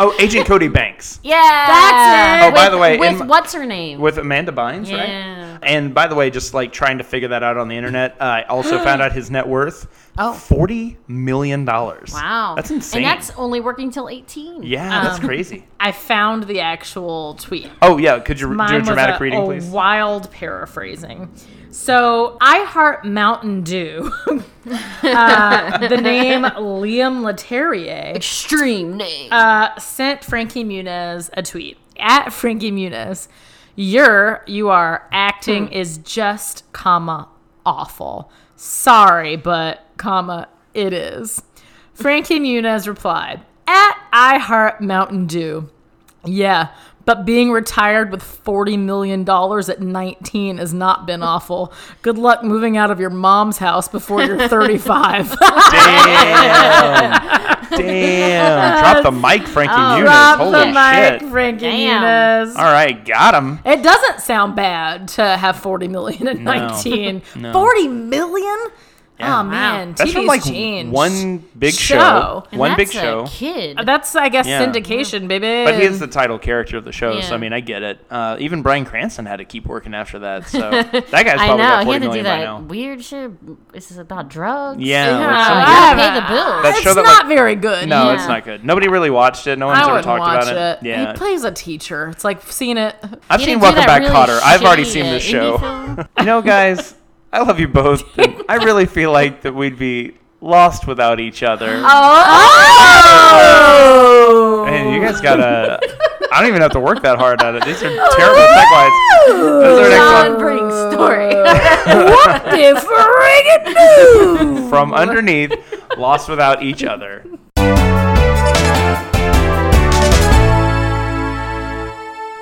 Speaker 1: Oh, Agent Cody Banks
Speaker 3: yeah,
Speaker 2: That's it.
Speaker 1: Oh, by
Speaker 3: With-
Speaker 1: the way, in
Speaker 3: with
Speaker 1: my-
Speaker 3: what's her name?
Speaker 1: with Amanda Bynes,
Speaker 3: Yeah.
Speaker 1: right? And by the way, just like trying to figure that out on the internet, I also found out his net worth
Speaker 3: Oh.
Speaker 1: forty million dollars.
Speaker 3: wow,
Speaker 1: that's insane.
Speaker 3: And that's um, only working till eighteen.
Speaker 1: yeah, that's crazy.
Speaker 2: I found the actual tweet.
Speaker 1: Oh yeah, could you do a
Speaker 2: Mine
Speaker 1: dramatic
Speaker 2: was a,
Speaker 3: oh,
Speaker 1: reading,
Speaker 2: a
Speaker 1: please?
Speaker 2: wild paraphrasing. So, I Heart Mountain Dew, uh, the name Liam Leterrier,
Speaker 3: Extreme name.
Speaker 2: uh, sent Frankie Muniz a tweet at Frankie Muniz. Your you are acting is just comma awful. Sorry, but comma it is. Frankie Muniz replied at I Heart Mountain Dew. Yeah, but being retired with $40 million at 19 has not been awful. Good luck moving out of your mom's house before you're 35.
Speaker 1: Damn. Damn. Drop the mic, Frankie
Speaker 3: Oh,
Speaker 1: Muniz.
Speaker 2: Drop
Speaker 1: Holy
Speaker 2: the mic,
Speaker 1: shit.
Speaker 2: Frankie
Speaker 3: Damn.
Speaker 2: Muniz.
Speaker 1: All right, got him.
Speaker 2: It doesn't sound bad to have 40 million at 19. 40 million?
Speaker 1: Yeah.
Speaker 2: Oh, man.
Speaker 1: That's
Speaker 2: TV's
Speaker 1: from like
Speaker 2: changed.
Speaker 1: one big show.
Speaker 2: Show.
Speaker 3: And
Speaker 1: One big
Speaker 3: that's a
Speaker 1: show.
Speaker 3: Kid.
Speaker 1: Uh,
Speaker 2: That's, I guess,
Speaker 1: Yeah.
Speaker 2: syndication, baby.
Speaker 1: But he is the title character of the show, so
Speaker 3: Yeah.
Speaker 1: I mean, I get it. Uh, even Brian Cranston had to keep working after that, so that guy's probably
Speaker 3: I know.
Speaker 1: got
Speaker 3: He had
Speaker 1: forty
Speaker 3: to do
Speaker 1: million by
Speaker 3: that
Speaker 1: now.
Speaker 3: weird shit. This is about drugs.
Speaker 1: Yeah, like
Speaker 3: Yeah. Ah,
Speaker 1: some
Speaker 3: You
Speaker 1: weird-
Speaker 3: gotta pay the bills.
Speaker 1: That
Speaker 2: it's
Speaker 1: show that,
Speaker 2: not
Speaker 1: like-
Speaker 2: very good.
Speaker 1: No,
Speaker 3: Yeah.
Speaker 1: it's not good. Nobody really watched it. No one's
Speaker 2: I
Speaker 1: ever
Speaker 2: wouldn't
Speaker 1: talked
Speaker 2: watch
Speaker 1: about it.
Speaker 2: it.
Speaker 1: Yeah,
Speaker 2: He plays a teacher. It's like seen it.
Speaker 1: I've
Speaker 3: You
Speaker 1: seen
Speaker 3: didn't do
Speaker 1: Welcome
Speaker 3: that
Speaker 1: Back,
Speaker 3: really
Speaker 1: Cotter. I've already
Speaker 3: shitty,
Speaker 1: seen
Speaker 3: uh,
Speaker 1: this
Speaker 3: indie
Speaker 1: show.
Speaker 3: film.
Speaker 1: you know, guys, I love you both. and I really feel like that we'd be lost without each other.
Speaker 3: Oh.
Speaker 2: Oh!
Speaker 1: Man, you guys gotta. I don't even have to work that hard at it. These are terrible segues. Those are
Speaker 3: John
Speaker 1: excellent.
Speaker 3: Briggs story.
Speaker 2: what the friggin' news?
Speaker 1: From underneath, lost without each other.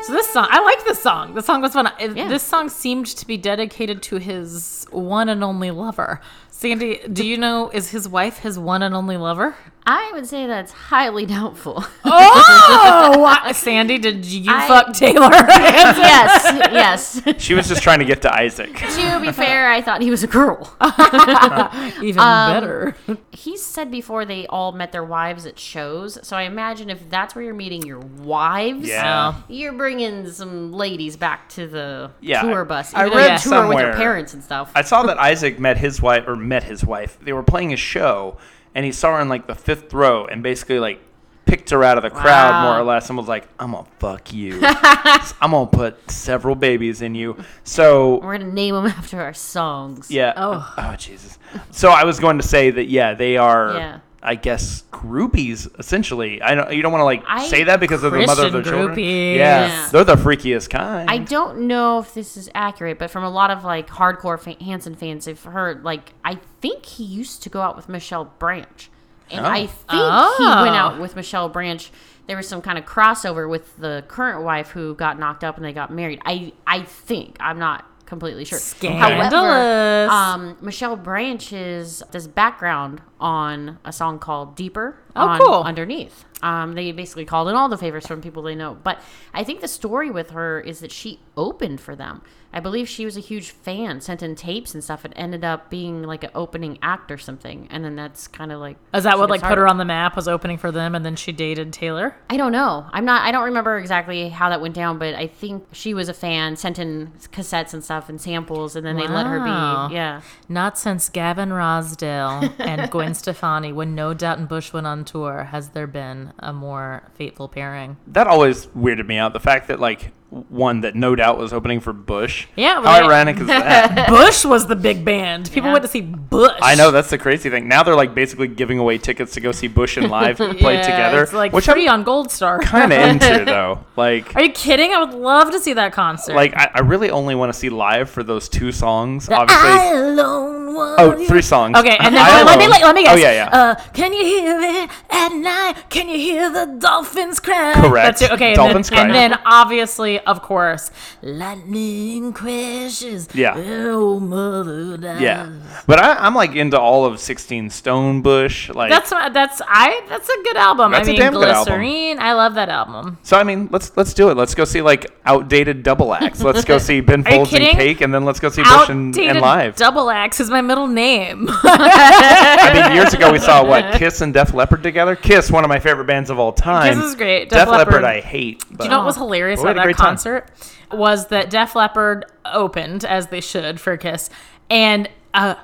Speaker 2: So this song, I liked this song. The song was fun. It-
Speaker 3: Yeah.
Speaker 2: This song seemed to be dedicated to his one and only lover. Sandy, do you know is his wife his one and only lover?
Speaker 3: I would say that's highly doubtful.
Speaker 2: Oh, why- Sandy, did you
Speaker 3: I-
Speaker 2: fuck Taylor?
Speaker 3: yes, yes.
Speaker 1: She was just trying to get to Isaac.
Speaker 3: to be fair, I thought he was a girl.
Speaker 1: Oh.
Speaker 2: Even
Speaker 3: Um,
Speaker 2: better.
Speaker 3: He said before they all met their wives at shows, so I imagine if that's where you're meeting your wives,
Speaker 1: Yeah.
Speaker 3: you're bringing some ladies back to the
Speaker 1: Yeah, I-
Speaker 3: tour bus.
Speaker 1: I
Speaker 3: Either
Speaker 1: read
Speaker 3: you tour with
Speaker 1: somewhere-
Speaker 3: your parents and stuff.
Speaker 1: I saw that Isaac met his wife or met his wife. They were playing a show, and he saw her in like the fifth row, and basically like picked her out of the crowd
Speaker 3: Wow.
Speaker 1: more or less, and was like, "I'm gonna fuck you. I'm gonna put several babies in you." So
Speaker 3: We're gonna name them after our songs.
Speaker 1: Yeah.
Speaker 2: Oh.
Speaker 1: Jesus. So I was going to say that yeah, they are
Speaker 3: Yeah.
Speaker 1: I guess groupies essentially. I don't you don't want to like
Speaker 3: I-
Speaker 1: say that because they're the mother of their
Speaker 2: Christian
Speaker 1: children.
Speaker 2: groupies.
Speaker 1: Yeah.
Speaker 3: Yeah.
Speaker 1: They're the freakiest kind.
Speaker 3: I don't know if this is accurate, but from a lot of like hardcore fa- Hanson fans, I've heard like I think he used to go out with Michelle Branch, and
Speaker 1: Oh.
Speaker 3: I think
Speaker 2: Oh.
Speaker 3: he went out with Michelle Branch. There was some kind of crossover with the current wife who got knocked up and they got married. I I think I'm not completely sure.
Speaker 2: Scandalous.
Speaker 3: However, um, Michelle Branch's this background on a song called "Deeper"
Speaker 2: Oh,
Speaker 3: on
Speaker 2: cool.
Speaker 3: underneath. Um, they basically called in all the favors from people they know. But I think the story with her is that she opened for them. I believe she was a huge fan, sent in tapes and stuff, and ended up being like an opening act or something. And then that's kind of like
Speaker 2: Is that
Speaker 3: she
Speaker 2: what
Speaker 3: got
Speaker 2: like put
Speaker 3: started.
Speaker 2: her on the map? Was opening for them, and then she dated Taylor.
Speaker 3: I don't know. I'm not. I don't remember exactly how that went down, but I think she was a fan, sent in cassettes and stuff and samples, and then they let her
Speaker 2: Wow.
Speaker 3: be. Yeah.
Speaker 2: Not since Gavin Rosdale and Gwen Stefani, when No Doubt and Bush went on tour, has there been a more fateful pairing.
Speaker 1: that always weirded me out. The fact that like one that no doubt was opening for Bush.
Speaker 2: Yeah,
Speaker 1: How
Speaker 2: right.
Speaker 1: ironic is that?
Speaker 2: Bush was the big band. People
Speaker 3: Yeah.
Speaker 2: went to see Bush.
Speaker 1: I know that's the crazy thing. Now they're like basically giving away tickets to go see Bush and live play
Speaker 2: Yeah,
Speaker 1: together,
Speaker 2: It's like
Speaker 1: which
Speaker 2: free
Speaker 1: I'm
Speaker 2: on Gold Star.
Speaker 1: kind of into though. Like
Speaker 2: Are you kidding? I would love to see that concert.
Speaker 1: like I, I really only want to see live for those two songs. Obviously,
Speaker 2: alone want
Speaker 1: oh, three songs.
Speaker 2: Okay, and then
Speaker 1: I
Speaker 2: let me
Speaker 1: Alone.
Speaker 2: let, let me guess.
Speaker 1: Oh yeah, yeah.
Speaker 2: Uh, can you hear it at night? Can you hear the dolphins cry?
Speaker 1: Correct.
Speaker 2: That's it. Okay,
Speaker 1: Dolphins
Speaker 2: and, then,
Speaker 1: cry.
Speaker 2: and then obviously say, of course, lightning crashes.
Speaker 1: Yeah.
Speaker 2: Oh, mother. dies."
Speaker 1: Yeah, but I, I'm like into all of 16 Stonebush. Like,
Speaker 2: That's my- that's I that's a good album.
Speaker 1: That's
Speaker 2: I
Speaker 1: a
Speaker 2: mean,
Speaker 1: damn good album.
Speaker 2: Glycerine. I love that album.
Speaker 1: so I mean, let's let's do it. Let's go see like outdated double acts. Let's go see Ben
Speaker 2: Are you
Speaker 1: Folds and
Speaker 2: kidding?
Speaker 1: Cake, and then let's go see Bush and, and
Speaker 2: Outdated
Speaker 1: Live.
Speaker 2: Double X is my middle name.
Speaker 1: I mean, years ago we saw what Kiss and Def Leppard together. Kiss, one of my favorite bands of all time.
Speaker 2: Kiss is great.
Speaker 1: Def,
Speaker 2: Def
Speaker 1: Leppard,
Speaker 2: Leppard,
Speaker 1: I hate. But
Speaker 2: Do you know what was hilarious
Speaker 1: But Oh. we
Speaker 2: about
Speaker 1: had a
Speaker 2: that
Speaker 1: great time.
Speaker 2: concert was that Def Leppard opened as they should for Kiss, and a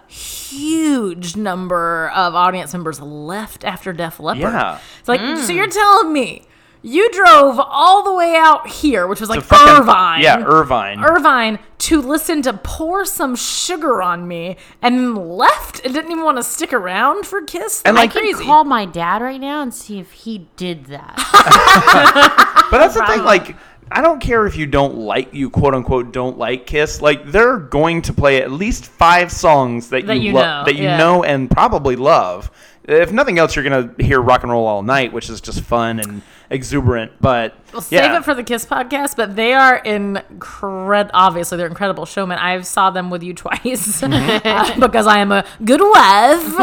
Speaker 2: huge number of audience members left after Def Leppard.
Speaker 1: Yeah.
Speaker 2: it's like so you're telling me you drove all the way out here, which was like
Speaker 1: The fucking-
Speaker 2: Irvine,
Speaker 1: Yeah, Irvine.
Speaker 2: Irvine, to listen to pour some sugar on me, and then left and didn't even want to stick around for Kiss.
Speaker 1: And,
Speaker 3: I
Speaker 1: like,
Speaker 2: That's
Speaker 3: can
Speaker 2: crazy.
Speaker 3: call my dad right now and see if he did that.
Speaker 1: but that's the thing. Like, I don't care if you don't like you quote unquote don't like Kiss. Like, they're going to play at least five songs that,
Speaker 2: That you
Speaker 1: lo-
Speaker 2: know,
Speaker 1: that you
Speaker 2: yeah.
Speaker 1: know and probably love. If nothing else, you're gonna hear rock and roll all night, which is just fun and exuberant. But
Speaker 2: Save
Speaker 1: yeah.
Speaker 2: it for the Kiss podcast, but they are incredible. Obviously, they're incredible showmen. I saw them with you twice uh, because I am a good wife.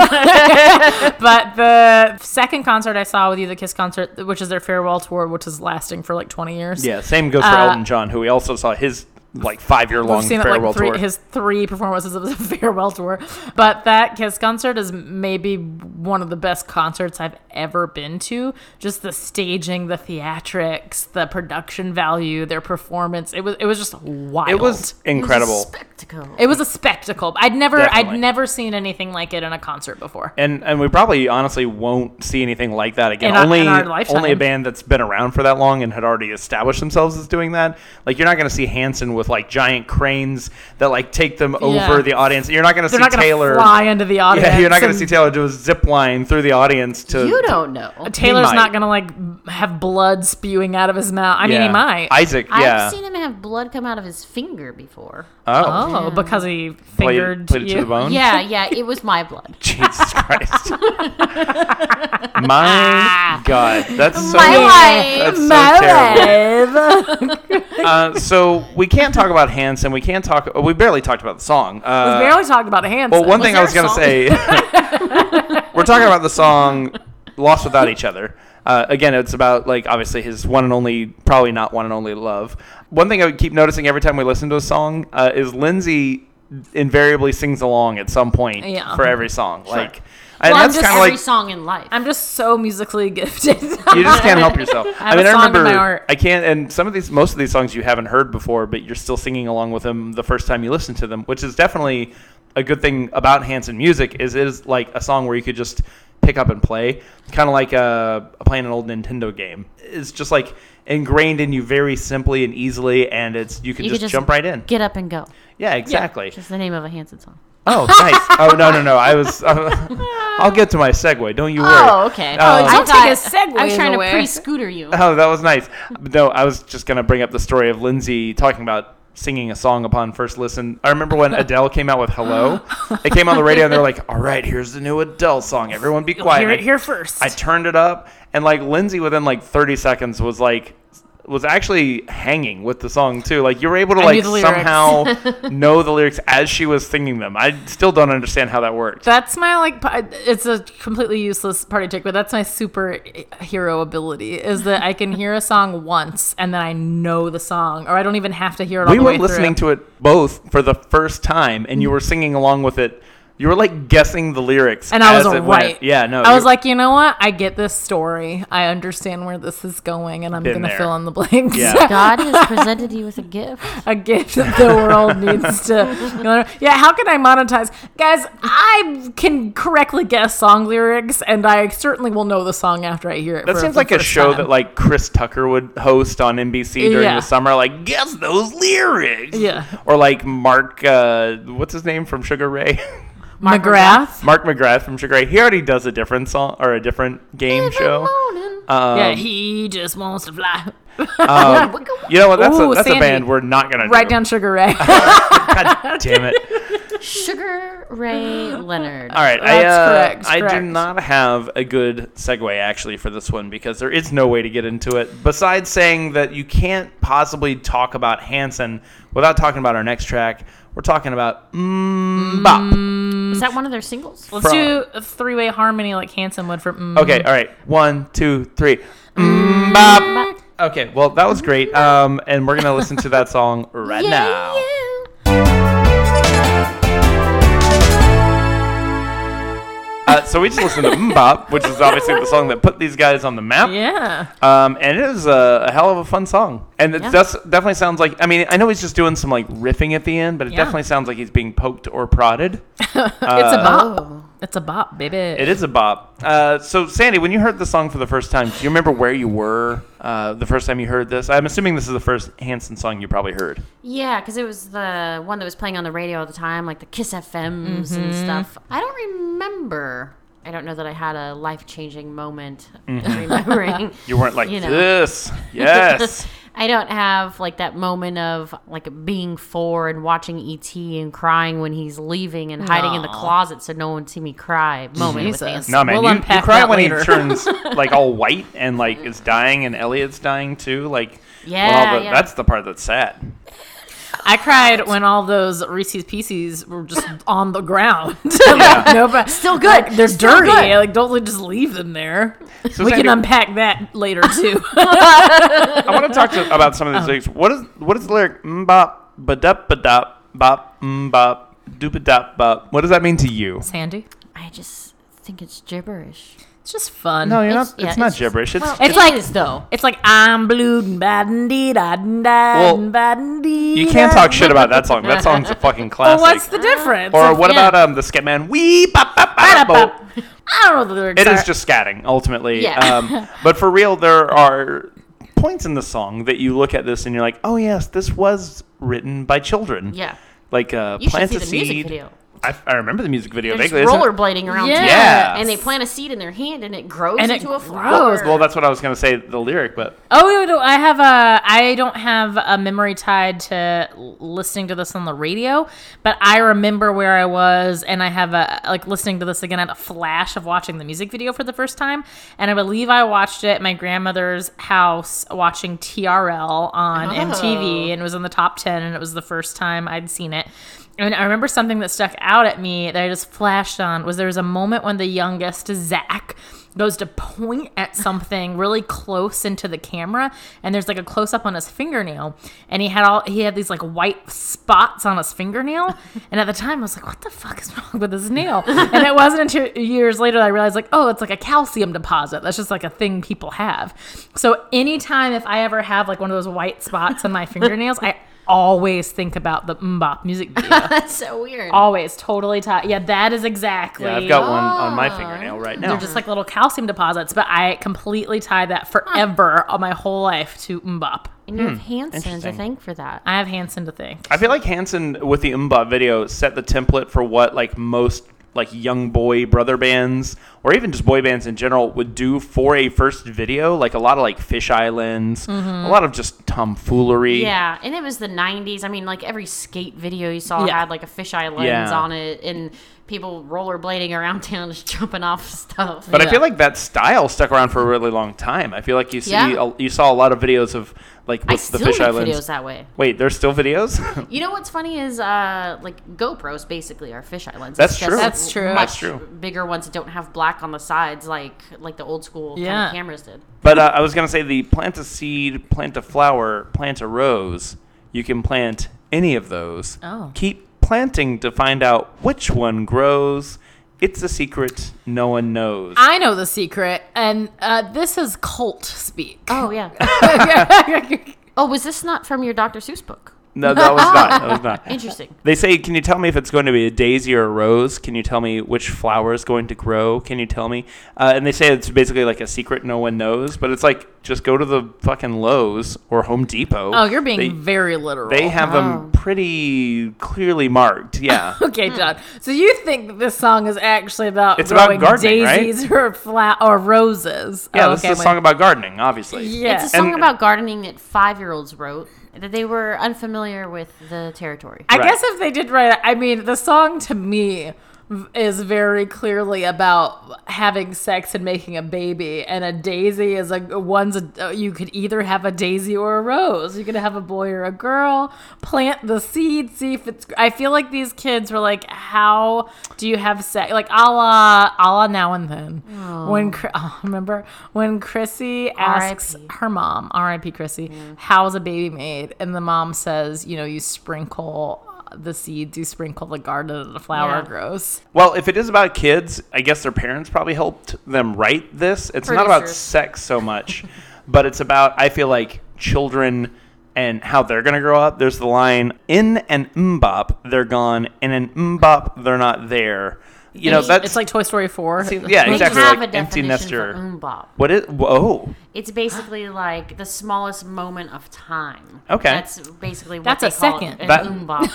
Speaker 2: but the second concert I saw with you, the Kiss concert, which is their farewell tour, which is lasting for like 20 years.
Speaker 1: yeah. Same goes for Elton John, who we also saw his like five year long
Speaker 2: I've Uh, seen it
Speaker 1: farewell
Speaker 2: like three,
Speaker 1: tour.
Speaker 2: his three performances of the farewell tour. But that Kiss concert is maybe one of the best concerts I've ever been to. Just the staging, the theatrics, the production value, their performance. It was it was just wild.
Speaker 1: it was incredible.
Speaker 3: Spectacle.
Speaker 2: It was a spectacle. I'd never
Speaker 1: Definitely.
Speaker 2: I'd never seen anything like it in a concert before.
Speaker 1: and and we probably honestly won't see anything like that again.
Speaker 2: In our-
Speaker 1: only
Speaker 2: in our lifetime.
Speaker 1: only a band that's been around for that long and had already established themselves as doing that. Like you're not going to see Hanson with like giant cranes that like take them over the audience. You're not going to
Speaker 2: They're
Speaker 1: see
Speaker 2: not going to
Speaker 1: Taylor.
Speaker 2: fly into the audience.
Speaker 1: yeah, you're not going to
Speaker 2: and
Speaker 1: see Taylor do a zip line through the audience to.
Speaker 3: You don't know.
Speaker 2: Taylor's
Speaker 1: might.
Speaker 2: not going to like have blood spewing out of his mouth. I mean,
Speaker 1: yeah.
Speaker 2: he might.
Speaker 1: Isaac, yeah.
Speaker 3: I've seen him have blood come out of his finger before.
Speaker 1: oh,
Speaker 2: oh, because he
Speaker 1: played,
Speaker 2: fingered
Speaker 1: played it
Speaker 2: you.
Speaker 1: to the bone.
Speaker 3: Yeah, yeah, it was my blood.
Speaker 1: Jesus Christ.
Speaker 2: Ah.
Speaker 1: My God, that's so.
Speaker 3: My life.
Speaker 1: That's so terrible. Uh, so we can't talk about Hanson. We can't talk. oh, We barely talked about the song. Uh,
Speaker 2: we barely talked about Hanson.
Speaker 1: Well, one thing I
Speaker 3: there
Speaker 1: was
Speaker 3: a
Speaker 1: gonna
Speaker 3: song?
Speaker 1: say, we're talking about the song "Lost Without Each Other." Uh, again, it's about like obviously his one and only, probably not one and only love. One thing I would keep noticing every time we listen to a song uh, is Lindsay invariably sings along at some point
Speaker 2: Yeah.
Speaker 1: for every song. Like, and
Speaker 3: Well,
Speaker 1: that's
Speaker 3: just
Speaker 1: kind of
Speaker 3: every
Speaker 1: like
Speaker 3: song in life.
Speaker 2: I'm just so musically gifted.
Speaker 1: you just can't help yourself. I,
Speaker 2: have
Speaker 1: mean,
Speaker 2: a
Speaker 1: I
Speaker 2: song in
Speaker 1: remember
Speaker 2: my heart.
Speaker 1: I can't, and some of these, most of these songs you haven't heard before, but you're still singing along with them the first time you listen to them, which is definitely a good thing about Hanson music. Is it is like a song where you could just pick up and play, kind of like uh, playing an old Nintendo game. It's just like ingrained in you very simply and easily, and it's you can,
Speaker 3: You could
Speaker 1: just, jump right in.
Speaker 3: Get up and go.
Speaker 1: Yeah, exactly.
Speaker 3: It's the name of a Hanson song.
Speaker 1: Oh, nice. Oh no, no, no. I was. I'll get to my segue. Don't you worry.
Speaker 3: Oh, okay.
Speaker 1: Oh,
Speaker 2: don't
Speaker 3: I
Speaker 2: take
Speaker 3: thought-
Speaker 2: his segues
Speaker 3: I was trying
Speaker 2: away.
Speaker 3: to pre-scooter you.
Speaker 1: Oh, that was nice. No, I was just gonna bring up the story of Lindsay talking about singing a song upon first listen. I remember when Adele came out with "Hello." It came on the radio, and they're like, "All right, here's the new Adele song. Everyone, be quiet."
Speaker 2: Hear
Speaker 1: And
Speaker 2: it
Speaker 1: I-
Speaker 2: here first.
Speaker 1: I turned it up, and like Lindsay, within like 30 seconds, was like, was actually hanging with the song too. Like you were able to
Speaker 2: knew
Speaker 1: like
Speaker 2: the lyrics.
Speaker 1: somehow know the lyrics as she was singing them. I still don't understand how that worked.
Speaker 2: that's my like. pa- It's a completely useless party trick, but that's my superhero ability is that I can hear a song once and then I know the song, or I don't even have to hear it. all
Speaker 1: we
Speaker 2: the
Speaker 1: were
Speaker 2: way
Speaker 1: listening
Speaker 2: through.
Speaker 1: to it both for the first time, and you were singing along with it. You were like guessing the lyrics,
Speaker 2: and I was
Speaker 1: as
Speaker 2: all
Speaker 1: it went.
Speaker 2: right.
Speaker 1: Yeah, no,
Speaker 2: I was
Speaker 1: you-
Speaker 2: like, you know what? I get this story. I understand where this is going, and I'm
Speaker 1: Been
Speaker 2: gonna
Speaker 1: there.
Speaker 2: fill in the blanks.
Speaker 1: Yeah.
Speaker 3: God has presented you with a gift.
Speaker 2: a gift that the world needs to. Yeah, how can I monetize? Guys, I can correctly guess song lyrics, and I certainly will know the song after I hear it.
Speaker 1: That
Speaker 2: for
Speaker 1: seems
Speaker 2: the
Speaker 1: like a
Speaker 2: first
Speaker 1: show
Speaker 2: time.
Speaker 1: that like Chris Tucker would host on NBC during
Speaker 2: Yeah.
Speaker 1: the summer. Like, guess those lyrics.
Speaker 2: Yeah.
Speaker 1: Or like Mark, uh, what's his name from Sugar Ray?
Speaker 2: McGrath.
Speaker 1: Mark McGrath from Sugar Ray. He already does a different song or a different game show. Um,
Speaker 2: yeah, he just wants to fly.
Speaker 1: um, you know what? That's
Speaker 2: Ooh,
Speaker 1: a that's
Speaker 2: Sandy.
Speaker 1: a band we're not gonna do.
Speaker 2: Write down Sugar Ray.
Speaker 1: God damn it.
Speaker 3: Sugar Ray Leonard.
Speaker 1: All right,
Speaker 2: That's
Speaker 1: I, uh,
Speaker 2: correct,
Speaker 1: I
Speaker 2: correct.
Speaker 1: do not have a good segue actually for this one because there is no way to get into it besides saying that you can't possibly talk about Hanson without talking about our next track. We're talking about
Speaker 2: Mm.
Speaker 1: Mbop.
Speaker 3: Is that one of their singles?
Speaker 2: Let's do a three way harmony like Hanson would for. Mm.
Speaker 1: Okay, all right, one, two, three. Mbop.
Speaker 2: Mm.
Speaker 1: Okay, well that was great, um, and we're gonna listen to that song right now. Uh, so we just listened to Mbop, which is obviously the song that put these guys on the map.
Speaker 2: Yeah.
Speaker 1: Um, and it is a, a hell of a fun song. And it does, definitely sounds like, I mean, I know he's just doing some like riffing at the end, but it
Speaker 2: Yeah.
Speaker 1: definitely sounds like he's being poked or prodded. Uh,
Speaker 2: it's a bop.
Speaker 3: Oh.
Speaker 2: It's a bop, baby.
Speaker 1: It is a bop. Uh, so, Sandy, when you heard the song for the first time, do you remember where you were uh, the first time you heard this? I'm assuming this is the first Hanson song you probably heard.
Speaker 3: Yeah, because it was the one that was playing on the radio all the time, like the Kiss FMs and stuff. I don't remember. I don't know that I had a life changing moment remembering.
Speaker 1: You weren't like,
Speaker 3: You know.
Speaker 1: this, yes.
Speaker 3: I don't have like that moment of like being four and watching ET and crying when he's leaving and hiding in the
Speaker 2: Aw.
Speaker 3: closet so no one see me cry moment with
Speaker 2: Jesus.
Speaker 3: Hanson.
Speaker 1: No, man,
Speaker 2: We'll
Speaker 1: you, you
Speaker 2: unpack
Speaker 1: cry
Speaker 2: that
Speaker 1: when he
Speaker 2: later.
Speaker 1: turns like all white and like is dying and Elliot's dying too. Like, when all
Speaker 3: Yeah,
Speaker 1: the-
Speaker 3: yeah.
Speaker 1: that's the part that's sad.
Speaker 2: I cried when all those Reese's Pieces were just on the ground. no, but still good. they're dirty.
Speaker 3: good.
Speaker 2: Like don't just leave them there.
Speaker 1: So,
Speaker 2: we
Speaker 1: Sandy,
Speaker 2: can unpack that later too.
Speaker 1: I want to talk to, about some of
Speaker 3: Oh.
Speaker 1: these lyrics. What is what is the lyric? Mbop, badop, badop, bop, mbop, doop-a-dop, bop. What does that mean to you?
Speaker 2: Sandy,
Speaker 3: I just think it's gibberish.
Speaker 2: it's just fun.
Speaker 1: No, you're
Speaker 3: It's-
Speaker 1: not.
Speaker 3: yeah,
Speaker 1: it's not
Speaker 3: it's just-
Speaker 1: gibberish. It's
Speaker 2: It's
Speaker 3: It
Speaker 2: like-
Speaker 3: is, though.
Speaker 2: It's like I'm blue and bad and dee da and da
Speaker 1: Well,
Speaker 2: and bad and dee.
Speaker 1: you can't talk shit about that song. That song's a fucking
Speaker 2: Well,
Speaker 1: classic.
Speaker 2: what's the difference?
Speaker 1: or what
Speaker 3: yeah.
Speaker 1: about um the scat man? Wee bop bop bop.
Speaker 2: Ba-da-bop.
Speaker 1: bop.
Speaker 2: I don't know the lyrics.
Speaker 1: It is
Speaker 2: are.
Speaker 1: just scatting ultimately.
Speaker 3: Yeah.
Speaker 1: Um, but for real, there are points in the song that you look at this and you're like, oh yes, this was written by children.
Speaker 3: Yeah.
Speaker 1: Like uh,
Speaker 3: You should
Speaker 1: plant
Speaker 3: see
Speaker 1: a
Speaker 3: the
Speaker 1: seed.
Speaker 3: music video.
Speaker 1: I, I remember the music video.
Speaker 3: They're just
Speaker 1: vaguely. Isn't-
Speaker 3: rollerblading around
Speaker 2: Yeah.
Speaker 3: town,
Speaker 1: Yeah.
Speaker 3: and they plant a seed in their hand, and it grows
Speaker 2: And it
Speaker 3: into a flower.
Speaker 2: grows.
Speaker 1: Well, that's what I was gonna say. The lyric, but
Speaker 2: Oh, no, no, I have a. I don't have a memory tied to l- listening to this on the radio, but I remember where I was, and I have a like listening to this again. I had a flash of watching the music video for the first time, and I believe I watched it at my grandmother's house watching TRL on
Speaker 3: Oh.
Speaker 2: MTV, and it was in the top ten, and it was the first time I'd seen it. And I remember something that stuck out at me that I just flashed on was there was a moment when the youngest Zach goes to point at something really close into the camera and there's like a close up on his fingernail and he had all he had these like white spots on his fingernail and at the time I was like what the fuck is wrong with his nail and it wasn't until years later that I realized like oh it's like a calcium deposit that's just like a thing people have so anytime if I ever have like one of those white spots on my fingernails I always think about the Mbop music video
Speaker 3: that's so weird.
Speaker 2: always totally tied yeah that is exactly
Speaker 1: yeah, I've got one on my fingernail right now.
Speaker 2: they're just like little calcium deposits, but I completely tied that forever on my whole life to Mbop.
Speaker 3: and you have Hanson to
Speaker 1: Hmm. interesting.
Speaker 3: thank for that.
Speaker 2: I have Hanson to thank.
Speaker 1: I feel like Hanson with the Umba video set the template for what like most like young boy brother bands or even just boy bands in general would do for a first video. Like a lot of like Fish Islands, a lot of just tomfoolery.
Speaker 3: Mm-hmm. Yeah, and it was the '90s. I mean, like every skate video you saw
Speaker 2: Yeah.
Speaker 3: had like a fisheye lens
Speaker 1: Yeah.
Speaker 3: on it, and people rollerblading around town, just jumping off stuff.
Speaker 1: But I
Speaker 2: Yeah.
Speaker 1: feel like that style stuck around for a really long time. I feel like you see
Speaker 3: Yeah.
Speaker 1: you saw a lot of videos of like
Speaker 3: I
Speaker 1: with the
Speaker 3: still
Speaker 1: Fish
Speaker 3: make
Speaker 1: Islands.
Speaker 3: videos that way.
Speaker 1: Wait, there's still videos?
Speaker 3: You know what's funny is uh like GoPros basically are fisheye lenses.
Speaker 1: That's
Speaker 3: It's
Speaker 1: true.
Speaker 2: That's true.
Speaker 3: Much
Speaker 1: That's true.
Speaker 3: Bigger ones that don't have black on the sides, like like the old school kind
Speaker 2: Yeah.
Speaker 3: of cameras did.
Speaker 1: But uh, I was gonna say the plant a seed, plant a flower, plant a rose. You can plant any of those.
Speaker 2: Oh.
Speaker 1: Keep planting to find out which one grows. It's a secret no one knows.
Speaker 2: I know the secret, and uh, this is cult speak.
Speaker 3: Oh yeah. oh, was this not from your Dr. Seuss book?
Speaker 1: no, that was not. That was not.
Speaker 3: Interesting.
Speaker 1: They say, "Can you tell me if it's going to be a daisy or a rose? Can you tell me which flower is going to grow? Can you tell me?" Uh, and they say it's basically like a secret no one knows, but it's like just go to the fucking Lowe's or Home Depot.
Speaker 2: oh, you're being
Speaker 1: They-
Speaker 2: very literal.
Speaker 1: They have
Speaker 3: Wow.
Speaker 1: them pretty clearly marked. Yeah.
Speaker 2: Okay, John. So you think that this song is actually about
Speaker 1: Hmm. It's about
Speaker 2: growing
Speaker 1: gardening, right?
Speaker 2: daisies or fla- or roses?
Speaker 1: Yeah,
Speaker 2: Oh,
Speaker 1: this
Speaker 2: okay,
Speaker 1: is a
Speaker 2: wait.
Speaker 1: song about gardening, obviously.
Speaker 2: Yeah.
Speaker 3: It's a song
Speaker 1: And-
Speaker 3: about gardening that five year olds wrote. that they were unfamiliar with the territory.
Speaker 2: I
Speaker 1: Right.
Speaker 2: guess if they did write, I mean, the song to me v- is very clearly about having sex and making a baby, and a daisy is a one's a, uh, you could either have a daisy or a rose. You could have a boy or a girl. Plant the seed, see if it's. I feel like these kids were like, how do you have sex? Like a la a la now and then. When Chr- oh, remember when Chrissy asks
Speaker 3: R.I.P..
Speaker 2: her mom, R.I.P. Chrissy, how's a baby made? And the mom says, you know, you sprinkle the seeds, you sprinkle the garden, and the flower
Speaker 3: Yeah.
Speaker 2: grows.
Speaker 1: Well, if it is about kids, I guess their parents probably helped them write this. It's not about
Speaker 3: Producers.
Speaker 1: sex so much, but it's about, I feel like, children and how they're going to grow up. There's the line in an mbop, they're gone. In an mbop, they're not there. You know,
Speaker 2: It's-
Speaker 1: that's
Speaker 2: it's like Toy Story Four.
Speaker 1: yeah,
Speaker 3: They
Speaker 1: exactly.
Speaker 3: have
Speaker 1: like
Speaker 3: a
Speaker 1: empty
Speaker 3: definition
Speaker 1: nester.
Speaker 3: for umbop.
Speaker 1: What is? Whoa.
Speaker 3: It's basically like the smallest moment of time.
Speaker 1: Okay.
Speaker 3: That's basically what
Speaker 2: That's
Speaker 3: they
Speaker 2: a
Speaker 3: call
Speaker 2: second.
Speaker 3: It, an
Speaker 1: That-
Speaker 3: umbop.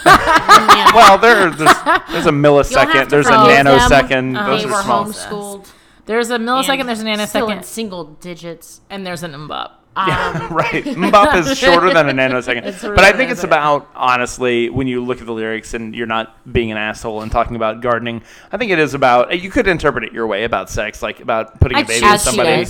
Speaker 3: Yeah.
Speaker 1: Well, there, there's, there's a
Speaker 3: You'll have
Speaker 1: millisecond.
Speaker 3: to
Speaker 1: There's a
Speaker 3: forgive them. Uh-huh.
Speaker 1: nanosecond.
Speaker 2: Um,
Speaker 1: Those
Speaker 3: they
Speaker 1: are
Speaker 3: were
Speaker 1: small.
Speaker 2: home-
Speaker 3: homeschooled.
Speaker 2: There's a millisecond,
Speaker 3: and
Speaker 2: there's a
Speaker 3: Still in
Speaker 2: nanosecond,
Speaker 3: single digits.
Speaker 2: and there's an mbop.
Speaker 3: Um,
Speaker 1: right. Mbop is shorter than a nanosecond. but I
Speaker 2: really
Speaker 1: think it's
Speaker 2: amazing.
Speaker 1: about, honestly, when you look at the lyrics and you're not being an asshole and talking about gardening, I think it is about, you could interpret it your way about sex, like about putting a
Speaker 2: I
Speaker 1: baby
Speaker 2: choose
Speaker 1: in
Speaker 2: to.
Speaker 1: somebody.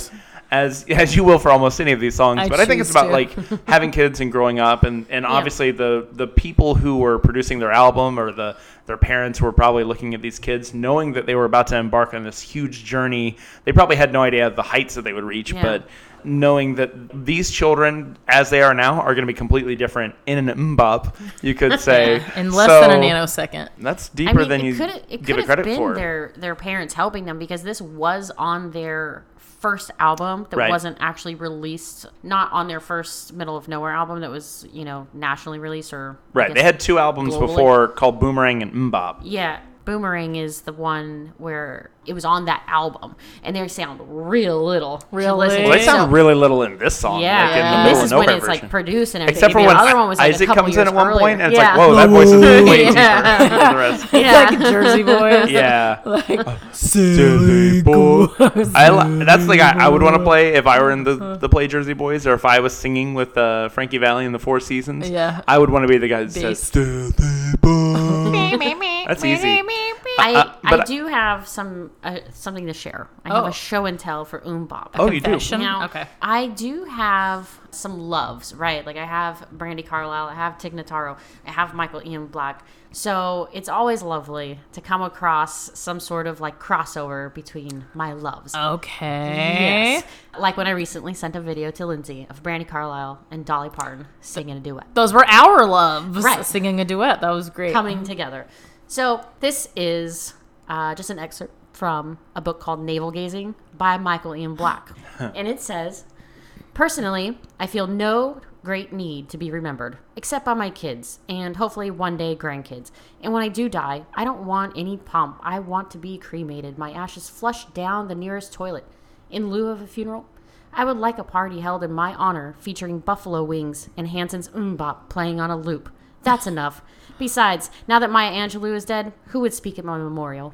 Speaker 1: As, as you will for almost any of these songs,
Speaker 2: I
Speaker 1: but I think it's
Speaker 2: choose
Speaker 1: about
Speaker 2: to.
Speaker 1: like having kids and growing up, and, and obviously the the people who were producing their album or the their parents were probably looking at these kids, knowing that they were about to embark on this huge journey. They probably had no idea the heights that they would reach,
Speaker 3: Yeah.
Speaker 1: but knowing that these children, as they are now, are going to be completely different in an mbop, you could say.
Speaker 2: Uh, In less
Speaker 1: So,
Speaker 2: than a nanosecond.
Speaker 1: That's
Speaker 3: I
Speaker 1: deeper
Speaker 3: mean,
Speaker 1: than
Speaker 3: it
Speaker 1: you
Speaker 3: could
Speaker 1: give
Speaker 3: it could
Speaker 1: it
Speaker 3: have
Speaker 1: credit
Speaker 3: been
Speaker 1: for.
Speaker 3: their their parents helping them because this was on their first album that
Speaker 1: Right.
Speaker 3: wasn't actually released, not on their first Middle of Nowhere album that was you know nationally released or I
Speaker 1: right. They
Speaker 3: guess-
Speaker 1: had two albums
Speaker 3: globally.
Speaker 1: before called Boomerang and Mbop.
Speaker 3: yeah. Boomerang is the one where it was on that album, and they sound real little. to
Speaker 2: Real
Speaker 3: listen
Speaker 1: Well,
Speaker 2: little.
Speaker 1: they
Speaker 3: to.
Speaker 1: sound really little in this song.
Speaker 3: yeah,
Speaker 1: Like in the
Speaker 2: Yeah.
Speaker 1: middle
Speaker 3: and this
Speaker 1: of
Speaker 3: is
Speaker 1: nowhere
Speaker 3: when it's
Speaker 1: version.
Speaker 3: like produced and everything.
Speaker 1: Except for
Speaker 3: The
Speaker 1: when
Speaker 3: other one was like
Speaker 1: Isaac
Speaker 3: a couple
Speaker 1: comes in
Speaker 3: years
Speaker 1: at one
Speaker 3: earlier.
Speaker 1: point and it's
Speaker 3: yeah.
Speaker 1: like, whoa, that voice is way deeper
Speaker 3: Yeah.
Speaker 1: than the rest.
Speaker 3: Yeah.
Speaker 2: Like Jersey boys.
Speaker 1: Yeah.
Speaker 2: Like,
Speaker 1: Jersey Uh, boy. I li- that's the guy I would want to play if I were in the,
Speaker 2: Uh-huh.
Speaker 1: the play Jersey Boys or if I was singing with uh, Frankie Valley in the Four Seasons.
Speaker 2: Yeah.
Speaker 1: I would want to be the guy that says
Speaker 2: Bass.
Speaker 1: Jersey boy. That's easy.
Speaker 3: I,
Speaker 1: Uh, but I-
Speaker 3: I do have some uh, something to share. I have
Speaker 2: Oh.
Speaker 3: a show and tell for Oombop.
Speaker 1: Oh, you do.
Speaker 2: Confession?
Speaker 3: Now,
Speaker 2: okay.
Speaker 3: I do have some loves, right? Like I have Brandy Carlisle, I have Tig Notaro, I have Michael Ian Black. So it's always lovely to come across some sort of like crossover between my loves.
Speaker 2: Uh, Okay.
Speaker 3: Yes. Like when I recently sent a video to Lindsay of Brandy Carlisle and Dolly Parton singing a duet.
Speaker 2: Those were our loves.
Speaker 3: Right.
Speaker 2: Singing a duet. That was great.
Speaker 3: coming together. So this is uh, just an excerpt from a book called Navel Gazing by Michael Ian Black, and it says, "Personally, I feel no great need to be remembered, except by my kids and hopefully one day grandkids. And when I do die, I don't want any pomp. I want to be cremated, my ashes flushed down the nearest toilet, in lieu of a funeral." I would like a party held in my honor featuring buffalo wings and Hanson's Umbop playing on a loop. That's enough. Besides, now that Maya Angelou is dead, who would speak at my memorial?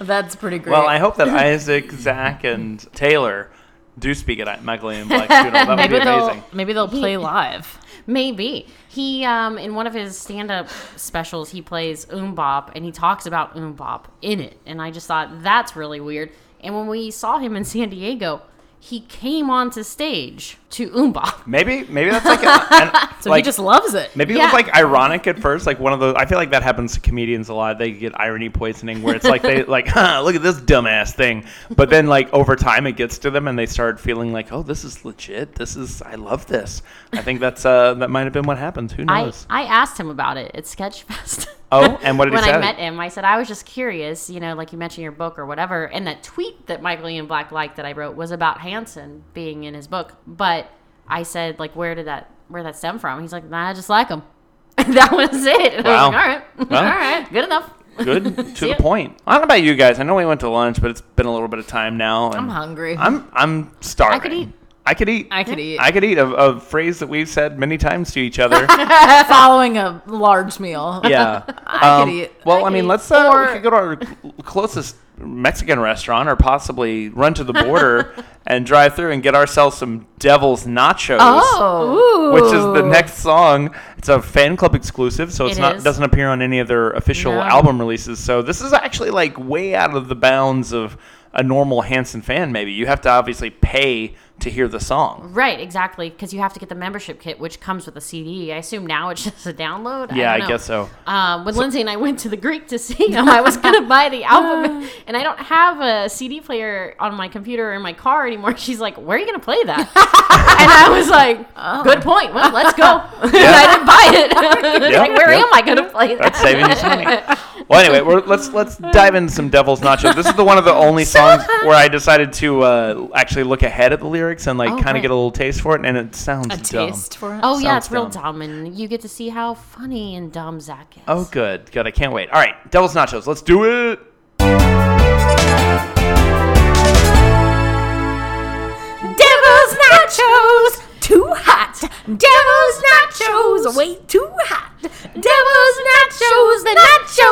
Speaker 2: That's pretty great.
Speaker 1: Well, I hope that Isaac, Zach, and Taylor do speak at Michael and Black's funeral. That would be
Speaker 2: maybe
Speaker 1: amazing.
Speaker 2: they'll maybe they'll play live.
Speaker 3: Maybe. He, um, in one of his stand up specials, he plays Umbop and he talks about Umbop in it. And I just thought that's really weird. And when we saw him in San Diego, he came onto stage to Umbop.
Speaker 1: Maybe, maybe that's like, a, an,
Speaker 2: So
Speaker 1: like
Speaker 2: he just loves it.
Speaker 1: Maybe it
Speaker 3: Yeah.
Speaker 1: was like ironic at first, like one of those. I feel like that happens to comedians a lot. They get irony poisoning, where it's like they like, huh, look at this dumbass thing. But then, like over time, it gets to them, and they start feeling like, oh, this is legit. This is, I love this. I think that's uh, that might have been what happens. Who
Speaker 3: I,
Speaker 1: knows?
Speaker 3: I asked him about it at Sketchfest.
Speaker 1: oh, and what did
Speaker 3: when
Speaker 1: he say?
Speaker 3: I met him, I said I was just curious, you know, like you mentioned your book or whatever, and that tweet that Michael Ian Black liked that I wrote was about Hanson being in his book. But I said like, where did that where did that stem from? He's like, nah, I just like him. that was it. And I
Speaker 1: Wow.
Speaker 3: was like, all right,
Speaker 1: Well.
Speaker 3: all right, good enough.
Speaker 1: Good to the
Speaker 3: ya.
Speaker 1: point. I don't know about you guys. I know we went to lunch, but it's been a little bit of time now. And
Speaker 2: I'm hungry.
Speaker 1: I'm I'm starving.
Speaker 3: I could eat.
Speaker 1: I could eat.
Speaker 2: I could eat.
Speaker 1: I could eat a, a phrase that we've said many times to each other.
Speaker 2: Following a large meal.
Speaker 1: yeah. Um,
Speaker 2: I could eat.
Speaker 1: Well,
Speaker 2: I
Speaker 1: I,
Speaker 2: could
Speaker 1: mean,
Speaker 2: eat.
Speaker 1: let's uh,
Speaker 2: Or-
Speaker 1: we could go to our cl- closest Mexican restaurant, or possibly run to the border and drive through and get ourselves some Devil's Nachos.
Speaker 3: Oh.
Speaker 1: Which is the next song? It's a fan club exclusive, so it's
Speaker 3: It
Speaker 1: not
Speaker 3: is.
Speaker 1: doesn't appear on any of their official
Speaker 3: No.
Speaker 1: album releases. So this is actually like way out of the bounds of a normal Hanson fan. Maybe you have to obviously pay to hear the song.
Speaker 3: Right, exactly, because you have to get the membership kit, which comes with a CD. I assume now it's just a download.
Speaker 1: Yeah,
Speaker 3: I,
Speaker 1: I
Speaker 3: don't know.
Speaker 1: guess so.
Speaker 3: Um, when Lindsay and I went to the Greek to see him, I was gonna buy the
Speaker 1: Uh.
Speaker 3: album, and I don't have a CD player on my computer or in my car anymore. She's like, "Where are you gonna play that?" and I was like,
Speaker 1: Oh.
Speaker 3: "Good point. Well, let's go." And I didn't buy it. like,
Speaker 1: Yeah,
Speaker 3: where
Speaker 1: yeah.
Speaker 3: am I gonna play that?
Speaker 1: That's saving you some money. Well, anyway, we're, let's let's dive into some Devil's Nacho. This is the one of the only songs where I decided to uh, actually look ahead at the lyrics and like
Speaker 3: Oh,
Speaker 1: kind
Speaker 3: right.
Speaker 1: of get a little taste for it, and it sounds
Speaker 2: a
Speaker 1: dumb.
Speaker 2: taste for it.
Speaker 3: Oh yeah,
Speaker 1: Sounds
Speaker 3: it's real
Speaker 1: dumb.
Speaker 3: dumb, and you get to see how funny and dumb Zach is.
Speaker 1: Oh, good, good. I can't wait. All right, Devil's Nachos. Let's do it.
Speaker 2: Devil's nachos, too hot. Devil's nachos, way too hot. Devil's nachos, the nacho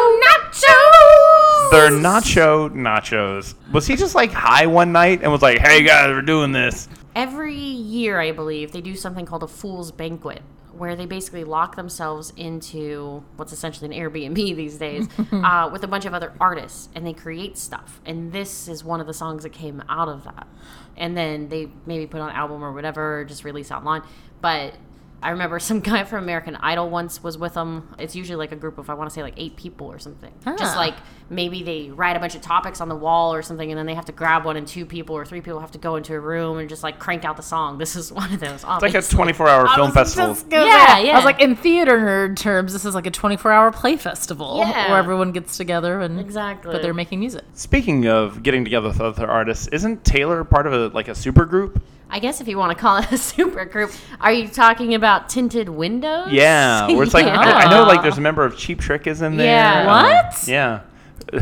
Speaker 2: nachos.
Speaker 1: They're nacho nachos. Was he just like high one night and was like, "Hey guys, we're doing this."
Speaker 3: Every year, I believe, they do something called a fool's banquet, where they basically lock themselves into what's essentially an Airbnb these days uh, with a bunch of other artists and they create stuff. And this is one of the songs that came out of that. And then they maybe put on an album or whatever, or just release online. But I remember some guy from American Idol once was with them. It's usually like a group of, I want to say, like eight people or something. Just
Speaker 2: Ah.
Speaker 3: like maybe they write a bunch of topics on the wall or something, and then they have to grab one, and two people or three people have to go into a room and just like crank out the song. This is one of those.
Speaker 1: It's like a
Speaker 3: obviously.
Speaker 1: 24-hour
Speaker 2: I
Speaker 1: film
Speaker 2: was
Speaker 1: festival.
Speaker 2: just gonna-
Speaker 3: Yeah,
Speaker 2: I
Speaker 3: yeah.
Speaker 2: was like, in theater nerd terms, this is like a 24 hour play festival
Speaker 3: Yeah.
Speaker 2: where everyone gets together and.
Speaker 3: Exactly.
Speaker 2: But they're making music.
Speaker 1: Speaking of getting together with other artists, isn't Taylor part of a like a super group?
Speaker 3: I guess if you want to call it a super group, are you talking about tinted windows?
Speaker 1: Yeah, where it's like
Speaker 3: Yeah.
Speaker 1: I know like there's a member of Cheap Trick is in there.
Speaker 3: Yeah.
Speaker 1: um,
Speaker 2: What?
Speaker 1: yeah.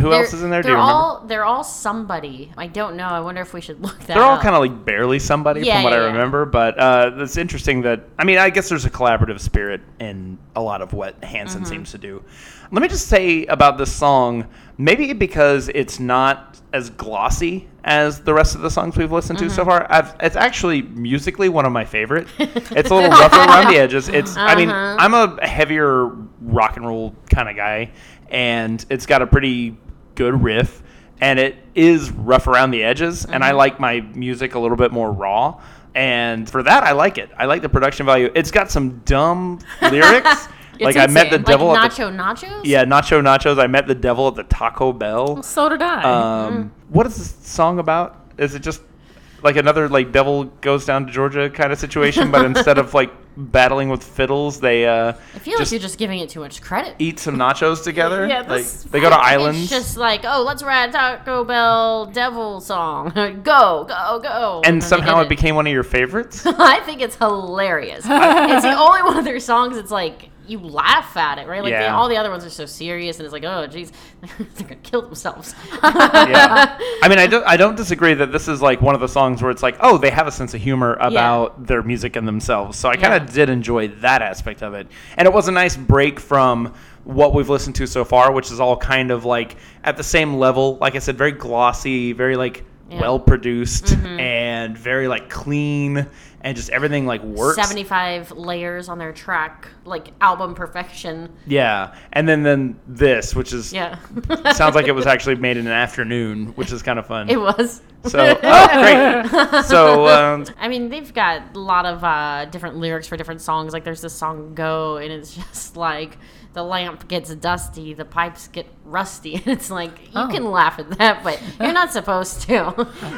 Speaker 1: Who else is in there? Do
Speaker 3: They're
Speaker 1: you remember?
Speaker 3: all they're all somebody. I don't know. I wonder if we should look that.
Speaker 1: they're all
Speaker 3: up.
Speaker 1: kind of like barely somebody
Speaker 3: Yeah,
Speaker 1: from what
Speaker 3: yeah,
Speaker 1: I
Speaker 3: yeah.
Speaker 1: remember, but uh, it's interesting that I mean I guess there's a collaborative spirit in a lot of what Hanson
Speaker 3: Mm-hmm.
Speaker 1: seems to do. Let me just say about this song, maybe because it's not as glossy as the rest of the songs we've listened to so
Speaker 3: Mm-hmm.
Speaker 1: far. I've, it's actually musically one of my favorite. It's a little rough around the edges. It's I mean
Speaker 3: Uh-huh.
Speaker 1: I'm a heavier rock and roll kind of guy, and it's got a pretty good riff, and it is rough around the edges, and
Speaker 2: Mm-hmm.
Speaker 1: I like my music a little bit more raw. And for that, I like it. I like the production value. It's got some dumb lyrics. like I met the
Speaker 2: insane. Like
Speaker 1: devil
Speaker 3: like
Speaker 1: at the
Speaker 3: nacho nachos.
Speaker 1: yeah nacho nachos. I met the devil at the Taco Bell.
Speaker 2: So did I.
Speaker 1: Um,
Speaker 3: Mm-hmm.
Speaker 1: what is this song about? Is it just like another like devil goes down to Georgia kind of situation, but instead of like battling with fiddles, they uh,
Speaker 3: I feel
Speaker 1: just
Speaker 3: like you're just giving it too much credit.
Speaker 1: eat some nachos together.
Speaker 2: Yeah,
Speaker 1: like
Speaker 2: this-
Speaker 1: they go to
Speaker 3: It's
Speaker 1: islands.
Speaker 3: just like, oh, let's write a Taco Bell devil song. go, go, go. then
Speaker 1: and
Speaker 3: they
Speaker 1: somehow
Speaker 3: did
Speaker 1: it became one of your favorites.
Speaker 3: I think it's hilarious. it's the only one of their songs that's like you laugh at it, right? Like they,
Speaker 1: Yeah.
Speaker 3: all the other ones are so serious, and it's like, oh, jeez, they're gonna kill themselves.
Speaker 1: yeah. I mean, I don't, I don't disagree that this is like one of the songs where it's like, oh, they have a sense of humor about their music and themselves. So I kind of
Speaker 3: Yeah.
Speaker 1: did enjoy that aspect of it. And it was a nice break from what we've listened to so far, which is all kind of like at the same level. Like I said, very glossy, very like
Speaker 3: Yeah. Mm-hmm.
Speaker 1: well produced, and very like clean, and just everything like works.
Speaker 3: Seventy-five layers on their track, like album perfection.
Speaker 1: Yeah. And then then this, which is
Speaker 3: Yeah,
Speaker 1: sounds like it was actually made in an afternoon, which is kind of fun.
Speaker 3: it was.
Speaker 1: So, oh, great. So, um,
Speaker 3: I mean, they've got a lot of uh, different lyrics for different songs. Like, there's this song "Go," and it's just like the lamp gets dusty, the pipes get rusty, and it's like you
Speaker 2: Oh.
Speaker 3: can laugh at that, but you're not supposed to.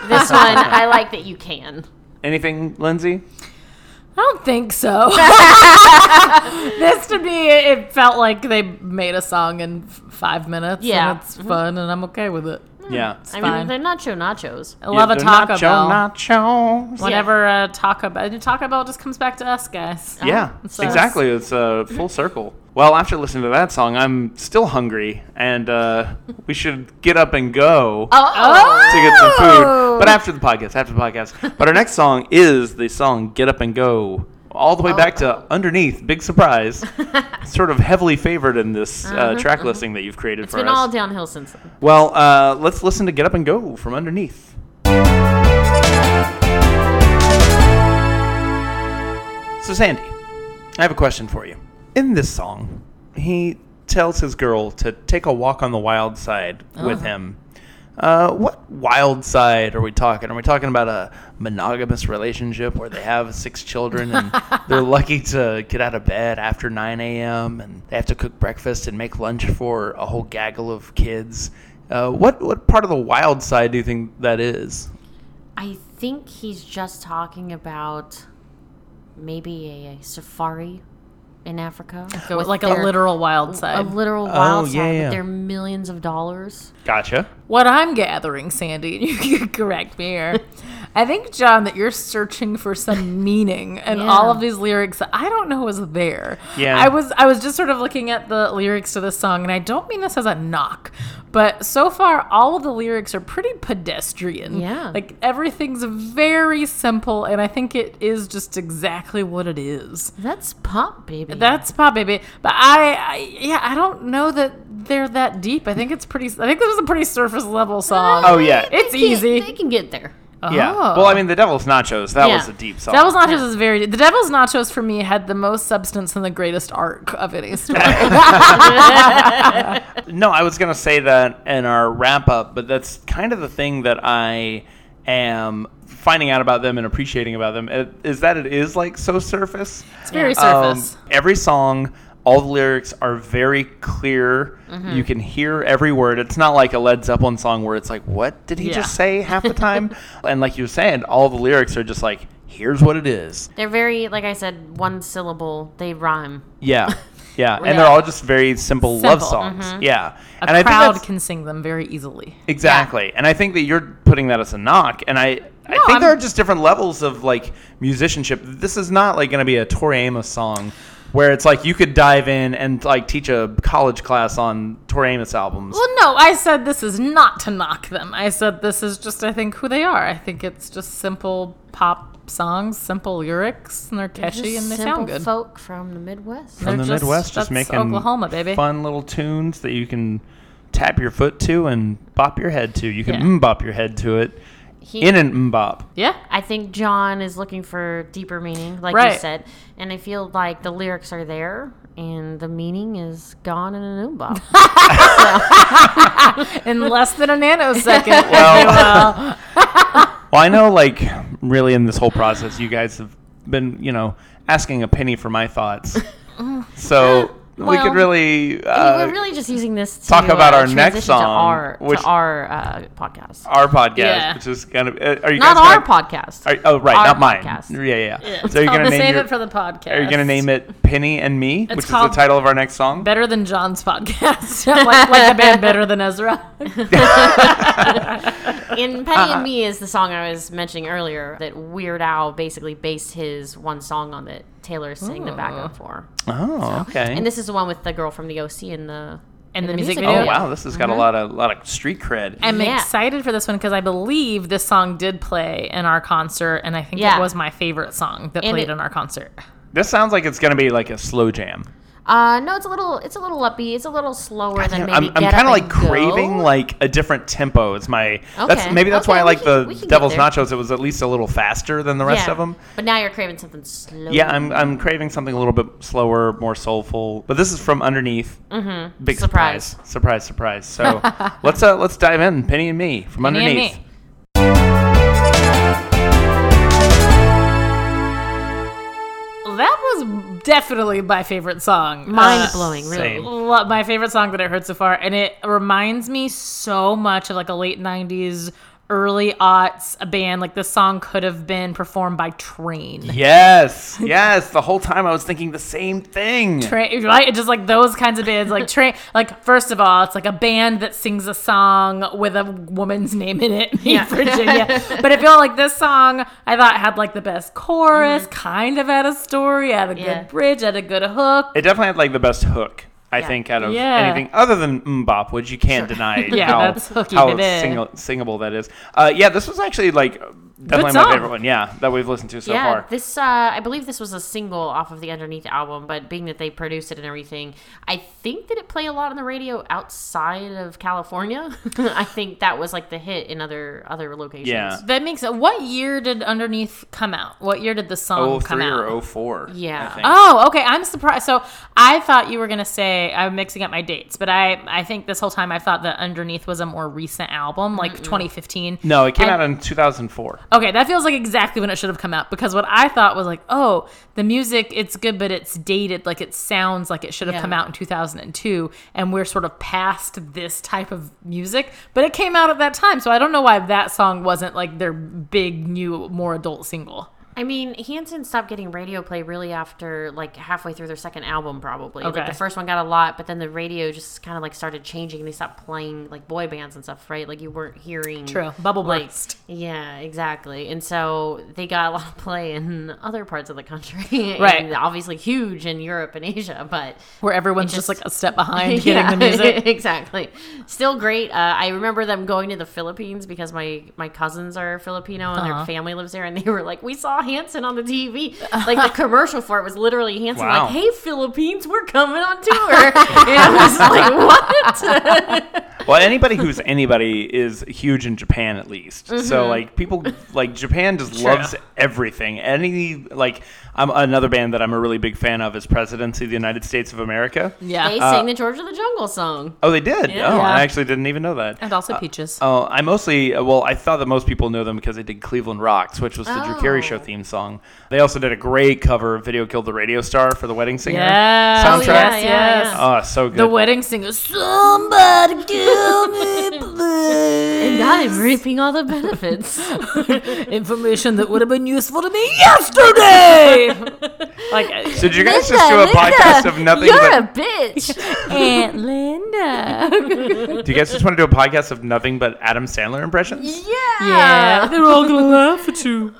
Speaker 3: this one, I like that you can.
Speaker 1: anything, Lindsay?
Speaker 2: I don't think so. this to me, it felt like they made a song in f- five minutes.
Speaker 3: Yeah.
Speaker 2: and
Speaker 3: Mm-hmm.
Speaker 2: it's fun, and I'm okay with it.
Speaker 1: Yeah.
Speaker 3: I
Speaker 2: fine.
Speaker 3: mean, they're nacho nachos.
Speaker 2: I love a Taco Bell.
Speaker 1: Nachos.
Speaker 2: Whenever uh, Taco Bell, Taco Bell just comes back to us, guys.
Speaker 1: Yeah,
Speaker 2: it's us.
Speaker 1: exactly. It's a uh, full circle. Well, after listening to that song, I'm still hungry, and uh, we should get up and go
Speaker 3: Oh.
Speaker 1: to get some food. But after the podcast, after the podcast. But our next song is the song Get Up and Go. All the way back to underneath, big surprise. sort of heavily favored in this uh, track listing that you've created
Speaker 3: It's
Speaker 1: for
Speaker 3: been
Speaker 1: us.
Speaker 3: all downhill since then.
Speaker 1: well, uh, let's listen to Get Up and Go from underneath. So, Sandy, I have a question for you. In this song, he tells his girl to take a walk on the wild side with him. Uh, what wild side are we talking? Are we talking about a monogamous relationship where they have six children and they're lucky to get out of bed after 9 a.m. and they have to cook breakfast and make lunch for a whole gaggle of kids? Uh, what what part of the wild side do you think that is?
Speaker 3: I think he's just talking about maybe a safari in Africa. with
Speaker 2: like a
Speaker 3: their-
Speaker 2: literal wild
Speaker 3: a
Speaker 2: side.
Speaker 3: literal wild
Speaker 1: yeah,
Speaker 3: side
Speaker 1: Uh, oh, yeah.
Speaker 3: with their millions of dollars.
Speaker 1: Gotcha.
Speaker 2: what I'm gathering, Sandy, and you can correct me here. I think, John, that you're searching for some meaning in
Speaker 3: Yeah.
Speaker 2: all of these lyrics that I don't know was there.
Speaker 1: Yeah.
Speaker 2: I was I was just sort of looking at the lyrics to this song, and I don't mean this as a knock, but so far all of the lyrics are pretty pedestrian.
Speaker 3: Yeah.
Speaker 2: Like everything's very simple, and I think it is just exactly what it is.
Speaker 3: That's pop, baby.
Speaker 2: That's pop baby, but I, I yeah, I don't know that they're that deep. I think it's pretty. I think this is a pretty surface level song.
Speaker 1: Oh yeah.
Speaker 3: They
Speaker 2: It's
Speaker 3: can-
Speaker 2: easy.
Speaker 3: They can get there.
Speaker 1: Yeah.
Speaker 2: Oh.
Speaker 1: Well, I mean, the Devil's Nachos. That
Speaker 3: Yeah.
Speaker 1: was a deep song.
Speaker 2: Devil's Nachos is very. The Devil's Nachos for me had the most substance and the greatest arc of any story.
Speaker 1: No, I was going to say that in our wrap up, but that's kind of the thing that I am finding out about them and appreciating about them uh, is that it is like so surface.
Speaker 2: It's very
Speaker 1: Um,
Speaker 2: surface.
Speaker 1: every song, all the lyrics are very clear.
Speaker 2: Mm-hmm.
Speaker 1: You can hear every word. It's not like a Led Zeppelin song where it's like, what did he
Speaker 2: Yeah.
Speaker 1: just say half the time? and like you were saying, all the lyrics are just like, here's what it is.
Speaker 3: They're very, like I said, one syllable. They rhyme.
Speaker 1: Yeah. Yeah. And
Speaker 2: Yeah.
Speaker 1: they're all just very simple, love
Speaker 2: Simple, Mm-hmm.
Speaker 1: songs. Yeah.
Speaker 2: a
Speaker 1: and I think
Speaker 2: crowd
Speaker 1: that's-
Speaker 2: can sing them very easily.
Speaker 1: Exactly. And I think that you're putting that as a knock. And I, I think
Speaker 2: I'm-
Speaker 1: there are just different levels of like musicianship. This is not like going to be a Tori Amos song where it's like you could dive in and like teach a college class on Tori Amos albums.
Speaker 2: Well, no, I said this is not to knock them. I said this is just, I think, who they are. I think it's just simple pop songs, simple lyrics, and they're catchy
Speaker 3: Just
Speaker 2: and they
Speaker 3: simple
Speaker 2: sound good.
Speaker 3: folk from the Midwest.
Speaker 1: From
Speaker 2: they're
Speaker 1: the
Speaker 2: just-
Speaker 1: Midwest, just
Speaker 2: that's
Speaker 1: making
Speaker 2: Oklahoma, baby.
Speaker 1: fun little tunes that you can tap your foot to and bop your head to. You can
Speaker 2: Yeah.
Speaker 1: mbop your head to it
Speaker 3: He-
Speaker 1: in an mbop.
Speaker 2: Yeah,
Speaker 3: I think John is looking for deeper meaning, like you
Speaker 2: Right.
Speaker 3: said. And I feel like the lyrics are there and the meaning is gone in a box.
Speaker 2: in less than a nanosecond.
Speaker 1: Well, well, I know, like, really in this whole process, you guys have been, you know, asking a penny for my thoughts. So we
Speaker 3: Well,
Speaker 1: could really. Uh,
Speaker 3: We're really just using this to
Speaker 1: talk about
Speaker 3: uh,
Speaker 1: our next
Speaker 3: transition to
Speaker 1: song,
Speaker 3: our,
Speaker 1: which-
Speaker 3: to our uh, podcast.
Speaker 1: Our podcast,
Speaker 2: Yeah.
Speaker 1: which is kind of. Uh, are you
Speaker 3: Not
Speaker 1: guys
Speaker 3: our
Speaker 1: gonna,
Speaker 3: podcast.
Speaker 1: Are, oh, right,
Speaker 3: our
Speaker 1: not mine.
Speaker 3: podcast.
Speaker 1: Yeah, yeah. yeah.
Speaker 2: It's
Speaker 1: So you're
Speaker 2: called
Speaker 1: gonna
Speaker 2: the
Speaker 1: name
Speaker 2: Save
Speaker 1: your-
Speaker 2: It for the Podcast.
Speaker 1: Are you gonna name it "Penny and Me," which is the
Speaker 2: called-
Speaker 1: title of our next song?
Speaker 2: Better than John's podcast. like, like the band Better Than Ezra.
Speaker 3: In Penny
Speaker 1: Uh-huh.
Speaker 3: and Me is the song I was mentioning earlier that Weird Al basically based his one song on that Taylor sang the backup for.
Speaker 1: oh, okay.
Speaker 3: And this is the one with the girl from the OC and the
Speaker 2: And
Speaker 3: in
Speaker 2: the music
Speaker 1: oh,
Speaker 2: video.
Speaker 1: wow, this has got a lot of lot of street cred.
Speaker 2: I'm
Speaker 3: Yeah.
Speaker 2: excited for this one because I believe this song did play in our concert, and I think
Speaker 3: Yeah.
Speaker 2: it was my favorite song that
Speaker 3: And
Speaker 2: played
Speaker 3: it-
Speaker 2: in our concert.
Speaker 1: this sounds like it's gonna be like a slow jam.
Speaker 3: Uh, no, it's a little, it's a little uppy. It's a little slower than maybe.
Speaker 1: I'm, I'm
Speaker 3: Get Up
Speaker 1: kind of like
Speaker 3: and Go.
Speaker 1: craving like a different tempo. It's my that's
Speaker 3: Okay.
Speaker 1: maybe that's
Speaker 3: Okay,
Speaker 1: why I
Speaker 3: we
Speaker 1: like
Speaker 3: can-
Speaker 1: the
Speaker 3: we can get
Speaker 1: Devil's
Speaker 3: there.
Speaker 1: Nachos. It was at least a little faster than the rest
Speaker 3: Yeah.
Speaker 1: of them.
Speaker 3: But now you're craving something slow.
Speaker 1: Yeah, I'm I'm craving something a little bit slower, more soulful. But this is from underneath. Mm-hmm. Big surprise,
Speaker 3: Surprise.
Speaker 1: surprise, surprise. So let's uh, let's dive in. Penny and me from
Speaker 2: Penny and
Speaker 1: underneath.
Speaker 2: Me. That was definitely my favorite song.
Speaker 3: mind
Speaker 2: Uh,
Speaker 3: blowing. Really,
Speaker 1: Same.
Speaker 2: lo- my favorite song that I heard so far, and it reminds me so much of like a late '90s early aughts a band. Like this song could have been performed by Train.
Speaker 1: Yes, yes. The whole time I was thinking the same thing.
Speaker 2: Train, right? It's just like those kinds of bands, like train. Like first of all, it's like a band that sings a song with a woman's name in it, in Virginia. but I feel like this song I thought had like the best chorus, kind of had a story, had a
Speaker 3: Yeah.
Speaker 2: good bridge, had a good hook.
Speaker 1: It definitely had like the best hook, I
Speaker 3: Yeah.
Speaker 1: think, out of
Speaker 2: Yeah.
Speaker 1: anything other than Mbop, which you can't deny
Speaker 2: Yeah,
Speaker 1: how,
Speaker 2: that's hooky,
Speaker 1: how
Speaker 2: baby.
Speaker 1: single, singable that is. Uh, yeah, this was actually like definitely my
Speaker 2: song.
Speaker 1: favorite one. Yeah, that we've listened to so
Speaker 3: yeah,
Speaker 1: far.
Speaker 3: this uh, I believe this was a single off of the Underneath album, but being that they produced it and everything, I think that it played a lot on the radio outside of California. I think that was like the hit in other other locations.
Speaker 1: Yeah.
Speaker 2: That makes sense. What year did Underneath come out? What year did the song
Speaker 1: Oh
Speaker 2: come
Speaker 1: three
Speaker 2: out?
Speaker 1: or oh four.
Speaker 3: Yeah.
Speaker 1: I think.
Speaker 2: Oh, okay. I'm surprised. So I thought you were gonna say I'm mixing up my dates, but I I think this whole time I thought that Underneath was a more recent album, like 2015.
Speaker 1: No, it came out
Speaker 2: And-
Speaker 1: in 2004.
Speaker 2: Okay, that feels like exactly when it should have come out because what I thought was like, oh, the music it's good, but it's dated. Like it sounds like it should have
Speaker 3: Yeah.
Speaker 2: come out in 2002, and we're sort of past this type of music. But it came out at that time, so I don't know why that song wasn't like their big new, more adult single.
Speaker 3: I mean, Hanson stopped getting radio play really after like halfway through their second album, probably. Like,
Speaker 2: Okay.
Speaker 3: the first one got a lot, but then the radio just kind of like started changing. They stopped playing like boy bands and stuff, right? Like you weren't hearing
Speaker 2: True. Bubble
Speaker 3: like-
Speaker 2: burst.
Speaker 3: yeah, exactly. And so they got a lot of play in other parts of the country, and
Speaker 2: Right.
Speaker 3: Obviously huge in Europe and Asia, but
Speaker 2: Where everyone's just,
Speaker 3: just-
Speaker 2: like a step behind getting the music.
Speaker 3: exactly. Still great. Uh, I remember them going to the Philippines because my my cousins are Filipino and
Speaker 2: Uh-huh.
Speaker 3: their family lives there, and they were like, "We saw Hanson on the TV." Like the commercial for it was literally Hanson
Speaker 1: Wow.
Speaker 3: like, "Hey Philippines, we're coming on tour." and I was like, "What?"
Speaker 1: well, anybody who's anybody is huge in Japan at least. So
Speaker 2: Mm-hmm.
Speaker 1: like people like Japan just loves everything. Any like I'm another band that I'm a really big fan of is Presidency of the United States of America.
Speaker 2: Yeah. Uh,
Speaker 3: they sang the George of the Jungle song.
Speaker 1: Oh, they did.
Speaker 3: Yeah.
Speaker 1: Oh,
Speaker 2: Yeah.
Speaker 1: I actually didn't even know that.
Speaker 2: and also Peaches.
Speaker 1: Oh, I mostly well, I thought that most people know them because they did Cleveland Rocks, which was the Drew Carey show
Speaker 3: Oh.
Speaker 1: theme song. They also did a great cover of Video Killed the Radio Star for the Wedding Singer
Speaker 2: Yes.
Speaker 1: soundtrack.
Speaker 3: yeah, yeah, yeah.
Speaker 1: Oh, so good.
Speaker 2: The wedding singer. Somebody give me please.
Speaker 3: And I'm reaping all the benefits.
Speaker 2: information that would have been useful to me yesterday. like uh,
Speaker 1: so did you guys just do a podcast of nothing
Speaker 3: You're
Speaker 1: but
Speaker 3: a bitch.
Speaker 2: Aunt Linda.
Speaker 1: Do you guys just want to do a podcast of nothing but Adam Sandler impressions?
Speaker 2: Yeah, they're all gonna laugh at you.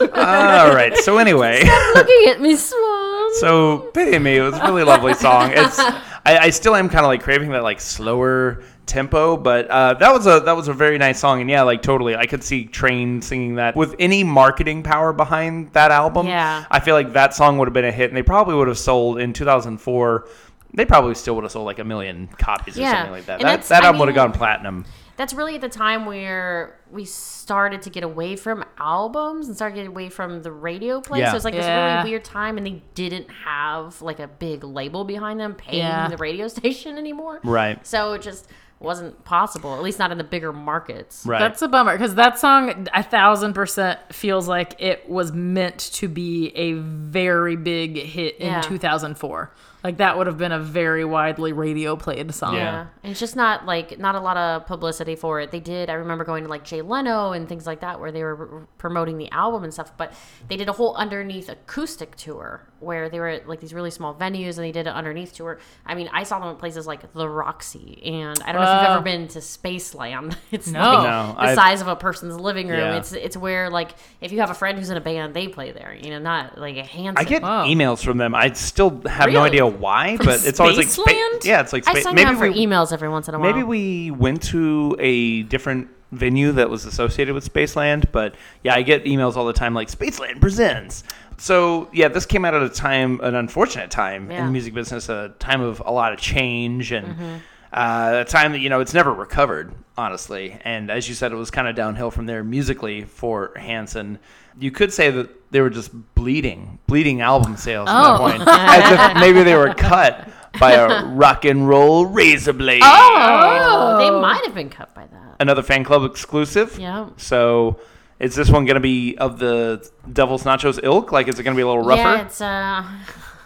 Speaker 1: All right. So anyway,
Speaker 3: Looking at me, Swan.
Speaker 1: so pity me. It was a really lovely song. It's I, I still am kind of like craving that like slower tempo, but uh, that was a that was a very nice song. And yeah, like totally, I could see Train singing that with any marketing power behind that album.
Speaker 3: Yeah.
Speaker 1: I feel like that song would have been a hit, and they probably would have sold in 2004. They probably still would have sold like a million copies or
Speaker 3: Yeah.
Speaker 1: something like that.
Speaker 3: And
Speaker 1: That,
Speaker 3: that's-
Speaker 1: that
Speaker 3: I
Speaker 1: album would have
Speaker 3: mean-
Speaker 1: gone platinum.
Speaker 3: that's really at the time where we started to get away from albums and started getting away from the radio play.
Speaker 1: Yeah.
Speaker 3: So it's like
Speaker 2: Yeah.
Speaker 3: this really weird time, and they didn't have like a big label behind them paying
Speaker 2: Yeah.
Speaker 3: the radio station anymore.
Speaker 1: Right.
Speaker 3: So it just wasn't possible, at least not in the bigger markets.
Speaker 1: Right.
Speaker 2: That's a bummer because that song a thousand percent feels like it was meant to be a very big hit in
Speaker 3: Yeah.
Speaker 2: 2004. Like that would have been a very widely radio played song.
Speaker 1: Yeah.
Speaker 3: uh, Yeah. And it's just not like not a lot of publicity for it. They did. I remember going to like Jay Leno and things like that where they were r- promoting the album and stuff. But they did a whole underneath acoustic tour where they were at like these really small venues and they did an underneath tour. I mean, I saw them at places like the Roxy and I don't know if you've
Speaker 2: Wow.
Speaker 3: ever been to Spaceland. It's
Speaker 2: No.
Speaker 3: like
Speaker 1: No,
Speaker 3: the
Speaker 1: I've-
Speaker 3: size of a person's living room.
Speaker 1: Yeah.
Speaker 3: It's it's where like if you have a friend who's in a band, they play there. You know, not like a handsome.
Speaker 1: I get
Speaker 2: Wow.
Speaker 1: emails from them. I still have no
Speaker 3: Really?
Speaker 1: idea why, but it's always like
Speaker 2: Spaceland?
Speaker 1: yeah, it's like
Speaker 3: I
Speaker 1: spa-
Speaker 3: sign
Speaker 1: maybe
Speaker 3: up for
Speaker 1: we
Speaker 3: emails every once in a while.
Speaker 1: maybe we went to a different venue that was associated with Spaceland, but yeah, I get emails all the time like Spaceland presents. So yeah, this came out at a time, an unfortunate time in
Speaker 3: Yeah. Mm-hmm.
Speaker 1: the music business, a time of a lot of change and. Uh, a time that you know it's never recovered, honestly. And as you said, it was kind of downhill from there musically for Hanson. You could say that they were just bleeding, bleeding album sales at that
Speaker 2: Oh.
Speaker 1: point, as if maybe they were cut by a rock and roll razor blade.
Speaker 3: Oh, they might have been cut by that.
Speaker 1: another fan club exclusive.
Speaker 3: Yeah.
Speaker 1: So is this one going to be of the Devil's Nachos ilk? Like, is it going to be a little rougher?
Speaker 3: Yeah, it's uh,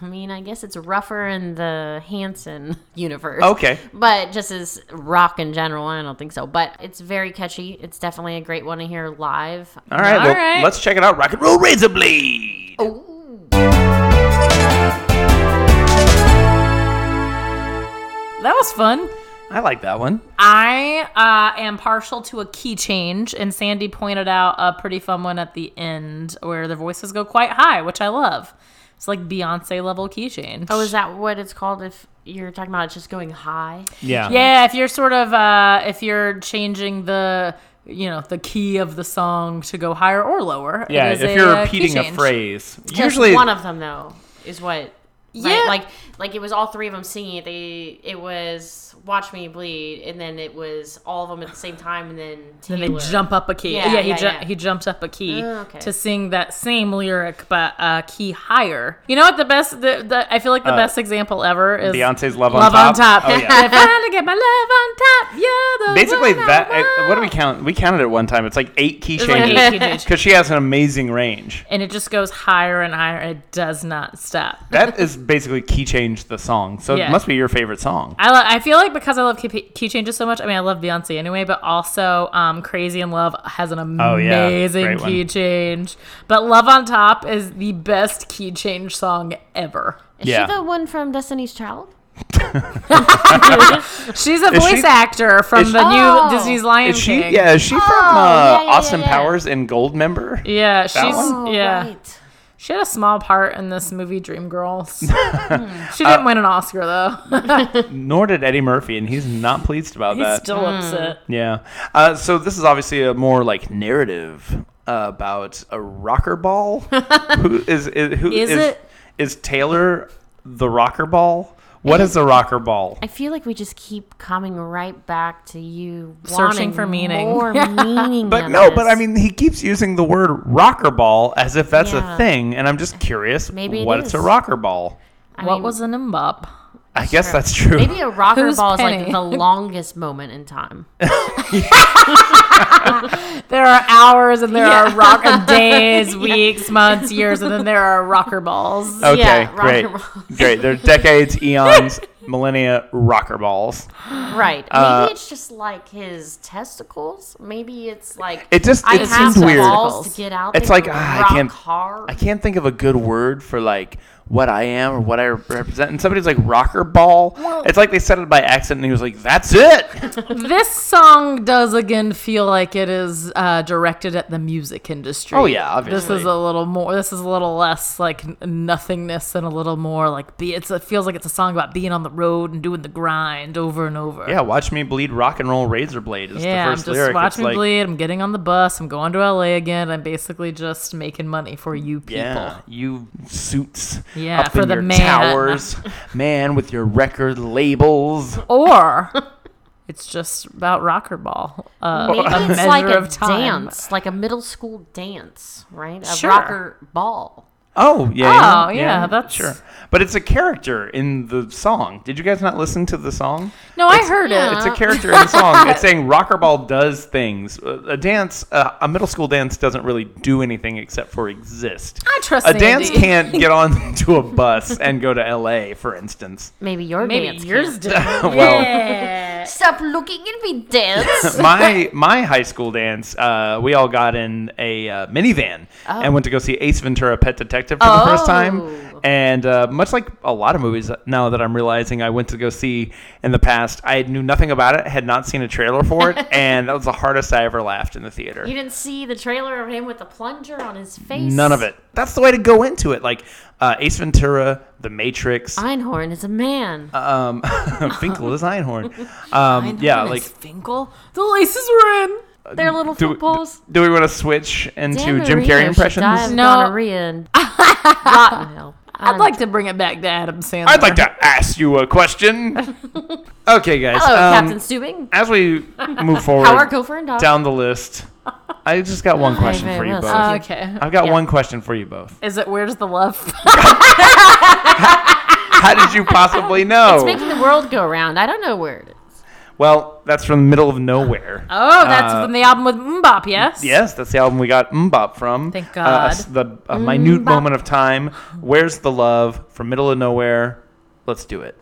Speaker 3: I mean, I guess it's rougher in the Hanson universe.
Speaker 1: Okay.
Speaker 3: But just as rock in general, I don't think so. But it's very catchy. It's definitely a great one to hear live.
Speaker 1: All right,
Speaker 2: All
Speaker 1: well,
Speaker 2: right.
Speaker 1: let's check it out. Rock and Roll Razor Blade.
Speaker 2: That was fun.
Speaker 1: I like that one.
Speaker 2: I uh, am partial to a key change, and Sandy pointed out a pretty fun one at the end where their voices go quite high, which I love. It's like Beyonce level key change.
Speaker 3: Oh, is that what it's called if you're talking about it just going high?
Speaker 4: Yeah.
Speaker 2: yeah. If you're sort of uh, if you're changing the you know the key of the song to go higher or lower. it
Speaker 4: Yeah,
Speaker 2: is
Speaker 4: if
Speaker 2: a,
Speaker 4: you're
Speaker 2: uh, key
Speaker 4: repeating a
Speaker 2: change.
Speaker 4: phrase,
Speaker 3: Just
Speaker 4: usually
Speaker 3: one of them though is what.
Speaker 2: Yeah.
Speaker 3: Yeah. Like like it was all three of them singing it. They it was Watch Me Bleed, and then it was all of them at the same time, and then
Speaker 2: Then
Speaker 3: Taylor.
Speaker 2: they jump up a key.
Speaker 3: Yeah,
Speaker 2: Yeah, he
Speaker 3: yeah,
Speaker 2: ju-
Speaker 3: yeah.
Speaker 2: he jumps up a key
Speaker 3: Oh, okay.
Speaker 2: to sing that same lyric, but a key higher. You know what? The best, the, the I feel like the best example ever is
Speaker 4: Beyonce's Love on
Speaker 2: Love on
Speaker 4: Top.
Speaker 2: top.
Speaker 4: Oh, yeah.
Speaker 2: if I had to get my love on top, you're the
Speaker 1: Basically,
Speaker 2: one I
Speaker 1: that
Speaker 2: want.
Speaker 1: what do we count? We counted it one time. It's like eight key
Speaker 2: It's like
Speaker 1: changes
Speaker 2: eight key changes.
Speaker 1: because she has an amazing range.
Speaker 2: and it just goes higher and higher. It does not stop.
Speaker 1: That is basically key change the song. So
Speaker 2: Yeah.
Speaker 1: it must be your favorite song.
Speaker 2: I, lo- I feel like because I love key, key changes so much. I mean, I love Beyonce anyway, but also um, Crazy in Love has an
Speaker 1: Oh, yeah. Great
Speaker 2: amazing key
Speaker 1: one.
Speaker 2: change. But Love on Top is the best key change song ever.
Speaker 3: Is
Speaker 1: Yeah.
Speaker 3: she the one from Destiny's Child?
Speaker 2: She's a
Speaker 1: Is
Speaker 2: voice
Speaker 1: she-
Speaker 2: actor from
Speaker 1: is
Speaker 2: the
Speaker 1: she-
Speaker 2: new
Speaker 3: Oh.
Speaker 2: Disney's Lion
Speaker 1: Is she?
Speaker 2: King.
Speaker 1: Yeah, is she from uh,
Speaker 3: yeah, yeah,
Speaker 1: Austin
Speaker 3: yeah.
Speaker 1: Powers and Gold Member?
Speaker 2: Yeah, she's
Speaker 1: one?
Speaker 2: yeah.
Speaker 3: Oh, Right.
Speaker 2: She had a small part in this movie Dreamgirls. she
Speaker 1: Uh,
Speaker 2: didn't win an Oscar though.
Speaker 1: Nor did Eddie Murphy, and he's not pleased about
Speaker 2: He's
Speaker 1: that.
Speaker 2: still upset.
Speaker 1: yeah. Uh, so this is obviously a more like narrative about a rocker ball. who is, is who
Speaker 2: Is it-
Speaker 1: is Taylor the rocker ball? What is the rocker ball?
Speaker 3: I feel like we just keep coming right back to you
Speaker 2: Searching
Speaker 3: wanting
Speaker 2: for meaning.
Speaker 3: more meaning.
Speaker 1: But
Speaker 3: in
Speaker 1: no, but I
Speaker 3: this.
Speaker 1: mean, he keeps using the word rocker ball as if that's a
Speaker 3: Yeah.
Speaker 1: thing, and I'm just curious
Speaker 3: Maybe it
Speaker 1: what it's a
Speaker 3: is.
Speaker 1: rocker ball.
Speaker 3: I
Speaker 2: what
Speaker 3: mean,
Speaker 2: was an mbop?
Speaker 1: I guess that's true.
Speaker 3: maybe a rocker
Speaker 2: Who's
Speaker 3: ball is
Speaker 2: Penny?
Speaker 3: like the longest moment in time.
Speaker 2: There are hours and there are rock of days, weeks, months, years, and then there are rocker balls.
Speaker 1: okay,
Speaker 3: yeah, rocker
Speaker 1: great,
Speaker 3: balls.
Speaker 1: great. There are decades, eons, millennia rocker balls.
Speaker 3: Right.
Speaker 1: Uh,
Speaker 3: Maybe it's just like his testicles. Maybe it's like
Speaker 1: It just
Speaker 3: I
Speaker 1: it
Speaker 3: have
Speaker 1: seems
Speaker 3: the
Speaker 1: weird.
Speaker 3: balls to get out.
Speaker 1: It's
Speaker 3: there
Speaker 1: like
Speaker 3: and
Speaker 1: ah,
Speaker 3: rock
Speaker 1: I can't.
Speaker 3: hard.
Speaker 1: I can't think of a good word for like what I am or what I represent. And somebody's like rocker ball. it's like they said it by accident, and he was like, "That's it."
Speaker 2: This song does again feel like it is uh, directed at the music industry.
Speaker 1: Oh, yeah, obviously.
Speaker 2: This is a little more. This is a little less like n- nothingness and a little more like be. It's, it feels like it's a song about being on the road and doing the grind over and over.
Speaker 1: yeah, watch me bleed. Rock and roll razor blade is
Speaker 2: Yeah,
Speaker 1: the
Speaker 2: I'm
Speaker 1: first
Speaker 2: just
Speaker 1: lyric.
Speaker 2: watch
Speaker 1: It's
Speaker 2: me
Speaker 1: like,
Speaker 2: bleed. I'm getting on the bus. I'm going to LA again. I'm basically just making money for you people.
Speaker 1: Yeah, you suits.
Speaker 2: Yeah,
Speaker 1: up
Speaker 2: for
Speaker 1: in
Speaker 2: the
Speaker 1: your
Speaker 2: man.
Speaker 1: towers, man with your record labels.
Speaker 2: Or it's just about rocker ball. Uh,
Speaker 3: Maybe
Speaker 2: a
Speaker 3: it's
Speaker 2: measure
Speaker 3: like a
Speaker 2: of time.
Speaker 3: dance, like a middle school dance, right? A
Speaker 2: Sure.
Speaker 3: rocker ball.
Speaker 1: Oh yeah.
Speaker 2: Oh, yeah, that's-
Speaker 1: sure. But it's a character in the song. Did you guys not listen to the song?
Speaker 2: No, I heard it.
Speaker 1: It's a character in the song. It's saying rocker ball does things. A a dance, uh, a middle school dance, doesn't really do anything except for exist.
Speaker 2: I trust
Speaker 1: A dance
Speaker 2: Sandy.
Speaker 1: can't get on to a bus and go to L.A. For instance,
Speaker 3: Maybe your
Speaker 2: Maybe
Speaker 3: dance.
Speaker 2: yours did.
Speaker 1: well.
Speaker 2: yeah.
Speaker 3: can't. Stop looking at me dance.
Speaker 1: my my high school dance, uh, we all got in a uh, minivan and went to go see Ace Ventura: Pet Detective for the first time.
Speaker 3: Oh.
Speaker 1: And uh, much like a lot of movies now that I'm realizing, I went to go see in the past. I knew nothing about it, had not seen a trailer for it, and that was the hardest I ever laughed in the theater.
Speaker 3: you didn't see the trailer of him with the plunger on his face.
Speaker 1: None of it. That's the way to go into it. Like uh, Ace Ventura, The Matrix,
Speaker 3: Einhorn is a man.
Speaker 1: um, Finkel is Einhorn. Um, yeah, like
Speaker 2: Finkel. The laces were in.
Speaker 3: Their little
Speaker 1: do we,
Speaker 3: footballs.
Speaker 1: do we want to swwitch into
Speaker 3: Dan
Speaker 1: Jim
Speaker 3: Marino
Speaker 1: Carrey
Speaker 3: should
Speaker 1: impressions?
Speaker 3: die of
Speaker 2: No.
Speaker 3: gonorrhea and rotten hell. Um,
Speaker 2: I'd like to bring it back to Adam Sandler.
Speaker 1: I'd like to ask you a question. okay, guys.
Speaker 3: Hello,
Speaker 1: um,
Speaker 3: Captain Stubing.
Speaker 1: As we move forward
Speaker 3: Howard Gopher and Dog.
Speaker 1: down the list, I just got one question
Speaker 3: very
Speaker 1: for you
Speaker 3: well
Speaker 1: both.
Speaker 3: said.
Speaker 2: Oh, okay.
Speaker 1: I've got one question for you both.
Speaker 2: Is it Where's the Love?
Speaker 1: How did you possibly know?
Speaker 3: It's making the world go round. I don't know where it is.
Speaker 1: Well, that's from the middle of nowhere.
Speaker 2: Oh, that's
Speaker 1: Uh,
Speaker 2: from the album with Mbop, yes?
Speaker 1: Yes, that's the album we got Mbop from.
Speaker 2: Thank
Speaker 1: Uh, a s-
Speaker 2: God.
Speaker 1: the a minute
Speaker 2: Mbop.
Speaker 1: moment of time. Where's the love? From middle of nowhere. Let's do it.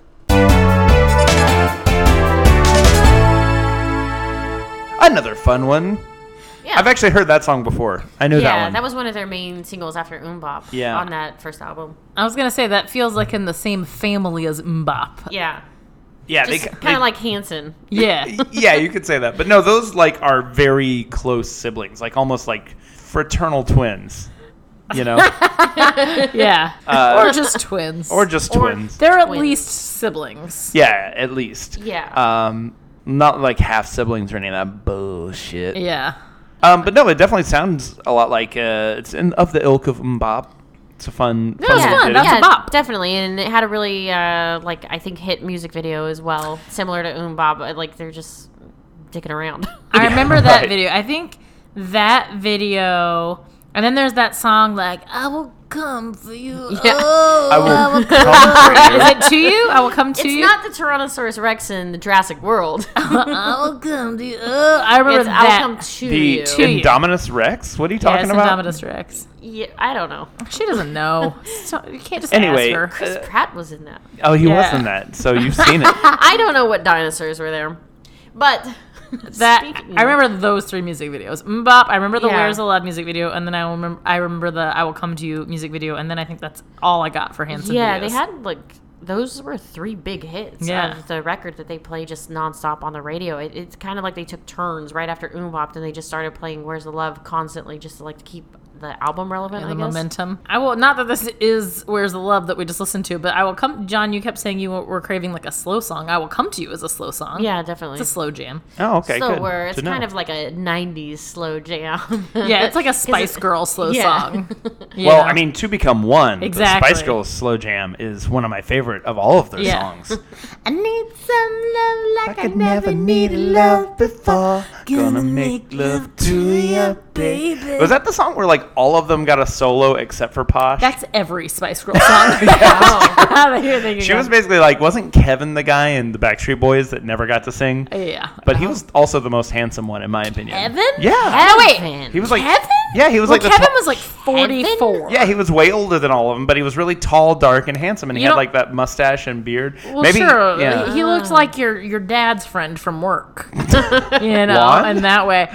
Speaker 1: Another fun one.
Speaker 3: Yeah.
Speaker 1: I've actually heard that song before. I knew that
Speaker 3: yeah,
Speaker 1: one.
Speaker 3: that, was one of their main singles after Umbop
Speaker 1: Yeah.
Speaker 3: on that first album.
Speaker 2: I was going to say that feels like in the same family as Mbop.
Speaker 3: Yeah.
Speaker 1: yeah,
Speaker 3: Just
Speaker 1: they,
Speaker 3: kind of like Hanson.
Speaker 2: Yeah.
Speaker 1: yeah, you could say that. But no, those like are very close siblings, like almost like fraternal twins. You know,
Speaker 2: yeah.
Speaker 1: Uh,
Speaker 2: or just twins.
Speaker 1: or just
Speaker 3: Or-
Speaker 1: twins.
Speaker 2: They're at
Speaker 3: twins.
Speaker 2: least siblings.
Speaker 1: Yeah, at least.
Speaker 3: Yeah.
Speaker 1: Um, not like half siblings or any of that bullshit.
Speaker 2: Yeah.
Speaker 1: Um, but no, it definitely sounds a lot like uh, it's in of the ilk of Mbop. It's a fun. fun
Speaker 2: it's
Speaker 1: little
Speaker 2: fun.
Speaker 1: ditty.
Speaker 2: That's a bop.
Speaker 3: Definitely, and it had a really uh, like I think hit music video as well, similar to Umbop. Like they're just dicking around.
Speaker 2: I remember that
Speaker 1: right.
Speaker 2: video. I think that video. And then there's that song like I will come for you.
Speaker 3: Yeah.
Speaker 2: Oh,
Speaker 1: I will come for you.
Speaker 2: Is it to you? I will come to
Speaker 3: it's
Speaker 2: you.
Speaker 3: not the Tyrannosaurus Rex in the Jurassic World. it's
Speaker 2: I will come to you. Oh, I remember that.
Speaker 3: I'll come to
Speaker 1: The
Speaker 3: you.
Speaker 2: you.
Speaker 1: Indominus Rex? What are you talking
Speaker 2: yes,
Speaker 1: about?
Speaker 2: Indominus Rex.
Speaker 3: yeah, I don't know.
Speaker 2: She doesn't know. So, you can't just
Speaker 1: Anyway,
Speaker 2: ask her.
Speaker 3: Chris Pratt was in that.
Speaker 1: Oh, he was
Speaker 2: Yeah.
Speaker 1: in that. So you've seen it.
Speaker 3: I don't know what dinosaurs were there, but
Speaker 2: That
Speaker 3: speaking-
Speaker 2: I remember those three music videos. Mbop. I remember the
Speaker 3: Yeah.
Speaker 2: Where's the Love music video, and then I remember I remember the I Will Come to You music video, and then I think that's all I got for Hanson.
Speaker 3: Yeah,
Speaker 2: videos.
Speaker 3: they had like those were three big hits
Speaker 2: Yeah.
Speaker 3: of the record that they play just nonstop on the radio. It, it's kind of like they took turns right after Oom Bop, then they just started playing "Where's the Love" constantly, just to like to keep the album relevant.
Speaker 2: the
Speaker 3: I guess.
Speaker 2: momentum. I will not that this is where's the love that we just listened to, but I will come. John, you kept saying you were craving like a slow song. I will come to you as a slow song.
Speaker 3: Yeah, definitely.
Speaker 2: it's a slow jam.
Speaker 1: Oh, okay. good
Speaker 3: slower. It's
Speaker 1: to know.
Speaker 3: kind of like a '90s slow jam.
Speaker 2: Yeah, it's like a Spice Girl slow
Speaker 3: yeah.
Speaker 2: song.
Speaker 1: Well,
Speaker 2: Yeah.
Speaker 1: I mean, to become one. The Spice
Speaker 2: Exactly.
Speaker 1: Girls slow jam is one of my favorite of all of their
Speaker 2: Yeah.
Speaker 1: songs.
Speaker 2: I need some love like I, never needed love.
Speaker 1: love before. Gonna make love to ya, baby. Was that the song where like all of them got a solo except for Posh?
Speaker 2: That's every Spice Girl song. Wow. Here they
Speaker 1: she
Speaker 2: go.
Speaker 1: was basically like, wasn't Kevin the guy in the Backstreet Boys that never got to sing?
Speaker 3: Uh,
Speaker 2: yeah.
Speaker 1: But he was also the most handsome one, in my opinion.
Speaker 2: Evan?
Speaker 1: Yeah.
Speaker 2: No, wait.
Speaker 3: Evan.
Speaker 1: He was like
Speaker 2: Kevin?
Speaker 1: Yeah, he was
Speaker 2: Well,
Speaker 1: like the
Speaker 2: Kevin
Speaker 1: tall-
Speaker 2: was like 44.
Speaker 1: Yeah, he was way older than all of them, but he was really tall, dark, and handsome, and he
Speaker 2: You
Speaker 1: had
Speaker 2: don't-
Speaker 1: like that mustache and beard.
Speaker 2: Well,
Speaker 1: Maybe,
Speaker 2: sure.
Speaker 1: yeah.
Speaker 2: He, he looked like your your dad's friend from work, you know,
Speaker 1: What?
Speaker 2: in that way.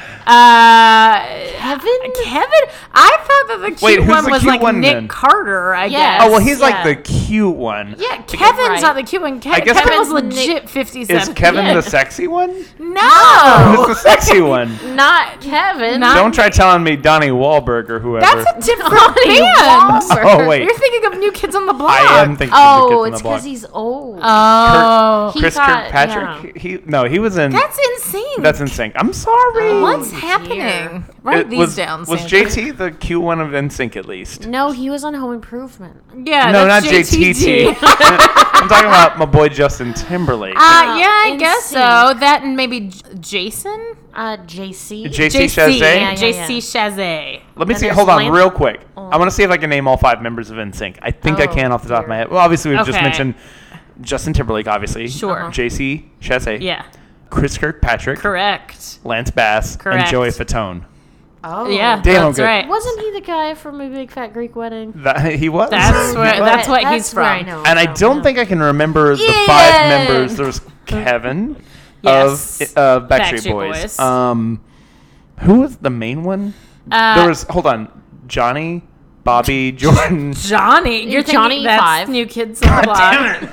Speaker 2: Uh,
Speaker 3: Kevin?
Speaker 2: Kevin, I thought that the cute
Speaker 1: Wait, who's
Speaker 2: one
Speaker 1: the
Speaker 2: was
Speaker 1: cute
Speaker 2: like
Speaker 1: one
Speaker 2: Nick
Speaker 1: then?
Speaker 2: Carter. I
Speaker 3: Yeah.
Speaker 2: guess.
Speaker 1: Oh well, he's like
Speaker 3: Yeah.
Speaker 1: the cute one.
Speaker 2: yeah, Kevin's
Speaker 3: Right.
Speaker 2: not the cute one. Ke-
Speaker 1: I guess
Speaker 2: Kevin was
Speaker 3: Kevin's Nick-
Speaker 2: legit fifty-seven.
Speaker 1: Is Kevin
Speaker 2: Yeah.
Speaker 1: the sexy one? Who's
Speaker 2: no?
Speaker 1: the sexy one?
Speaker 3: not Kevin.
Speaker 2: Not-
Speaker 1: Don't try telling me Donnie Wahlberg or whoever.
Speaker 2: That's a different
Speaker 3: Donnie
Speaker 2: band.
Speaker 3: Wahlberg.
Speaker 1: Oh, wait.
Speaker 2: You're thinking of New Kids on the Block.
Speaker 1: I am thinking of
Speaker 3: Oh,
Speaker 1: the kids on the
Speaker 3: it's
Speaker 1: block.
Speaker 3: because he's old.
Speaker 2: Oh,
Speaker 3: He
Speaker 1: Chris
Speaker 3: thought-
Speaker 1: Kirkpatrick. He no, he was in.
Speaker 2: that's insane.
Speaker 1: That's insane. I'm sorry.
Speaker 2: What's
Speaker 3: dear.
Speaker 2: happening? Write
Speaker 1: It
Speaker 2: these
Speaker 1: was,
Speaker 2: down.
Speaker 1: Was
Speaker 2: Sandra.
Speaker 1: JT the cute one of NSYNC at least?
Speaker 3: No, he was on Home Improvement.
Speaker 2: Yeah,
Speaker 1: no, not
Speaker 2: that's
Speaker 1: JTT.
Speaker 2: JTT.
Speaker 1: I'm talking about my boy Justin Timberlake.
Speaker 2: Uh,
Speaker 3: Uh,
Speaker 2: yeah, I
Speaker 3: in
Speaker 2: guess so.
Speaker 3: sync.
Speaker 2: That and maybe J- Jason?
Speaker 3: Uh, JC.
Speaker 1: JC Chazet.
Speaker 2: yeah,
Speaker 3: yeah,
Speaker 2: JC Chazet.
Speaker 1: Let me
Speaker 3: Then
Speaker 1: see.
Speaker 3: there's
Speaker 1: Hold on,
Speaker 3: Lance-
Speaker 1: real quick.
Speaker 2: Oh.
Speaker 1: I want to see if I can name all five members of NSYNC. I think I
Speaker 3: Oh,
Speaker 1: can off the top of
Speaker 3: dear.
Speaker 1: my head. Well, obviously we've just
Speaker 2: Okay.
Speaker 1: mentioned Justin Timberlake, obviously.
Speaker 2: Sure. Uh-huh.
Speaker 1: JC Chazet.
Speaker 2: Yeah,
Speaker 1: Chris Kirkpatrick.
Speaker 2: correct.
Speaker 1: Lance Bass. And
Speaker 2: Correct.
Speaker 1: Joey Fatone.
Speaker 3: Oh,
Speaker 2: Yeah,
Speaker 1: Damn, I'm
Speaker 2: that's
Speaker 1: good.
Speaker 2: right.
Speaker 3: Wasn't he the guy from a big fat Greek wedding?
Speaker 1: That he was.
Speaker 2: That's
Speaker 1: He
Speaker 2: where-
Speaker 1: was.
Speaker 2: that's what he's
Speaker 3: where I
Speaker 2: from.
Speaker 3: know him
Speaker 1: And I
Speaker 3: from,
Speaker 1: don't
Speaker 3: yeah.
Speaker 1: think I can remember the
Speaker 3: Ian!
Speaker 1: five members. There was Kevin
Speaker 2: Yes.
Speaker 1: of uh, Backstreet,
Speaker 2: Backstreet
Speaker 1: Boys.
Speaker 2: Boys.
Speaker 1: Um, who was the main one?
Speaker 2: Uh,
Speaker 1: there was. Hold on, Johnny, Bobby, Jordan.
Speaker 2: Johnny. You're
Speaker 3: Johnny
Speaker 2: thinking that's
Speaker 3: Five.
Speaker 2: New Kids on the Block.
Speaker 1: Damn it!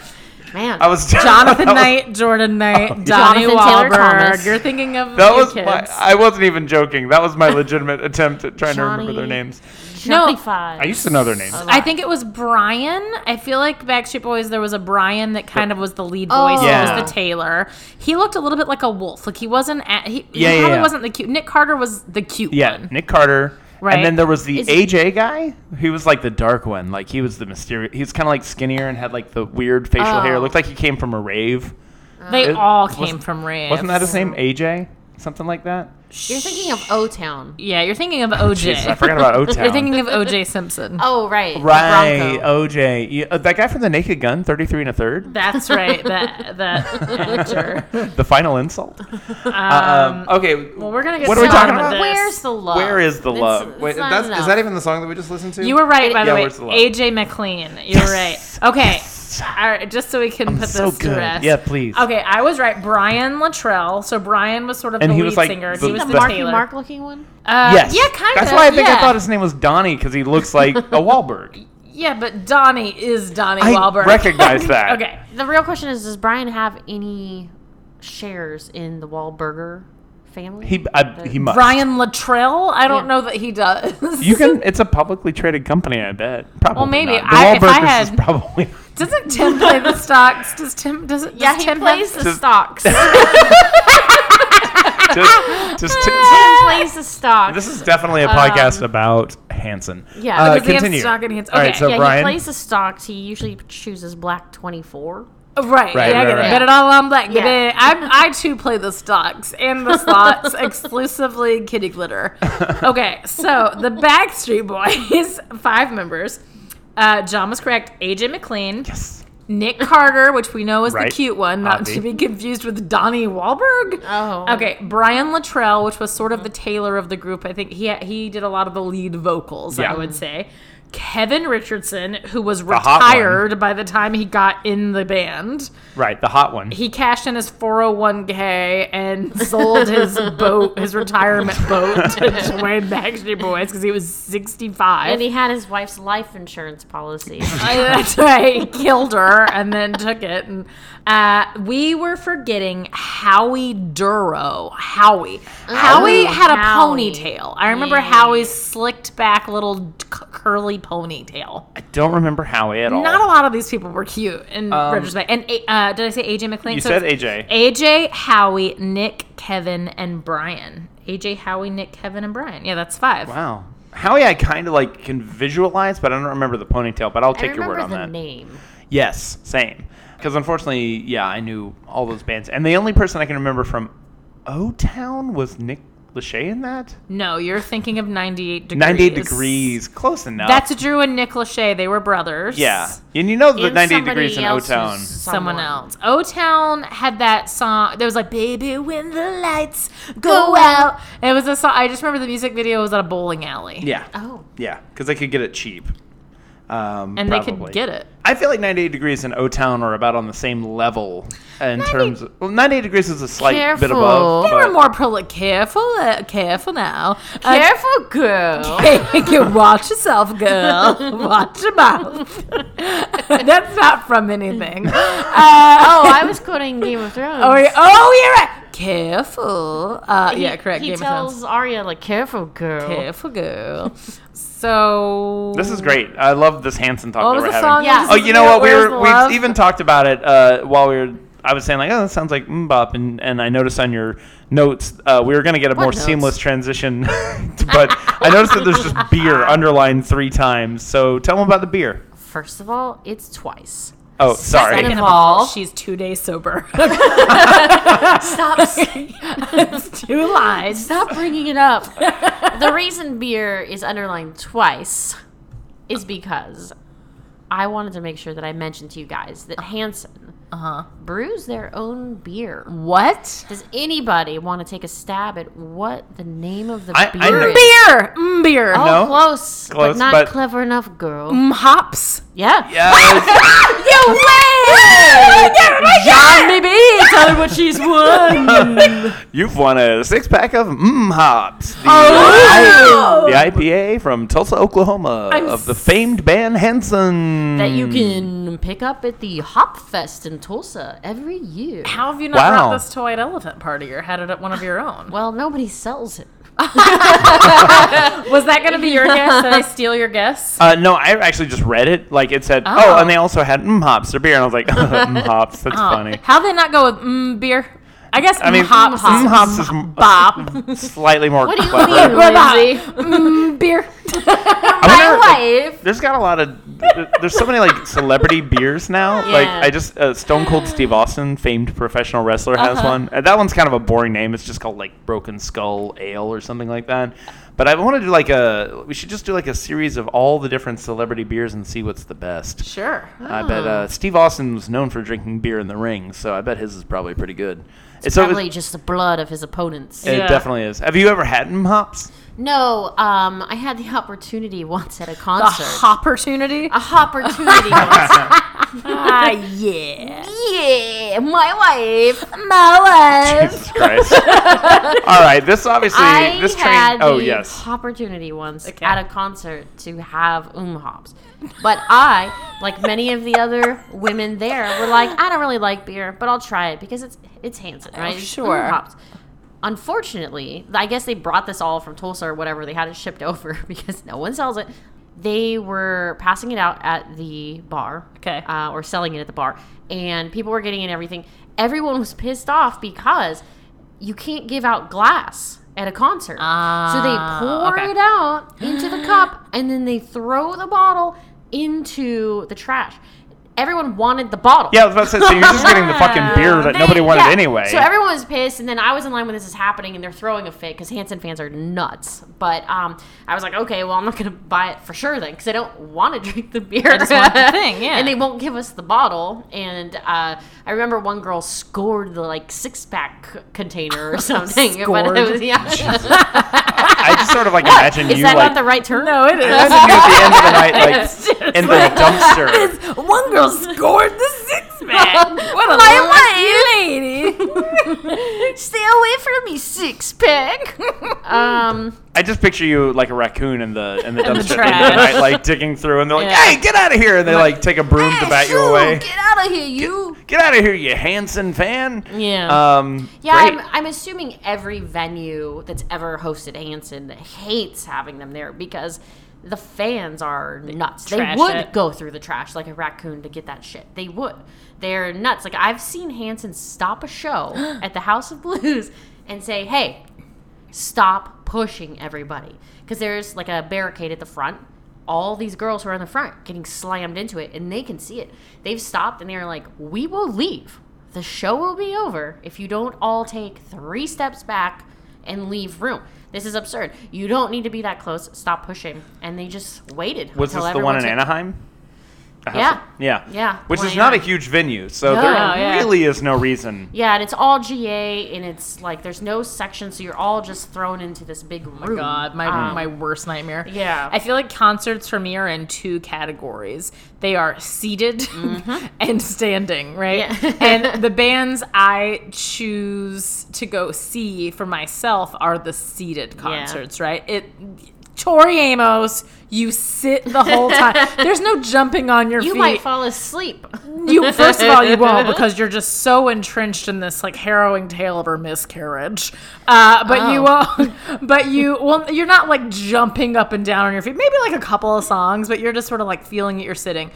Speaker 3: Man,
Speaker 1: I was
Speaker 2: Jonathan
Speaker 1: that was-
Speaker 2: Knight, Jordan Knight, Donnie
Speaker 3: Jonathan Taylor
Speaker 2: Wahlberg.
Speaker 3: Thomas.
Speaker 2: You're thinking of
Speaker 1: Oh, That
Speaker 2: New
Speaker 1: was
Speaker 2: Kids.
Speaker 1: my. I wasn't even joking. That was my legitimate attempt at trying to remember
Speaker 3: Johnny.
Speaker 1: their names.
Speaker 3: Johnny
Speaker 2: No.
Speaker 3: Five.
Speaker 1: I used to know their names.
Speaker 3: Oh,
Speaker 2: I think it was Brian. I feel like Backstreet Boys. There was a Brian that kind of was the lead voice.
Speaker 3: Oh.
Speaker 2: Yeah.
Speaker 1: Yeah.
Speaker 2: was the Taylor. He looked a little bit like a wolf. Like he wasn't. At, he, he
Speaker 1: Yeah, yeah,
Speaker 2: probably
Speaker 1: yeah.
Speaker 2: wasn't the cute. Nick Carter was the cute
Speaker 1: Yeah,
Speaker 2: one.
Speaker 1: Nick Carter.
Speaker 2: Right.
Speaker 1: And then there was the
Speaker 3: Is-
Speaker 1: AJ guy. He was like the dark one. Like he was the mysterious. He was kind of like skinnier and had like the weird facial hair.
Speaker 3: Oh.
Speaker 1: Looked like he came from a rave.
Speaker 2: They
Speaker 1: It
Speaker 2: all
Speaker 1: wasn't-
Speaker 2: came from raves.
Speaker 1: Wasn't that his name? AJ? Something like that?
Speaker 3: You're thinking of O Town.
Speaker 2: Yeah, you're thinking of
Speaker 1: Jeez, I
Speaker 2: OJ.
Speaker 1: forgot about O Town.
Speaker 2: you're thinking of OJ Simpson.
Speaker 3: Oh right, the
Speaker 1: right,
Speaker 3: Bronco.
Speaker 1: OJ, You- uh, that guy from The Naked Gun, thirty-three and a third,
Speaker 2: That's right. That that actor.
Speaker 1: the final insult. Uh,
Speaker 5: Um, okay.
Speaker 2: Well, we're gonna get.
Speaker 1: What are we
Speaker 2: so
Speaker 1: talking
Speaker 2: on with
Speaker 1: about?
Speaker 2: this.
Speaker 3: Where's the love?
Speaker 5: where is the
Speaker 3: It's-
Speaker 5: love?
Speaker 3: it's
Speaker 5: Wait,
Speaker 3: not
Speaker 5: that's, is
Speaker 3: enough.
Speaker 5: that even the song that we just listened to?
Speaker 2: You were right, by the
Speaker 5: Yeah,
Speaker 2: way.
Speaker 5: where's the love?
Speaker 2: AJ McLean. You're right. Okay. All right, just so we can put
Speaker 1: so
Speaker 2: this
Speaker 1: good.
Speaker 2: to rest.
Speaker 1: Yeah, please.
Speaker 2: Okay, I was right. Brian Luttrell. So Brian was sort of
Speaker 1: And
Speaker 2: the
Speaker 1: he
Speaker 2: lead
Speaker 1: was like
Speaker 2: singer.
Speaker 1: the-
Speaker 2: he was
Speaker 3: the
Speaker 2: the,
Speaker 3: Marky
Speaker 2: Taylor.
Speaker 3: Mark looking one?
Speaker 2: Uh,
Speaker 1: yes,
Speaker 2: Yeah, kind of.
Speaker 1: That's why I think
Speaker 2: yeah.
Speaker 1: I thought his name was Donnie because he looks like a Wahlberg.
Speaker 2: Yeah, but Donnie is Donnie
Speaker 1: I
Speaker 2: Wahlberg.
Speaker 1: recognize that.
Speaker 2: okay.
Speaker 3: The real question is: Does Brian have any shares in the Wahlburger family?
Speaker 1: He, I, he must.
Speaker 2: Brian Luttrell. I don't
Speaker 3: Yeah.
Speaker 2: know that he does.
Speaker 1: You can. It's a publicly traded company, I bet. Probably
Speaker 2: maybe.
Speaker 1: not. The
Speaker 2: I- if I
Speaker 1: Wahlburgers is
Speaker 2: had-
Speaker 1: probably.
Speaker 2: Doesn't Tim play the stocks? Does Tim? Does, does
Speaker 3: yeah, he
Speaker 2: Tim
Speaker 3: plays
Speaker 2: Have,
Speaker 3: the stocks. Tim
Speaker 1: just, just
Speaker 3: plays the stocks.
Speaker 1: this is definitely a podcast
Speaker 2: Um,
Speaker 1: about Hanson.
Speaker 3: yeah,
Speaker 1: uh,
Speaker 2: does he have
Speaker 1: continue.
Speaker 2: stock in hands?
Speaker 1: All right,
Speaker 2: Okay.
Speaker 1: so
Speaker 3: yeah,
Speaker 1: Brian,
Speaker 3: he plays the stocks. He usually chooses black twenty four.
Speaker 2: Oh, Right,
Speaker 1: Right,
Speaker 2: yeah, I
Speaker 1: right,
Speaker 2: get
Speaker 1: right.
Speaker 2: it. But it all on black.
Speaker 3: Yeah.
Speaker 2: Yeah. I, I too play the stocks and the slots, exclusively kitty glitter.
Speaker 1: Oh,
Speaker 2: Okay, so the Backstreet Boys, five members. Uh, John was correct. AJ McLean,
Speaker 1: Yes.
Speaker 2: Nick Carter, which we know is
Speaker 1: Right.
Speaker 2: the cute one, not
Speaker 1: Obvi.
Speaker 2: to be confused with Donnie Wahlberg.
Speaker 3: Oh.
Speaker 2: okay. Brian Luttrell, which was sort of the tailor of the group. I think he he did a lot of the lead vocals.
Speaker 1: Yeah.
Speaker 2: I would say. Kevin Richardson, who was
Speaker 1: hot one.
Speaker 2: retired by the time he got in the band,
Speaker 1: right, the hot one.
Speaker 2: he cashed in his 401k and sold his boat, his retirement boat, to Dwayne Backstreet Boys because he was 65.
Speaker 3: And he had his wife's life insurance policy.
Speaker 2: I- That's right. He killed her and then took it. And uh, we were forgetting Howie Duro. Howie.
Speaker 1: Oh,
Speaker 2: Howie had a
Speaker 3: Howie.
Speaker 2: ponytail. I remember Howie's slicked back little c- curly ponytail.
Speaker 1: I don't remember Howie at all. Um,
Speaker 2: Not a lot of these people were cute in retrospect. And uh, did I say AJ McLean?
Speaker 1: you
Speaker 2: So
Speaker 1: said
Speaker 2: it's
Speaker 1: AJ.
Speaker 2: AJ, Howie, Nick, Kevin, and Brian. AJ, Howie, Nick, Kevin, and Brian. Yeah, that's five.
Speaker 1: wow. Howie, I kind of like can visualize, but I don't remember the ponytail. But I'll
Speaker 3: I
Speaker 1: take your
Speaker 3: remember
Speaker 1: word on
Speaker 3: the
Speaker 1: that.
Speaker 3: name.
Speaker 1: Yes, same. Because unfortunately, yeah, I knew all those bands, and the only person I can remember from O Town was Nick Lachey in that.
Speaker 2: No, you're thinking of 98 degrees.
Speaker 1: Ninety-eight degrees, close enough.
Speaker 2: That's Drew and Nick Lachey. They were brothers.
Speaker 1: yeah, and you know the
Speaker 3: And
Speaker 1: ninety-eight
Speaker 3: somebody
Speaker 1: degrees in O
Speaker 3: else
Speaker 1: Town.
Speaker 3: who's
Speaker 2: Someone,
Speaker 3: someone.
Speaker 2: else. O Town had that song. There was like, "Baby, when the lights go out." It was a song. I just remember the music video was at a bowling alley.
Speaker 1: Yeah,
Speaker 3: Oh.
Speaker 1: yeah, because they could get it cheap. Um,
Speaker 2: and they
Speaker 1: probably.
Speaker 2: could get it.
Speaker 1: I feel like 98 Degrees and O Town are about on the same level in terms. Of, well, 98 Degrees is a slight bit
Speaker 3: Careful.
Speaker 1: above.
Speaker 2: They
Speaker 1: but-
Speaker 2: were more prolific. Careful, uh, careful now. Uh,
Speaker 3: Careful, girl.
Speaker 2: you watch yourself, girl. Watch your mouth. That's not from anything. Uh,
Speaker 3: oh, I was quoting Game of Thrones.
Speaker 2: oh, yeah- oh, you're right. Careful. Uh, yeah, correct.
Speaker 3: He
Speaker 2: Game of Thrones.
Speaker 3: tells Arya like, "Careful, girl."
Speaker 2: Careful girl. So
Speaker 1: Oh. This is great. I love this Hanson talk
Speaker 2: What
Speaker 1: that
Speaker 2: was
Speaker 1: we're
Speaker 2: the
Speaker 1: having.
Speaker 2: song?
Speaker 3: Yeah.
Speaker 1: Oh, you know what? We
Speaker 2: Where's
Speaker 1: were,
Speaker 2: the
Speaker 1: we
Speaker 2: love?
Speaker 1: even talked about it uh, while we were. I was saying like, oh, that sounds like mbop, and, and I noticed on your notes uh, we were gonna get a more
Speaker 3: notes?
Speaker 1: seamless transition, but I noticed that there's just beer underlined three times. So tell them about the beer.
Speaker 3: First of all, it's twice.
Speaker 1: Oh, sorry.
Speaker 3: Second
Speaker 2: Second
Speaker 3: of
Speaker 2: of all,
Speaker 3: all-
Speaker 2: she's two days sober.
Speaker 3: Stop!
Speaker 2: it's two lies.
Speaker 3: stop bringing it up. The reason beer is underlined twice is because I wanted to make sure that I mentioned to you guys that Hanson
Speaker 2: Uh huh.
Speaker 3: brews their own beer.
Speaker 2: What?
Speaker 3: Does anybody want to take a stab at what the name of the
Speaker 1: I- I
Speaker 3: beer
Speaker 1: know.
Speaker 3: is?
Speaker 2: Beer. Mm, beer.
Speaker 3: Oh,
Speaker 1: No.
Speaker 3: close,
Speaker 1: Close,
Speaker 3: but not
Speaker 1: but-
Speaker 3: clever enough, girl.
Speaker 2: Mm, hops.
Speaker 3: Yeah.
Speaker 1: Yes.
Speaker 2: You win. John BB, tell her what she's won.
Speaker 1: You've won a six pack of mm hops. The,
Speaker 2: Oh.
Speaker 1: the IPA from Tulsa, Oklahoma,
Speaker 2: I'm
Speaker 1: of the famed band Hanson.
Speaker 3: That you can pick up at the Hop Fest in Tulsa every year.
Speaker 2: How have you not
Speaker 1: Wow.
Speaker 2: brought this to White Elephant Party or had it at one of your own?
Speaker 3: Well, nobody sells it.
Speaker 2: Was that going to be your guess? Did I steal your guess?
Speaker 1: Uh, no, I actually just read it. Like it said, oh,
Speaker 2: Oh.
Speaker 1: and they also had mm hops, their beer, and I was like, mm hops, that's funny.
Speaker 2: How would they not go with mm, beer? I guess
Speaker 1: I mean,
Speaker 2: hop
Speaker 1: mm, hops is m-
Speaker 2: bop.
Speaker 1: slightly more
Speaker 3: What do you
Speaker 1: clever.
Speaker 3: mean,
Speaker 2: Bop.
Speaker 3: Lindsay?
Speaker 2: Mm, beer.
Speaker 1: wonder-
Speaker 3: My wife.
Speaker 1: There's got a lot of. There's so many like celebrity beers now. Like
Speaker 3: Yeah.
Speaker 1: I just uh, Stone Cold Steve Austin, famed professional wrestler, has one. Uh, that one's kind of a boring name. It's just called like Broken Skull Ale or something like that. But I want to do like a. We should just do like a series of all the different celebrity beers and see what's the best.
Speaker 2: Sure.
Speaker 1: I bet uh, Steve Austin was known for drinking beer in the ring, so I bet his is probably pretty good. It's, always-
Speaker 3: Probably just the blood of his opponents.
Speaker 1: it
Speaker 2: Yeah.
Speaker 1: definitely is. Have you ever had mm hops?
Speaker 3: No, um, I had the opportunity once at a
Speaker 2: A
Speaker 3: concert.
Speaker 2: opportunity.
Speaker 3: a opportunity once.
Speaker 2: Ah, yeah.
Speaker 3: yeah, my wife.
Speaker 2: My wife.
Speaker 1: Jesus Christ! All right, this obviously
Speaker 3: I
Speaker 1: this train.
Speaker 3: had
Speaker 1: oh
Speaker 3: the
Speaker 1: yes,
Speaker 3: opportunity once at a concert to have um hops, but I, like many of the other women there, were like, I don't really like beer, but I'll try it because it's it's Hanson, right? It's um
Speaker 2: sure.
Speaker 3: hops. Unfortunately, I guess they brought this all from Tulsa or whatever. They had it shipped over because no one sells it. They were passing it out at the bar,
Speaker 2: Okay.
Speaker 3: uh, or selling it at the bar, and people were getting it and everything. Everyone was pissed off because you can't give out glass at a concert. so
Speaker 2: Ah,
Speaker 3: they pour
Speaker 2: okay.
Speaker 3: it out into the cup and then they throw the bottle into the trash. Everyone wanted the bottle.
Speaker 1: yeah. I was about to say, so you're just getting the fucking beer that
Speaker 3: They-
Speaker 1: nobody wanted
Speaker 3: Oh, yeah.
Speaker 1: anyway.
Speaker 3: So everyone was pissed, and then I was in line when this is happening, and they're throwing a fit because Hanson fans are nuts. But um, I was like, okay, well, I'm not gonna buy it for sure then because I don't want to drink the beer. I
Speaker 2: just want the thing, yeah.
Speaker 3: And they won't give us the bottle. And uh, I remember one girl scored the like six pack c- container or something. But it
Speaker 2: Scored.
Speaker 3: was, yeah.
Speaker 1: I just sort of like imagine
Speaker 3: is
Speaker 1: you
Speaker 3: that
Speaker 1: like
Speaker 3: not the right term?
Speaker 2: No, it
Speaker 1: imagine
Speaker 2: is.
Speaker 1: you at the end of the night like in the dumpster.
Speaker 2: One girl scored the six man. What a lucky lady.
Speaker 3: Stay away from me, six pack. um.
Speaker 1: I just picture you like a raccoon in the in the
Speaker 2: the
Speaker 1: dumpster at the end of the
Speaker 2: trash.
Speaker 1: night, like digging through, and they're like,
Speaker 3: Yeah.
Speaker 1: "Hey, get out of here!" And they like take a broom to bat you away.
Speaker 3: Get out of here, you.
Speaker 1: Get out of here, you Hanson fan.
Speaker 3: Yeah.
Speaker 1: Um,
Speaker 3: Yeah,
Speaker 1: great.
Speaker 3: I'm, I'm assuming every venue that's ever hosted Hanson hates having them there because the fans are nuts. They
Speaker 2: trash
Speaker 3: would
Speaker 2: it.
Speaker 3: go through the trash like a raccoon to get that shit. They would. They're nuts. Like I've seen Hanson stop a show at the House of Blues and say, "Hey, stop pushing everybody," because there's like a barricade at the front. All these girls who are in the front getting slammed into it, and they can see it. They've stopped and they're like, "We will leave. The show will be over if you don't all take three steps back and leave room." This is absurd. You don't need to be that close. Stop pushing. And they just waited.
Speaker 1: was
Speaker 3: until
Speaker 1: this the one in
Speaker 3: everyone took-
Speaker 1: Anaheim? The
Speaker 3: Yeah.
Speaker 1: house- yeah,
Speaker 3: Yeah,
Speaker 1: Which
Speaker 3: one
Speaker 1: is
Speaker 3: in
Speaker 1: not a
Speaker 3: Anaheim.
Speaker 1: huge venue, so
Speaker 3: No,
Speaker 1: there
Speaker 2: yeah.
Speaker 1: really is no reason.
Speaker 3: Yeah, and it's all GA, and it's like there's no section, so you're all just thrown into this big room.
Speaker 2: Oh my God, Mm. my
Speaker 3: Um,
Speaker 2: my worst nightmare.
Speaker 3: Yeah.
Speaker 2: I feel like concerts for me are in two categories. They are seated and standing, right?
Speaker 3: Yeah.
Speaker 2: and the bands I choose to go see for myself are the seated concerts, right? It Tori Amos, you sit the whole time. There's no jumping on your
Speaker 3: you
Speaker 2: feet.
Speaker 3: might fall asleep.
Speaker 2: You first of all, you won't because you're just so entrenched in this like harrowing tale of her miscarriage. Uh, but you won't. But you well, you're not like jumping up and down on your feet. Maybe like a couple of songs, but you're just sort of like feeling it. You're sitting.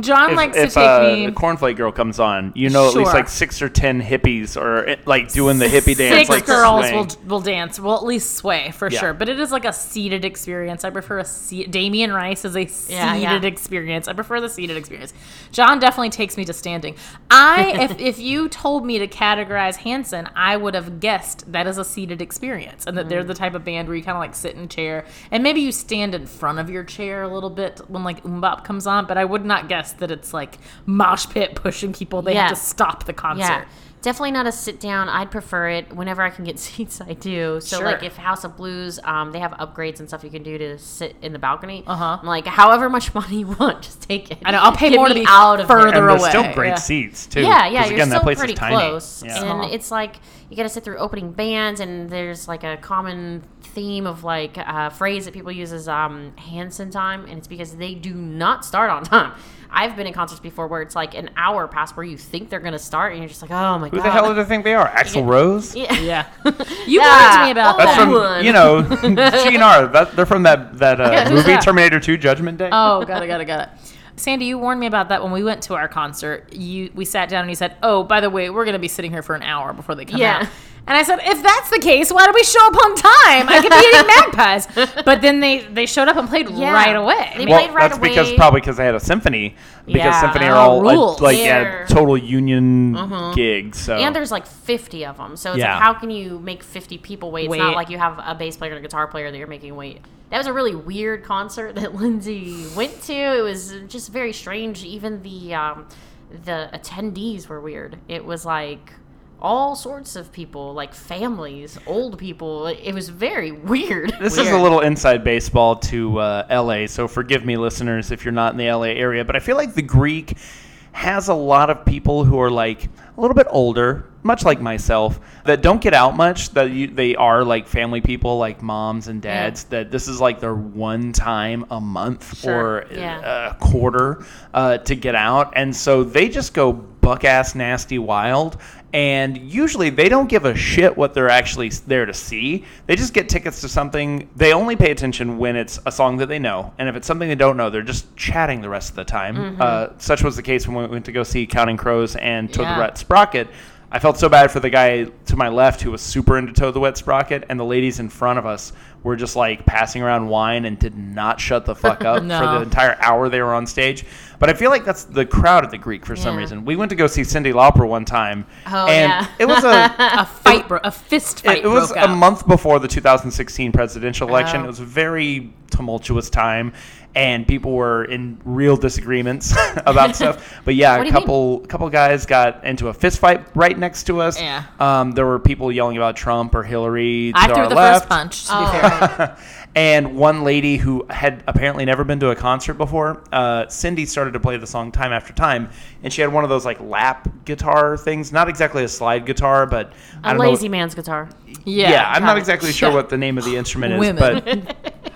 Speaker 2: John likes
Speaker 1: if
Speaker 2: to take
Speaker 1: uh,
Speaker 2: me.
Speaker 1: the cornflake girl comes on, you know at least
Speaker 2: Sure.
Speaker 1: like six or ten hippies are eh, like doing the hippie dance.
Speaker 2: Six
Speaker 1: like
Speaker 2: girls
Speaker 1: swaying.
Speaker 2: will will dance. Will at least sway for
Speaker 1: Yeah.
Speaker 2: sure. But it is like a seated experience. I prefer a seat. Damien Rice is a seated
Speaker 3: Yeah, yeah.
Speaker 2: experience. I prefer the seated experience. John definitely takes me to standing. I if if you told me to categorize Hanson, I would have guessed that is a seated experience and that they're
Speaker 3: Mm.
Speaker 2: the type of band where you kind of like sit in chair and maybe you stand in front of your chair a little bit when like umbop comes on. But I would not guess that it's like mosh pit pushing people. They have
Speaker 3: Yeah.
Speaker 2: to stop the concert.
Speaker 3: Yeah. Definitely not a sit down. I'd prefer it whenever I can get seats. I do. So
Speaker 2: Sure.
Speaker 3: like if House of Blues, um, they have upgrades and stuff you can do to sit in the balcony.
Speaker 2: Uh-huh.
Speaker 3: I'm like, however much money you want, just take it.
Speaker 2: I know, I'll pay
Speaker 3: Get
Speaker 2: more to
Speaker 3: me
Speaker 2: be
Speaker 3: out of
Speaker 2: further
Speaker 3: here.
Speaker 1: and
Speaker 2: They're
Speaker 1: there's still
Speaker 2: away,
Speaker 1: great
Speaker 2: yeah.
Speaker 1: seats too.
Speaker 3: Yeah, yeah,
Speaker 1: 'cause
Speaker 3: you're
Speaker 1: again,
Speaker 3: still
Speaker 1: that place
Speaker 3: pretty
Speaker 1: is tiny.
Speaker 3: close,
Speaker 1: Yeah.
Speaker 3: and
Speaker 2: Small.
Speaker 3: it's like you got to sit through opening bands, and there's like a common theme of like a phrase that people use is um, Hanson time, and it's because they do not start on time. I've been in concerts before where it's like an hour past where you think they're gonna start, and you're just like, oh my
Speaker 1: Who
Speaker 3: god,
Speaker 1: the hell do they think they are? Axl Rose?
Speaker 3: yeah.
Speaker 2: Yeah. You
Speaker 3: Yeah.
Speaker 2: lied to me about
Speaker 3: Oh,
Speaker 1: That's
Speaker 2: that.
Speaker 1: from
Speaker 3: Wood.
Speaker 1: you know GNR. That, they're from that that uh,
Speaker 2: who's
Speaker 1: movie
Speaker 2: that?
Speaker 1: Terminator Two Judgment Day.
Speaker 2: oh, got it, got it, got it. Sandy, you warned me about that when we went to our concert. You we sat down and you said, "Oh, by the way, we're going to be sitting here for an hour before they come
Speaker 3: Yeah.
Speaker 2: out." And I said, "If that's the case, why don't we show up on time? I could be eating magpies." But then they they showed up and played
Speaker 3: Yeah.
Speaker 2: right away.
Speaker 3: They-
Speaker 1: Well,
Speaker 3: played right
Speaker 1: that's because
Speaker 3: away.
Speaker 1: probably because they had a symphony. Because
Speaker 3: Yeah.
Speaker 1: symphony are
Speaker 2: Oh,
Speaker 1: all like-
Speaker 2: rules.
Speaker 1: like yeah,
Speaker 3: They're-
Speaker 1: total union gigs. So
Speaker 3: And there's like 50 of them. So it's
Speaker 1: Oh. Yeah.
Speaker 3: like, how can you make 50 people wait? It's
Speaker 2: Wait.
Speaker 3: not like you have a bass player and a guitar player that you're making wait. That was a really weird concert that Lindsay went to. It was just very strange. Even the um, the attendees were weird. It was like all sorts of people, like families, old people. It was very weird.
Speaker 1: This is a little inside baseball to uh, LA, so forgive me, listeners, if you're not in the LA area. But I feel like the Greek has a lot of people who are like a little bit older, much like myself, that don't get out much. That you, they are like family people, like moms and dads. That this is like their one time a month
Speaker 2: Sure,
Speaker 1: or
Speaker 3: yeah.
Speaker 1: a quarter uh, to get out, and so they just go buck ass nasty wild. And usually they don't give a shit what they're actually there to see. They just get tickets to something. They only pay attention when it's a song that they know. And if it's something they don't know, they're just chatting the rest of the time.
Speaker 2: Mm-hmm.
Speaker 1: Uh, such was the case when we went to go see Counting Crows and Toad
Speaker 2: Yeah.
Speaker 1: the Wet Sprocket. I felt so bad for the guy to my left who was super into Toad the Wet Sprocket, and the ladies in front of us were just like passing around wine and did not shut the fuck up
Speaker 2: No.
Speaker 1: for the entire hour they were on stage. But I feel like that's the crowd at the Greek for some
Speaker 3: Yeah.
Speaker 1: reason. We went to go see Cindy Lauper one time,
Speaker 3: Oh,
Speaker 1: and
Speaker 3: yeah.
Speaker 1: it was a
Speaker 2: a fight, bro- a fist fight
Speaker 1: it, was
Speaker 2: broke out.
Speaker 1: a month before the 2016 presidential election.
Speaker 3: Oh.
Speaker 1: It was a very tumultuous time, and people were in real disagreements about stuff. But yeah,
Speaker 3: What do
Speaker 1: a
Speaker 3: you mean?
Speaker 1: couple couple guys got into a fist fight right next to us.
Speaker 2: Yeah.
Speaker 1: Um, there were people yelling about Trump or Hillary.
Speaker 2: I
Speaker 1: to
Speaker 2: threw
Speaker 1: our
Speaker 2: the
Speaker 1: left.
Speaker 2: first punch. To
Speaker 3: Oh,
Speaker 2: be fair.
Speaker 1: And one lady who had apparently never been to a concert before, uh, Cindy started to play the song time after time, and she had one of those like lap guitar things, not exactly a slide guitar, but I
Speaker 3: a
Speaker 1: don't know-
Speaker 3: lazy man's guitar.
Speaker 2: Yeah,
Speaker 1: yeah, I'm not
Speaker 2: probably.
Speaker 1: exactly sure what the name of the instrument is,
Speaker 2: Women.
Speaker 1: but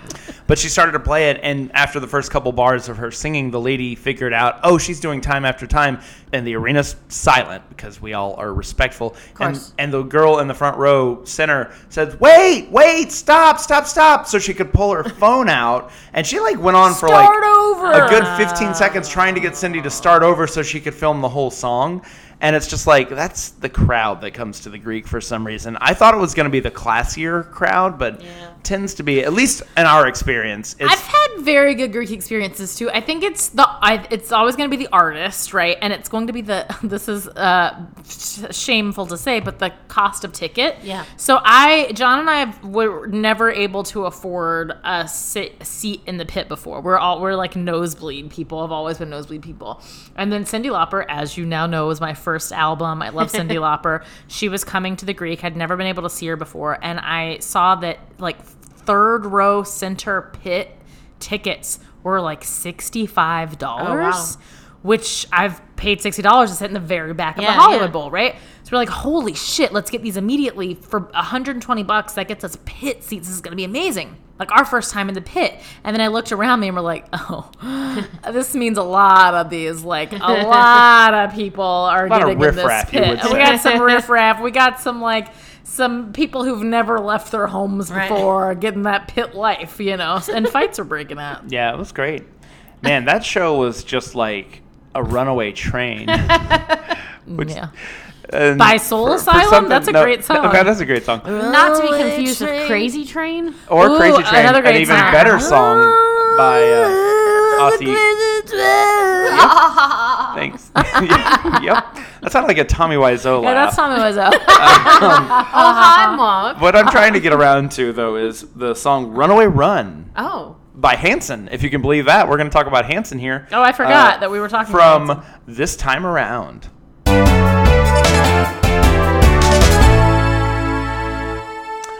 Speaker 1: but she started to play it, and after the first couple bars of her singing, the lady figured out, oh, she's doing time after time, and the arena's silent because we all are respectful.
Speaker 3: course.
Speaker 1: And and the girl in the front row center says, wait, wait, stop, stop, stop, so she could pull her phone out, and she like went on for like
Speaker 2: Start over.
Speaker 1: a good 15 seconds trying to get Cindy to start over so she could film the whole song. And it's just like that's the crowd that comes to the Greek for some reason. I thought it was going to be the classier crowd, but tends to be at least in our experience. It's
Speaker 2: I've had very good Greek experiences too. I think it's the I, it's always going to be the artist, right? And it's going to be the this is uh, sh- shameful to say, but the cost of ticket.
Speaker 3: Yeah.
Speaker 2: So I, John and I were never able to afford a sit, seat in the pit before. We're all we're like nosebleed people. I've always been nosebleed people. And then Cindy Lauper, as you now know, was my first album. I love Cindy Lauper. She was coming to the Greek. I'd never been able to see her before, and I saw that like third row center pit tickets were like sixty five dollars.
Speaker 3: Oh,
Speaker 2: Which I've paid sixty dollars to sit in the very back of
Speaker 3: Yeah,
Speaker 2: the Hollywood
Speaker 3: yeah.
Speaker 2: Bowl, right? So we're like, holy shit, let's get these immediately for 120 bucks. That gets us pit seats. This is gonna be amazing. Like our first time in the pit. And then I looked around me and we're like, oh, this means a lot of these. Like a lot of people are
Speaker 1: lot of
Speaker 2: getting in this
Speaker 1: riffraff, you
Speaker 2: pit.
Speaker 1: would
Speaker 2: And we
Speaker 1: say.
Speaker 2: got some riffraff. We got some like some people who've never left their homes
Speaker 3: Right.
Speaker 2: before getting that pit life, you know. And fights are breaking out.
Speaker 1: yeah, it was great. Man, that show was just like a runaway train.
Speaker 2: yeah.
Speaker 1: And
Speaker 2: By Soul Asylum?
Speaker 1: something-
Speaker 2: That's a great song.
Speaker 1: okay, that's a great song.
Speaker 3: Not to be
Speaker 2: Runaway
Speaker 3: confused
Speaker 2: train.
Speaker 3: with Crazy Train.
Speaker 1: Or
Speaker 2: Ooh,
Speaker 1: Crazy Train,
Speaker 2: another
Speaker 1: an
Speaker 2: great
Speaker 1: even
Speaker 2: song. Ah,
Speaker 1: better song by
Speaker 2: Oh,
Speaker 1: uh, Ozzy. Thanks. yep. That sounded like a Tommy Wiseau
Speaker 2: Yeah,
Speaker 1: laugh.
Speaker 2: that's Tommy Wiseau.
Speaker 3: Oh, hi, Mom.
Speaker 1: What I'm trying to get around to, though, is the song Runaway Run
Speaker 3: Oh.
Speaker 1: by Hanson. If you can believe that, we're going to talk about Hanson here.
Speaker 2: Oh, I forgot
Speaker 1: Uh,
Speaker 2: that we were talking about
Speaker 1: From This Time Around.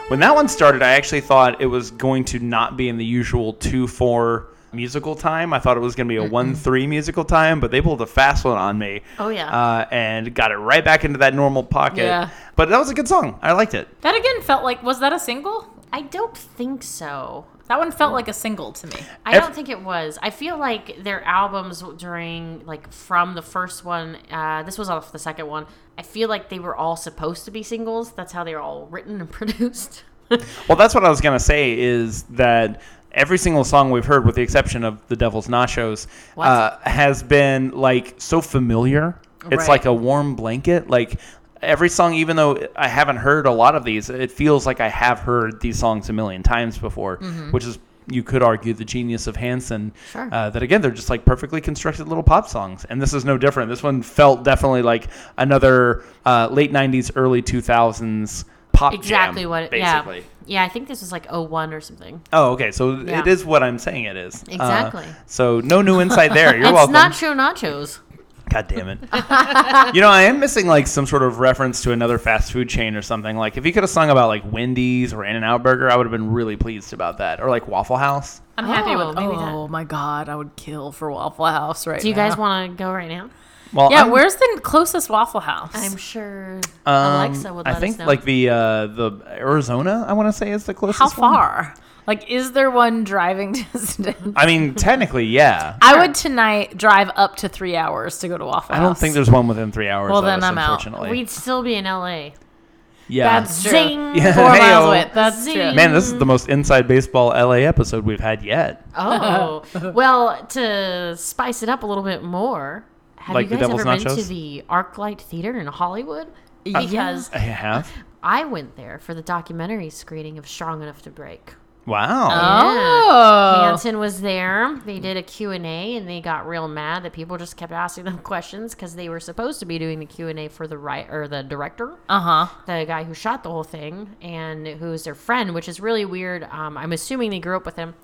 Speaker 1: When that one started, I actually thought it was going to not be in the usual 2 4 musical time. I thought it was going to be a 1 3 musical time, but they pulled a fast one on me.
Speaker 3: Oh, yeah.
Speaker 1: Uh, and got it right back into that normal pocket.
Speaker 2: Yeah.
Speaker 1: But that was a good song. I liked it.
Speaker 2: That again felt like was that a single?
Speaker 3: I don't think so.
Speaker 2: That one felt like a single to me.
Speaker 3: I
Speaker 1: Ev-
Speaker 3: don't think it was. I feel like their albums during, like, from the first one, uh, this was off the second one. I feel like they were all supposed to be singles. That's how they were all written and produced.
Speaker 1: Well, that's what I was gonna say is that every single song we've heard, with the exception of "The Devil's Nachos," uh, has been like so familiar. It's
Speaker 3: Right.
Speaker 1: like a warm blanket. Like every song, even though I haven't heard a lot of these, it feels like I have heard these songs a million times before, which is. You could argue the genius of Hanson.
Speaker 3: Mm-hmm. Sure.
Speaker 1: Uh, that again, they're just like perfectly constructed little pop songs, and this is no different. This one felt definitely like another uh, late '90s, early 2000s pop jam,
Speaker 3: Exactly what.
Speaker 1: basically.
Speaker 3: Yeah. Yeah, I think this was like 01 or something.
Speaker 1: Oh, okay. So
Speaker 3: Yeah.
Speaker 1: it is what I'm saying it is. Uh,
Speaker 3: Exactly.
Speaker 1: so no new insight there. You're
Speaker 3: it's
Speaker 1: welcome.
Speaker 3: nacho nachos.
Speaker 1: God damn it. you know, I am missing like some sort of reference to another fast food chain or something. Like if you could have sung about like Wendy's or In N Out Burger, I would have been really pleased about that. Or like Waffle House.
Speaker 3: I'm happy with maybe
Speaker 2: oh
Speaker 3: that.
Speaker 2: my god, I would kill for Waffle House right now.
Speaker 3: Do you guys want to go right now?
Speaker 1: Well,
Speaker 2: Yeah,
Speaker 1: I'm-
Speaker 2: where's the closest Waffle House?
Speaker 3: I'm sure
Speaker 1: um,
Speaker 3: Alexa would let
Speaker 1: I think
Speaker 3: us know.
Speaker 1: like the uh, the Arizona, I want to say is the closest.
Speaker 2: How
Speaker 1: one.
Speaker 2: far? Like, is there one driving distance?
Speaker 1: I mean, technically, yeah.
Speaker 2: I would tonight drive up to three hours to go to Waffle
Speaker 1: I
Speaker 2: House.
Speaker 1: don't think there's one within three hours.
Speaker 2: Well,
Speaker 1: of
Speaker 2: then
Speaker 1: us,
Speaker 2: I'm out.
Speaker 1: unfortunately.
Speaker 3: we'd still be in LA.
Speaker 1: yeah.
Speaker 2: That's true.
Speaker 3: Zing.
Speaker 1: Yeah.
Speaker 2: Four miles
Speaker 1: Hey-o.
Speaker 2: away. That's
Speaker 3: Zing.
Speaker 2: true.
Speaker 1: Man, this is the most inside baseball LA episode we've had yet.
Speaker 3: Oh, well, to spice it up a little bit more, have
Speaker 1: Like the
Speaker 3: you guys
Speaker 1: Devil's
Speaker 3: ever been to
Speaker 1: Nachos? Uh,
Speaker 3: the ArcLight Theater in Hollywood?
Speaker 2: Yeah.
Speaker 3: Because
Speaker 1: I have.
Speaker 3: I went there for the documentary screening of Strong Enough to Break. Um,
Speaker 1: Wow.
Speaker 2: Oh.
Speaker 3: Yeah. Hanson was there. They did a Q&A and they got real mad that people just kept asking them questions cuz they were supposed to be doing the Q&A for the right or the director,
Speaker 2: Uh huh.
Speaker 3: the guy who shot the whole thing and who is their friend, which is really weird. Um, I'm assuming they grew up with him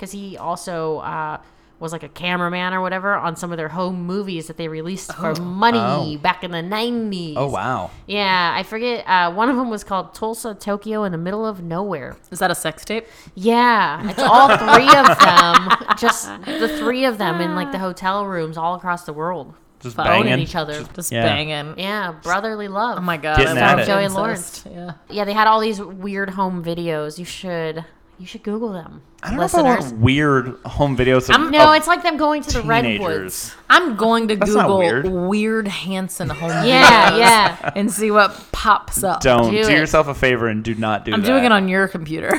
Speaker 3: cuz he also uh, was like a cameraman or whatever on some of their home movies that they released for money back in the 90s.
Speaker 1: oh wow.
Speaker 3: Yeah, I forget. Uh, one of them was called Tulsa, Tokyo, in the middle of nowhere.
Speaker 2: Is that a sex tape?
Speaker 3: Yeah, it's all three of them. Just the three of them in like the hotel rooms all across the world.
Speaker 1: Just
Speaker 2: Fuck.
Speaker 1: banging
Speaker 3: Each other.
Speaker 1: Just-
Speaker 2: Just
Speaker 1: Yeah.
Speaker 2: banging.
Speaker 3: Yeah, brotherly love.
Speaker 2: Oh my god.
Speaker 1: Getting
Speaker 2: I
Speaker 1: at
Speaker 2: love
Speaker 1: it.
Speaker 3: Joey
Speaker 2: incest. Yeah.
Speaker 3: Yeah, they had all these weird home videos. You should you should Google them.
Speaker 1: I don't know if I want weird home videos. Of,
Speaker 3: Um, no,
Speaker 1: of
Speaker 3: it's like them going to the redwoods.
Speaker 1: oh, teenagers.
Speaker 2: I'm going to
Speaker 1: not
Speaker 2: Google
Speaker 1: weird.
Speaker 2: weird. Hanson home
Speaker 3: Yeah,
Speaker 2: videos
Speaker 3: yeah.
Speaker 2: and see what pops up.
Speaker 1: Don't
Speaker 3: Do
Speaker 1: do,
Speaker 3: it.
Speaker 1: yourself a favor and do not do
Speaker 2: I'm
Speaker 1: that.
Speaker 2: doing it on your computer.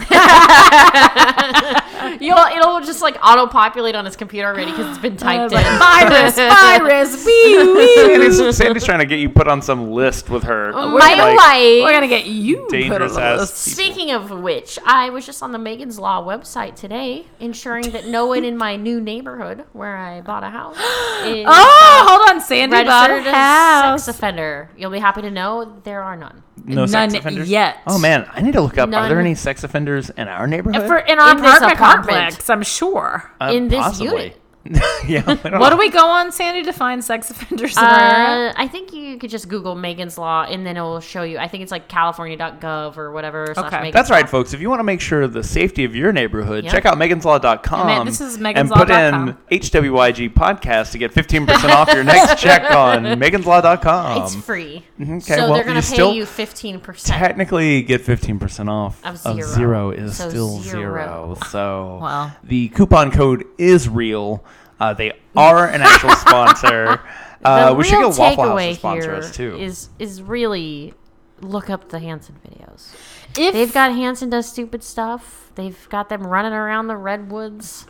Speaker 3: You'll it'll just like auto populate on his computer already because it's been typed in.
Speaker 2: virus, virus, wee wee.
Speaker 1: Sandy's, Sandy's trying to get you put on some list with her.
Speaker 3: Oh, My
Speaker 1: Like,
Speaker 3: life.
Speaker 2: We're "Oh, gonna get you put on
Speaker 1: dangerous
Speaker 2: the
Speaker 1: ass
Speaker 2: list.
Speaker 3: Speaking of which, I was just on the Megan's Law website today, ensuring that no one in my new neighborhood where I bought a house is
Speaker 2: Oh, hold on, Sandy bought a
Speaker 3: registered as
Speaker 2: house.
Speaker 3: a sex offender. You'll be happy to know there are none.
Speaker 1: no sex
Speaker 2: None
Speaker 1: offenders
Speaker 2: yet.
Speaker 1: Oh man, I need to look up. Are
Speaker 3: None.
Speaker 1: there any sex offenders in our neighborhood?
Speaker 2: For in our
Speaker 3: In this
Speaker 2: apartment,
Speaker 3: apartment.
Speaker 2: complex, I'm sure.
Speaker 1: Uh,
Speaker 3: in this
Speaker 1: possibly. yeah. I don't
Speaker 2: What do
Speaker 1: know.
Speaker 2: we go on, Sandy, to find sex offenders in our area?
Speaker 3: Uh, I think you could just Google Megan's Law and then it will show you. I think it's like california.gov or whatever. Slash
Speaker 2: Okay.
Speaker 3: Megan's
Speaker 1: That's
Speaker 3: Law.
Speaker 1: right, folks. If you want to make sure the safety of your neighborhood,
Speaker 3: Yeah.
Speaker 1: check out meganslaw.com
Speaker 2: And this is
Speaker 1: and put in
Speaker 2: meganslaw.com.
Speaker 1: HWYG podcast to get 15% off your next check on meganslaw.com.
Speaker 3: It's free.
Speaker 1: Mm-hmm, okay,
Speaker 3: so
Speaker 1: well,
Speaker 3: they're going
Speaker 1: you
Speaker 3: to pay
Speaker 1: still
Speaker 3: you 15%.
Speaker 1: technically get 15% off
Speaker 3: Of zero.
Speaker 1: is
Speaker 3: So
Speaker 1: still
Speaker 3: zero.
Speaker 1: zero. So
Speaker 2: Wow.
Speaker 1: the coupon code is real. Uh, they are an actual sponsor. Uh,
Speaker 3: the
Speaker 1: we should
Speaker 3: real
Speaker 1: get Waffle House
Speaker 3: takeaway
Speaker 1: to sponsor
Speaker 3: here
Speaker 1: us too.
Speaker 3: Is, is really look up the Hanson videos.
Speaker 2: If
Speaker 3: They've got Hanson does stupid stuff. They've got them running around the redwoods,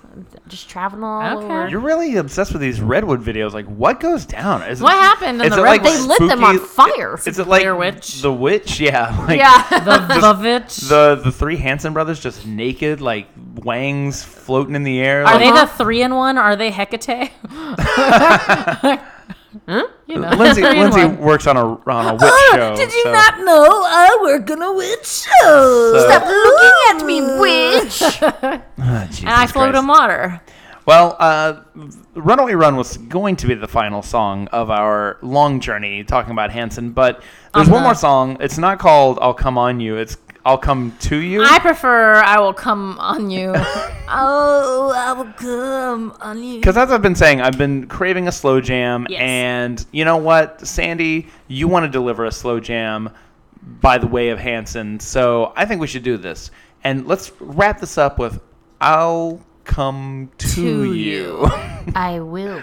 Speaker 3: just traveling all
Speaker 2: Okay.
Speaker 3: over.
Speaker 1: You're really obsessed with these redwood videos. Like, what goes down? Is
Speaker 2: What happened in
Speaker 1: is
Speaker 2: the
Speaker 1: it like
Speaker 2: redwood?
Speaker 3: they lit them on
Speaker 1: spooky-
Speaker 3: fire.
Speaker 1: Is it like
Speaker 2: Blair Witch?
Speaker 1: the witch? Yeah, like
Speaker 3: yeah.
Speaker 2: the, the bitch.
Speaker 1: the the three Hanson brothers just naked, like wangs floating in the air.
Speaker 2: are
Speaker 1: like-
Speaker 2: they the three in one? Are they Hecate? you know,
Speaker 1: Lindsay,
Speaker 2: three in
Speaker 1: Lindsay
Speaker 2: one.
Speaker 1: works on a on a witch show. so-
Speaker 2: know Uh, I work on a witch show?
Speaker 1: Stop
Speaker 2: looking at me, witch.
Speaker 1: Ah, Jesus
Speaker 2: And I float
Speaker 1: Christ.
Speaker 2: on water.
Speaker 1: Well, uh, Runaway Run was going to be the final song of our long journey talking about Hanson, but there's one
Speaker 2: Uh-huh.
Speaker 1: more song. It's not called "I'll Come on You." It's "I'll Come to You."
Speaker 2: I prefer I will come on you. oh, I will come on you.
Speaker 1: Because as I've been saying, I've been craving a slow jam,
Speaker 2: Yes.
Speaker 1: and you know what, Sandy, you want to deliver a slow jam by the way of Hanson, so I think we should do this, and let's wrap this up with "I'll come to,
Speaker 2: To
Speaker 1: you."
Speaker 3: I will.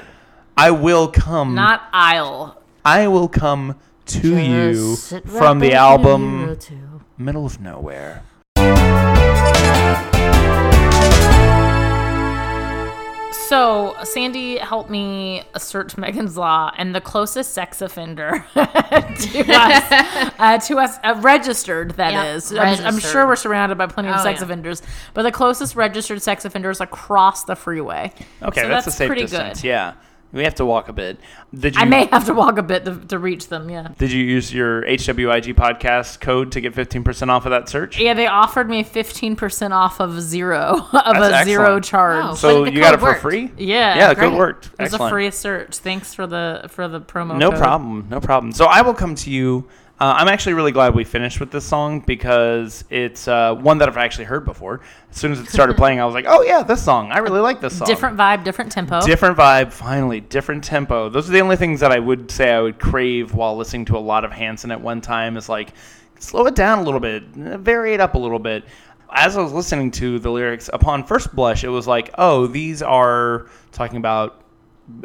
Speaker 1: I will come.
Speaker 2: Not I'll.
Speaker 1: I will come to you
Speaker 3: Just sit right
Speaker 1: from the
Speaker 3: back
Speaker 1: album
Speaker 3: here too.
Speaker 1: Middle of Nowhere.
Speaker 2: So Sandy helped me search Megan's Law, and the closest sex offender to us, uh, to us uh, registered that
Speaker 3: Yep,
Speaker 2: is. I'm- I'm,
Speaker 3: registered.
Speaker 2: sure we're surrounded by plenty of
Speaker 3: Oh,
Speaker 2: sex
Speaker 3: yeah.
Speaker 2: offenders, but the closest registered sex offenders across the freeway.
Speaker 1: Okay,
Speaker 2: So
Speaker 1: that's, a
Speaker 2: that's
Speaker 1: safe
Speaker 2: pretty
Speaker 1: distance.
Speaker 2: good.
Speaker 1: Yeah, we have to walk a bit. Did you?
Speaker 2: I may have to walk a bit to, to reach them. Yeah.
Speaker 1: Did you use your HWIG podcast code to get fifteen percent off of that search?
Speaker 2: Yeah, they offered me 15% off of zero, of a
Speaker 1: That's
Speaker 2: zero
Speaker 1: excellent.
Speaker 2: charge.
Speaker 3: Wow.
Speaker 1: So
Speaker 3: But the
Speaker 1: you got
Speaker 3: code
Speaker 1: it for
Speaker 3: worked.
Speaker 1: free.
Speaker 2: Yeah.
Speaker 1: Yeah, the code
Speaker 2: great.
Speaker 1: worked.
Speaker 2: It was
Speaker 1: Excellent.
Speaker 2: a free search. Thanks for the for the promo.
Speaker 1: No
Speaker 2: code.
Speaker 1: problem. No problem. So I will come to you. Uh, I'm actually really glad we finished with this song because it's uh, one that I've actually heard before. As soon as it started playing, I was like, "Oh yeah, this song. I really like this song."
Speaker 2: Different vibe, different tempo.
Speaker 1: Different vibe, finally. Different tempo. Those are the only things that I would say I would crave while listening to a lot of Hanson at one time. Is like, slow it down a little bit, vary it up a little bit. As I was listening to the lyrics, upon first blush, it was like, oh, these are talking about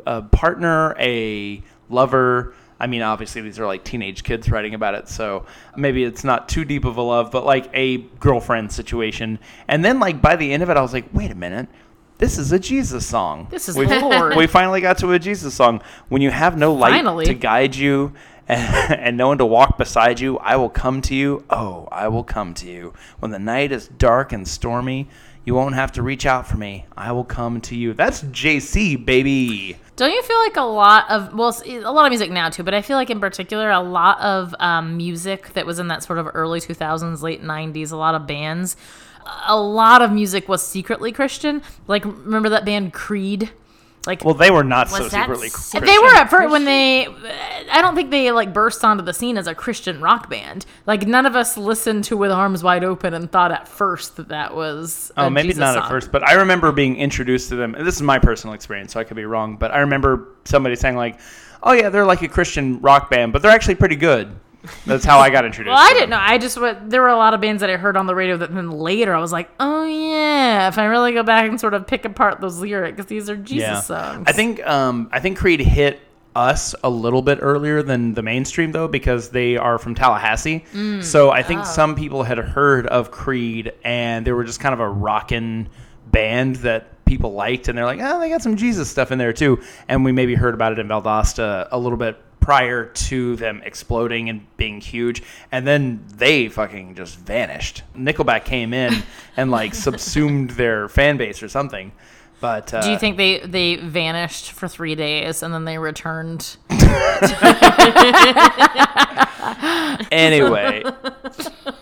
Speaker 1: a partner, a lover. I mean, obviously, these are like teenage kids writing about it, so maybe it's not too deep of a love, but like a girlfriend situation. And then, like, by the end of it, I was like, wait a minute, this is a Jesus song.
Speaker 2: This is
Speaker 1: we
Speaker 2: Lord.
Speaker 1: We finally got to a Jesus song. When you have no light
Speaker 2: Finally.
Speaker 1: to guide you and, and no one to walk beside you, I will come to you. Oh, I will come to you. When the night is dark and stormy, you won't have to reach out for me. I will come to you. That's JC, baby.
Speaker 2: Don't you feel like a lot of well, s- a lot of music now too, but I feel like in particular a lot of um, music that was in that sort of early two thousands, late nineties, a lot of bands, a lot of music was secretly Christian. Like remember that band Creed? Like
Speaker 1: Well, they were not so
Speaker 3: Was that
Speaker 1: secretly
Speaker 3: s-
Speaker 1: Christian.
Speaker 2: they were at first when they i don't think they like burst onto the scene as a christian rock band like none of us listened to with arms wide open and thought at first that that was a
Speaker 1: Oh, maybe
Speaker 2: Jesus
Speaker 1: not
Speaker 2: song.
Speaker 1: at first, but I remember being introduced to them. And this is my personal experience, so I could be wrong, but I remember somebody saying like, "Oh yeah, they're like a Christian rock band, but they're actually pretty good." That's how I got introduced.
Speaker 2: well i
Speaker 1: to
Speaker 2: didn't
Speaker 1: them.
Speaker 2: know i just went, there were a lot of bands that i heard on the radio that then later i was like oh yeah if i really go back and sort of pick apart those lyrics these are jesus songs
Speaker 1: I think um, I think Creed hit us a little bit earlier than the mainstream though because they are from Tallahassee.
Speaker 2: Mm.
Speaker 1: So I
Speaker 2: Oh.
Speaker 1: think some people had heard of Creed and they were just kind of a rockin' band that people liked and they're like, "Oh, they got some Jesus stuff in there too." And we maybe heard about it in Valdosta a little bit prior to them exploding and being huge and then they fucking just vanished. Nickelback came in and like subsumed their fan base or something. But uh,
Speaker 2: do you think they they vanished for three days and then they returned
Speaker 1: Anyway,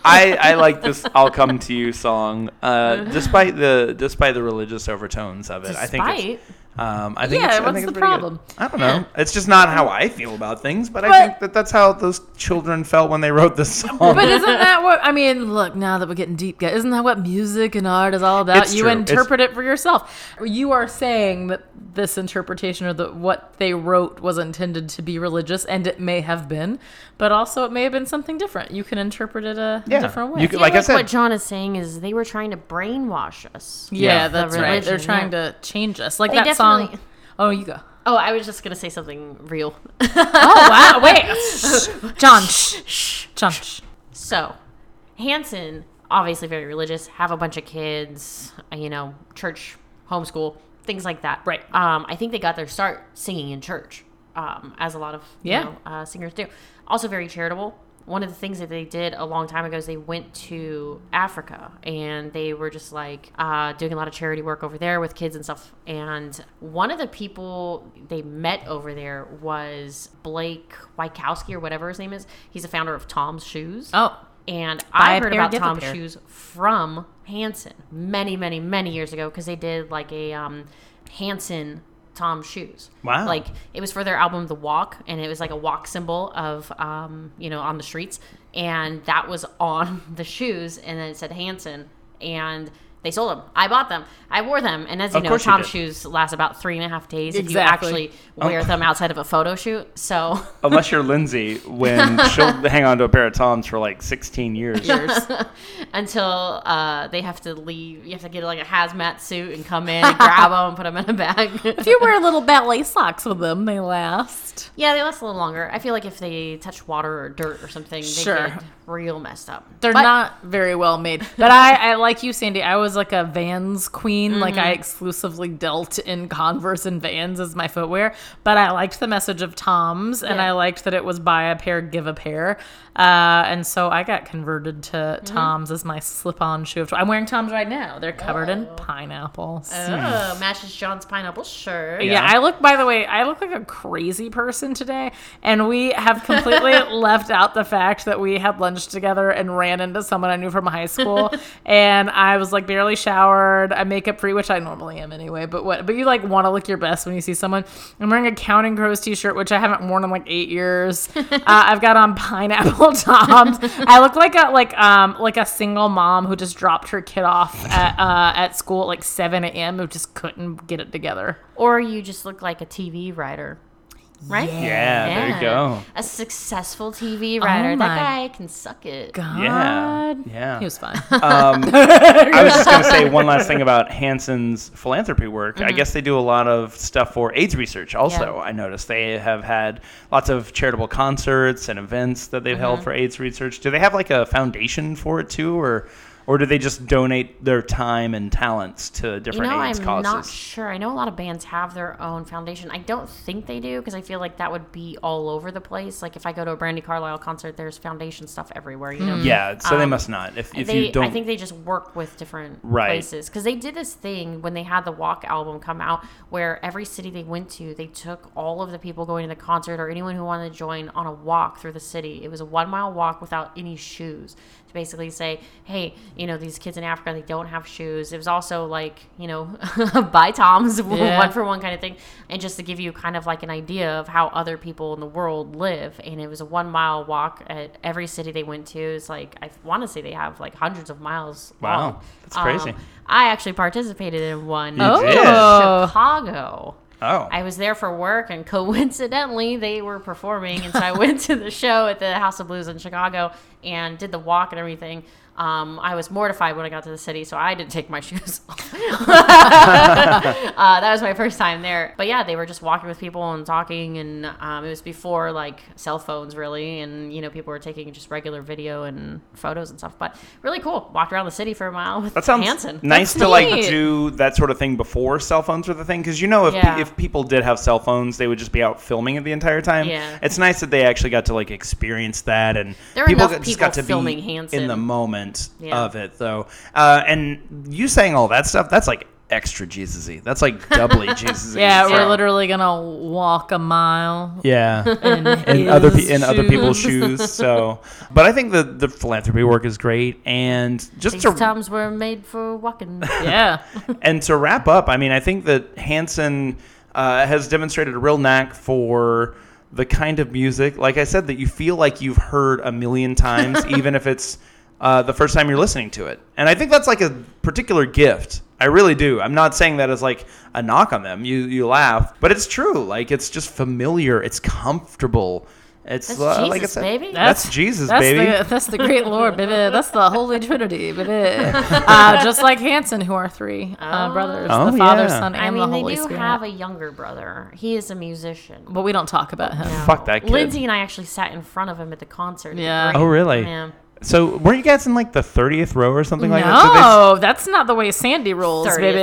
Speaker 1: I I like this "I'll Come to You" song,
Speaker 2: Uh-huh.
Speaker 1: uh, despite the despite the religious overtones of it. I think it's, um, I think
Speaker 2: Yeah,
Speaker 1: it's, I
Speaker 2: what's
Speaker 1: think
Speaker 2: the
Speaker 1: it's pretty good.
Speaker 2: problem?
Speaker 1: I don't know. It's just not how I feel about things, but,
Speaker 2: But-
Speaker 1: I think that that's how those children felt when they wrote this song.
Speaker 2: But isn't that what I mean? Look, now that we're getting deep, guys, isn't that what music and art is all about?
Speaker 1: It's
Speaker 2: you
Speaker 1: true.
Speaker 2: interpret it for yourself. You are saying that this interpretation or that what they wrote was intended to be religious, and it may have been, but also it may have been something different. You can interpret it a
Speaker 1: Yeah,
Speaker 2: different way.
Speaker 1: you could-
Speaker 3: like,
Speaker 1: Like I said-
Speaker 3: what John is saying is they were trying to brainwash us.
Speaker 2: yeah,
Speaker 1: Yeah,
Speaker 2: that's
Speaker 3: the
Speaker 2: right. They're
Speaker 3: religion,
Speaker 2: trying
Speaker 3: yeah.
Speaker 2: to change us, like
Speaker 3: They
Speaker 2: that song.
Speaker 3: definitely-
Speaker 2: Oh, you go.
Speaker 3: Oh, I was just gonna say something real.
Speaker 2: Oh wow! Wait, Shh. John. Shh. Shh. John. Shh.
Speaker 3: So, Hanson, obviously very religious, have a bunch of kids, you know, church, homeschool, things like that.
Speaker 2: Right.
Speaker 3: Um, I think they got their start singing in church, um, as a lot of you
Speaker 2: Yeah.
Speaker 3: know, uh, singers do. Also very charitable. One of the things that they did a long time ago is they went to Africa and they were just like uh, doing a lot of charity work over there with kids and stuff. And one of the people they met over there was Blake Wykowski or whatever his name is. He's the founder of Tom's Shoes.
Speaker 2: Oh,
Speaker 3: And
Speaker 2: Buy
Speaker 3: I
Speaker 2: a
Speaker 3: heard
Speaker 2: pair,
Speaker 3: about
Speaker 2: give a
Speaker 3: Tom
Speaker 2: pair.
Speaker 3: Shoes from Hanson many, many, many years ago because they did like a um, Hanson Tom Shoes.
Speaker 1: Wow.
Speaker 3: Like it was for their album The Walk, and it was like a walk symbol of, um, you know, on the streets. And that was on the shoes, and then it said Hanson. And they sold them. I bought them. I wore them. And as you
Speaker 1: Of
Speaker 3: know,
Speaker 1: course you
Speaker 3: Tom
Speaker 1: did. Um,
Speaker 3: shoes last about three and a half days
Speaker 2: Exactly.
Speaker 3: if you actually wear them outside of a photo shoot. So
Speaker 1: Unless you're Lindsay, when she'll hang on to a pair of Toms for like 16 years.
Speaker 2: yours.
Speaker 3: until uh, they have to leave. You have to get like a hazmat suit and come in and grab them and put them in a bag.
Speaker 2: if you wear little ballet socks with them, they last.
Speaker 3: yeah, they last a little longer. I feel like if they touch water or dirt or something, they
Speaker 2: Sure.
Speaker 3: get real messed up.
Speaker 2: They're
Speaker 3: But-
Speaker 2: not very well made. But I, I like you, Sandy. I was was like a Vans queen. Like
Speaker 3: Mm-hmm.
Speaker 2: I exclusively dealt in Converse and Vans as my footwear. But I liked the message of Tom's, and
Speaker 3: Yeah.
Speaker 2: I liked that it was buy a pair, give a pair. Uh, and so I got converted to
Speaker 3: Mm-hmm.
Speaker 2: Tom's as my slip-on shoe. of cho- I'm wearing Tom's right now. They're covered in pineapples.
Speaker 1: Hmm.
Speaker 3: Oh, matches John's pineapple shirt.
Speaker 2: Yeah. I look. By the way, I look like a crazy person today, and we have completely left out the fact that we had lunch together and ran into someone I knew from high school, and I was like barely showered. I makeup free, which I normally am anyway. But what? But you like want to look your best when you see someone. I'm wearing a Counting Crows t-shirt, which I haven't worn in like eight years. uh, I've got on pineapple toms. I look like a like um like a single mom who just dropped her kid off at uh, at school at like 7 a.m. who just couldn't get it together.
Speaker 3: Or you just look like a TV writer. Right?
Speaker 1: Yeah, there you go. Oh
Speaker 3: A successful TV writer.
Speaker 2: my
Speaker 3: that guy can suck it.
Speaker 2: God.
Speaker 1: Yeah, yeah.
Speaker 2: He was fun.
Speaker 1: I was just going to say one last thing about Hanson's philanthropy work. I guess they do a lot of stuff for AIDS research also.
Speaker 3: Mm-hmm. Yeah.
Speaker 1: I noticed they have had lots of charitable concerts and events that they've
Speaker 3: Mm-hmm.
Speaker 1: held for AIDS research. Do they have like a foundation for it too or or do they just donate their time and talents to
Speaker 3: You
Speaker 1: different
Speaker 3: know,
Speaker 1: AIDS
Speaker 3: I'm
Speaker 1: causes?
Speaker 3: not sure. I know a lot of bands have their own foundation. I don't think they do because I feel like that would be all over the place. Like if I go to a Brandy Carlisle concert, there's foundation stuff everywhere. You know,
Speaker 1: Hmm. yeah, so they must not. If, if
Speaker 3: Um, they,
Speaker 1: you don't
Speaker 3: I think they just work with different
Speaker 1: Right.
Speaker 3: places because they did this thing when they had the Walk album come out, where every city they went to, they took all of the people going to the concert or anyone who wanted to join on a walk through the city. It was a one mile walk without any shoes to basically say, hey, you know, these kids in Africa they don't have shoes. It was also like you know, buy Toms
Speaker 2: Yeah.
Speaker 3: one for one kind of thing, and just to give you kind of like an idea of how other people in the world live. And it was a one mile walk at every city they went to. It's like I want to say they have like hundreds of miles.
Speaker 1: Wow.
Speaker 3: long. Um,
Speaker 1: That's crazy.
Speaker 3: I actually participated in one.
Speaker 1: You
Speaker 3: in
Speaker 1: did?
Speaker 3: Chicago.
Speaker 1: Oh.
Speaker 3: I was there for work, and coincidentally, they were performing, and so I went to the show at the House of Blues in Chicago and did the walk and everything. Um, I was mortified when I got to the city, so I didn't take my shoes off. uh, that was my first time there. But yeah, they were just walking with people and talking, and um, it was before like cell phones really, and you know people were taking just regular video and photos and stuff. But really cool. Walked around the city for a mile with
Speaker 1: That sounds
Speaker 3: Hanson.
Speaker 1: nice
Speaker 2: That's
Speaker 1: to like
Speaker 2: neat.
Speaker 1: do that sort of thing before cell phones were the thing because you know if pe-
Speaker 3: Yeah.
Speaker 1: if people did have cell phones they would just be out filming it the entire time.
Speaker 3: Yeah.
Speaker 1: It's nice that they actually got to like experience that and
Speaker 3: There are
Speaker 1: people
Speaker 3: enough
Speaker 1: got, just got
Speaker 3: people
Speaker 1: to
Speaker 3: filming
Speaker 1: be in
Speaker 3: Hanson.
Speaker 1: the moment
Speaker 3: Yeah.
Speaker 1: of it though. Uh, and you saying all that stuff that's like extra Jesus-y. That's like doubly Jesus-y.
Speaker 2: yeah, we're
Speaker 1: So-
Speaker 2: literally gonna walk a mile.
Speaker 1: yeah
Speaker 2: In,
Speaker 1: in other
Speaker 2: his
Speaker 1: pe- in other people's
Speaker 2: shoes.
Speaker 1: shoes. So, but I think the the philanthropy work is great, and just
Speaker 3: These
Speaker 1: to
Speaker 3: times were made for walking.
Speaker 2: Yeah,
Speaker 1: and to wrap up, I mean, I think that Hanson uh, has demonstrated a real knack for the kind of music, like I said, that you feel like you've heard a million times, even if it's uh, the first time you're listening to it. And I think that's like a particular gift. I really do. I'm not saying that as like a knock on them. You you laugh, but it's true. Like it's just familiar. It's comfortable. It's
Speaker 3: That's
Speaker 1: uh,
Speaker 3: Jesus,
Speaker 1: like I said,
Speaker 3: baby.
Speaker 1: That's, Jesus,
Speaker 2: that's
Speaker 1: baby.
Speaker 2: The, that's the great Lord, baby. That's the Holy Trinity, baby. Uh, just like Hanson, who are three uh, brothers:
Speaker 1: Oh,
Speaker 2: the Father,
Speaker 1: yeah.
Speaker 2: Son, and
Speaker 3: I mean,
Speaker 2: the
Speaker 3: they
Speaker 2: Holy
Speaker 3: do
Speaker 2: Spirit.
Speaker 3: have a younger brother. He is a musician.
Speaker 2: but we don't talk about him.
Speaker 1: Fuck that kid.
Speaker 3: Lindsay and I actually sat in front of him at the concert.
Speaker 2: Yeah.
Speaker 3: Yeah.
Speaker 1: Oh, really?
Speaker 3: Yeah.
Speaker 1: So were you guys in like the 30th row or something like that? Did they-
Speaker 2: No, that's not the way Sandy rolls,
Speaker 3: 30th
Speaker 2: baby.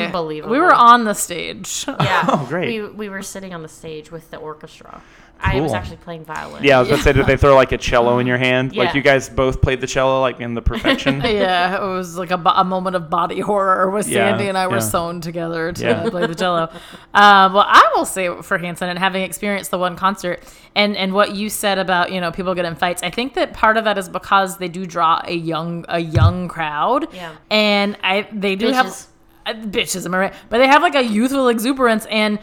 Speaker 3: row. Unbelievable.
Speaker 2: We were on the stage.
Speaker 3: Yeah.
Speaker 1: Oh, great.
Speaker 3: We, we were sitting on the stage with the orchestra. I was
Speaker 1: Cool.
Speaker 3: actually playing violin.
Speaker 1: Yeah, I was gonna say, did they throw like a cello in your hand? Like
Speaker 3: Yeah.
Speaker 1: you guys both played the cello, like in the perfection.
Speaker 2: yeah, it was like a, bo- a moment of body horror with
Speaker 1: Yeah,
Speaker 2: Sandy and I were
Speaker 1: yeah.
Speaker 2: sewn together to
Speaker 1: Yeah.
Speaker 2: play the cello. Um, well, I will say for Hanson and having experienced the one concert and, and what you said about you know people get in fights, I think that part of that is because they do draw a young a young crowd.
Speaker 3: Yeah.
Speaker 2: and I they do
Speaker 3: Bitches.
Speaker 2: have uh, bitches, am I right? But they have like a youthful exuberance, and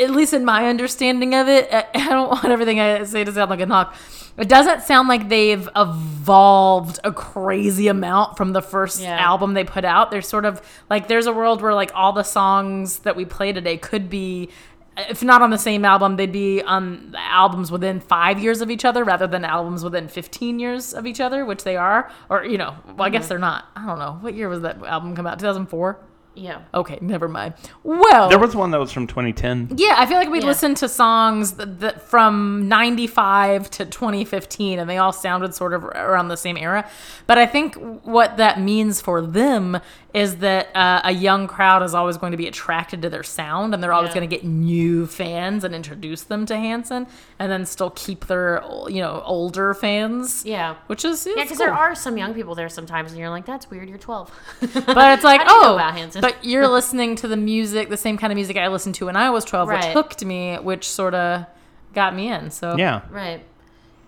Speaker 2: at least in my understanding of it, I I don't want everything I say to sound like a knock. It doesn't sound like they've evolved a crazy amount from the first
Speaker 3: Yeah.
Speaker 2: album they put out. They're sort of like there's a world where like all the songs that we play today could be. If not on the same album, they'd be on albums within five years of each other rather than albums within 15 years of each other, which they are. Or, you know, well, I guess they're not. I don't know. What year was that album come out? 2004?
Speaker 3: Yeah.
Speaker 2: Okay, never mind. Well,
Speaker 1: There was one that was from 2010.
Speaker 2: yeah, I feel like we
Speaker 3: Yeah.
Speaker 2: listened to songs that, that from 95 to 2015 and they all sounded sort of around the same era. But I think what that means for them is that uh, a young crowd is always going to be attracted to their sound and they're always
Speaker 3: Yeah.
Speaker 2: going to get new fans and introduce them to Hanson and then still keep their, you know, older fans.
Speaker 3: Yeah.
Speaker 2: Which is,
Speaker 3: Yeah, because there are some young people there sometimes, and you're like, "That's weird. You're 12."
Speaker 2: but it's like,
Speaker 3: I didn't know
Speaker 2: oh,
Speaker 3: about Hanson.
Speaker 2: but you're listening to the music, the same kind of music I listened to when I was 12, which
Speaker 3: Right.
Speaker 2: hooked me, which sort of got me in. So
Speaker 1: Yeah.
Speaker 3: Right.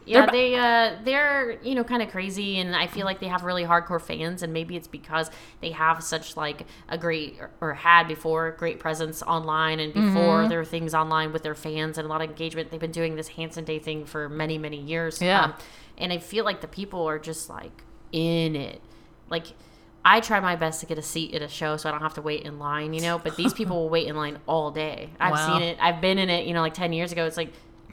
Speaker 3: Yeah,
Speaker 2: They're-
Speaker 3: they uh, they're you know kind of crazy, and I feel like they have really hardcore fans, and maybe it's because they have such like a great or, or had before great presence online, and
Speaker 2: Mm-hmm.
Speaker 3: before their things online with their fans and a lot of engagement. They've been doing this Hanson Day thing for many many years. Um,
Speaker 2: Yeah.
Speaker 3: and I feel like the people are just like in it, like. I try my best to get a seat at a show so I don't have to wait in line, you know, but these people will wait in line all day. I've
Speaker 2: Wow.
Speaker 3: seen it. I've been in it, you know, like 10 years ago. It's like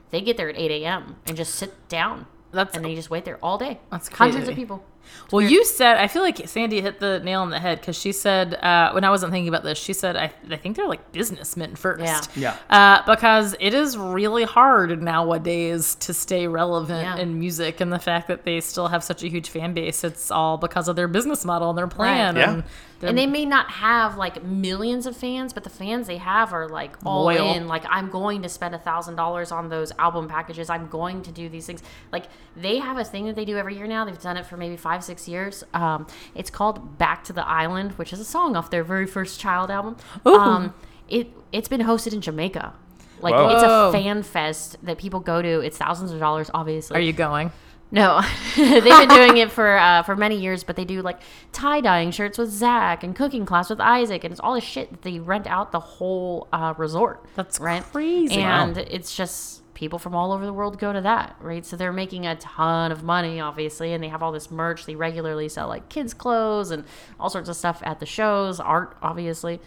Speaker 3: they get there at 8 a.m. and just sit down.
Speaker 2: That's-
Speaker 3: and they just wait there all day.
Speaker 2: That's
Speaker 3: Hundreds
Speaker 2: crazy.
Speaker 3: of people.
Speaker 2: Well, you said I feel like Sandy hit the nail on the head because she said uh, when I wasn't thinking about this, she said I, I think they're like businessmen first.
Speaker 3: Yeah.
Speaker 1: Yeah.
Speaker 2: Uh, because it is really hard nowadays to stay relevant
Speaker 3: Yeah.
Speaker 2: in music, and the fact that they still have such a huge fan base, it's all because of their business model and their plan.
Speaker 1: Right. Yeah.
Speaker 2: And their-
Speaker 3: And they may not have like millions of fans, but the fans they have are like all
Speaker 2: Loyal.
Speaker 3: in. Like, I'm going to spend a thousand dollars on those album packages. I'm going to do these things. Like, they have a thing that they do every year now. They've done it for maybe five, six years. Um, it's called "Back to the Island," which is a song off their very first Child album.
Speaker 2: Ooh.
Speaker 3: Um, it it's been hosted in Jamaica. Like,
Speaker 1: Wow.
Speaker 3: it's
Speaker 2: Whoa.
Speaker 3: a fan fest that people go to. It's thousands of dollars, obviously.
Speaker 2: are you going?
Speaker 3: No, they've been doing it for uh, for many years, but they do like tie dyeing shirts with Zach and cooking class with Isaac, and it's all this shit that they rent out the whole uh, resort.
Speaker 2: That's
Speaker 3: right,
Speaker 2: crazy.
Speaker 3: and it's just people from all over the world go to that, right? So they're making a ton of money, obviously, and they have all this merch. They regularly sell like kids' clothes and all sorts of stuff at the shows, art, obviously.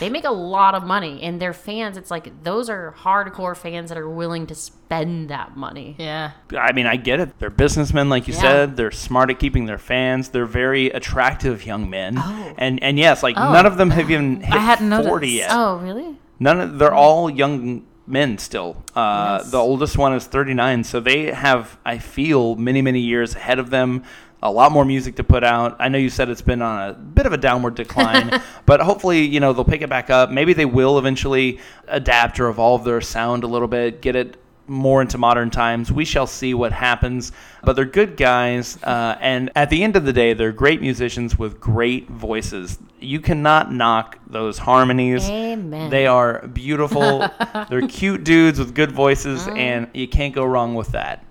Speaker 3: They make a lot of money, and their fans. It's like those are hardcore fans that are willing to spend that money.
Speaker 2: Yeah.
Speaker 1: I mean, I get it. They're businessmen, like you
Speaker 3: Yeah.
Speaker 1: said. They're smart at keeping their fans. They're very attractive young men. And and yes, like none of them have even hit
Speaker 2: hadn't noticed.
Speaker 1: forty yet.
Speaker 3: Oh, really?
Speaker 1: None of they're all young men still. Uh, The oldest one is 39, so they have, I feel, many many years ahead of them. A lot more music to put out. I know you said it's been on a bit of a downward decline, but hopefully, you know, they'll pick it back up. Maybe they will eventually adapt or evolve their sound a little bit, get it more into modern times. We shall see what happens. But they're good guys, uh, and at the end of the day, they're great musicians with great voices. You cannot knock those harmonies.
Speaker 3: Amen.
Speaker 1: They are beautiful. They're cute dudes with good voices, and you can't go wrong with that.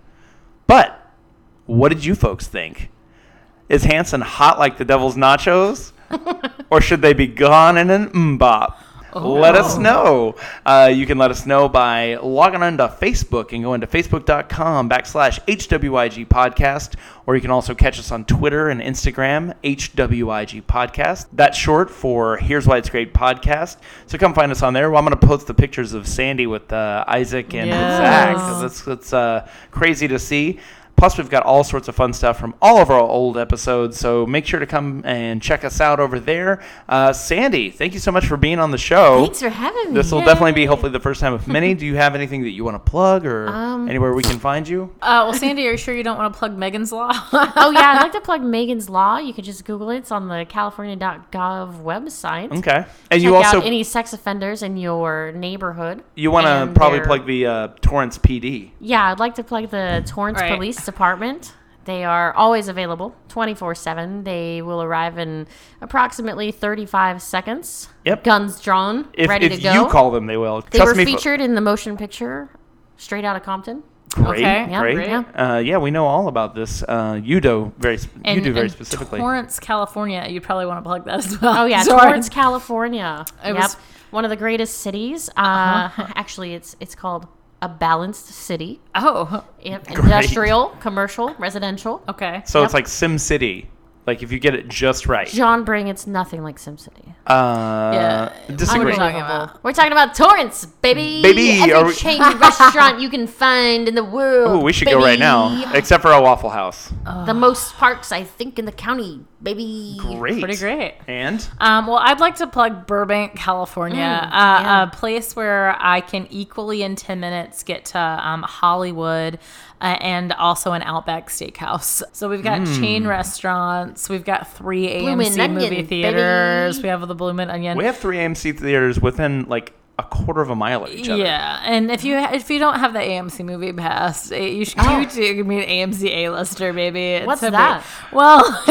Speaker 1: But what did you folks think? Is Hanson hot like the devil's nachos? or should they be gone in an mbop? Let us know. Uh, you can let us know by logging onto Facebook and going to facebook.com backslash HWIG podcast. Or you can also catch us on Twitter and Instagram, HWIG podcast. That's short for Here's Why It's Great podcast. So come find us on there. Well, I'm going to post the pictures of Sandy with uh, Isaac and
Speaker 2: Yes.
Speaker 1: Zach. 'cause it's, it's uh, crazy to see. Plus, we've got all sorts of fun stuff from all of our old episodes. So make sure to come and check us out over there. Uh, Sandy, thank you so much for being on the show.
Speaker 3: Thanks for having me.
Speaker 1: This will definitely be hopefully the first time of many. Do you have anything that you want to plug or
Speaker 3: Um,
Speaker 1: anywhere we can find you?
Speaker 2: Uh, well, Sandy, are you sure you don't want to plug Megan's Law?
Speaker 3: oh yeah, I'd like to plug Megan's Law. You can just Google it. It's on the California.gov website.
Speaker 1: Okay. And
Speaker 3: Check
Speaker 1: you also
Speaker 3: out any sex offenders in your neighborhood.
Speaker 1: you want to
Speaker 3: and
Speaker 1: probably
Speaker 3: their-
Speaker 1: plug the uh, Torrance PD.
Speaker 3: Yeah, I'd like to plug the Torrance
Speaker 2: Right.
Speaker 3: Police Department. They are always available, twenty four seven. They will arrive in approximately thirty five seconds.
Speaker 1: Yep.
Speaker 3: Guns drawn,
Speaker 1: If,
Speaker 3: ready
Speaker 1: if
Speaker 3: to go.
Speaker 1: you call them, they will.
Speaker 3: they
Speaker 1: Trust
Speaker 3: were
Speaker 1: me. fo-
Speaker 3: featured in the motion picture, Straight Out of Compton.
Speaker 1: Great,
Speaker 2: Okay,
Speaker 3: yeah,
Speaker 1: great.
Speaker 3: yeah.
Speaker 1: Uh, yeah, we know all about this. Uh, you do very, sp- you
Speaker 2: And-
Speaker 1: do very
Speaker 2: and
Speaker 1: specifically.
Speaker 2: Torrance, California. You probably want to plug that as well.
Speaker 3: Oh yeah,
Speaker 2: Sorry.
Speaker 3: Torrance, California.
Speaker 2: It
Speaker 3: yep,
Speaker 2: was-
Speaker 3: one of the greatest cities. Uh,
Speaker 1: Uh-huh.
Speaker 3: Actually, it's it's called a balanced city.
Speaker 2: Oh,
Speaker 3: Yep. Industrial, commercial, residential.
Speaker 2: okay.
Speaker 1: So it's
Speaker 3: Yep.
Speaker 1: like Sim City. Like if you get it just right.
Speaker 3: John Bring, it's nothing like SimCity.
Speaker 1: Uh, disagree.
Speaker 2: I'm talking about.
Speaker 3: We're talking about Torrance, baby.
Speaker 1: Baby,
Speaker 3: every
Speaker 1: are we-
Speaker 3: chain restaurant you can find in the world.
Speaker 1: Ooh, we should go right now,
Speaker 3: baby.
Speaker 1: except for a Waffle House.
Speaker 2: Oh,
Speaker 3: The most parks, I think, in the county, baby.
Speaker 1: Great.
Speaker 2: Pretty great.
Speaker 1: And
Speaker 2: Um, well, I'd like to plug Burbank, California, uh,
Speaker 3: Mm, yeah.
Speaker 2: a place where I can equally in 10 minutes get to um, Hollywood uh, and also an Outback Steakhouse. So we've got
Speaker 3: Mm.
Speaker 2: chain restaurants, we've got three
Speaker 3: Bloomin'
Speaker 2: AMC
Speaker 3: Onion,
Speaker 2: movie theaters,
Speaker 3: baby.
Speaker 2: we have the Bloomin' Onion.
Speaker 1: we have three AMC theaters within like a quarter of a mile of each other.
Speaker 2: Yeah, and if you if you don't have the AMC movie pass, eh, you should you do you mean AMC A lister, baby. It's
Speaker 3: What's
Speaker 2: so
Speaker 3: that?
Speaker 2: big. Well,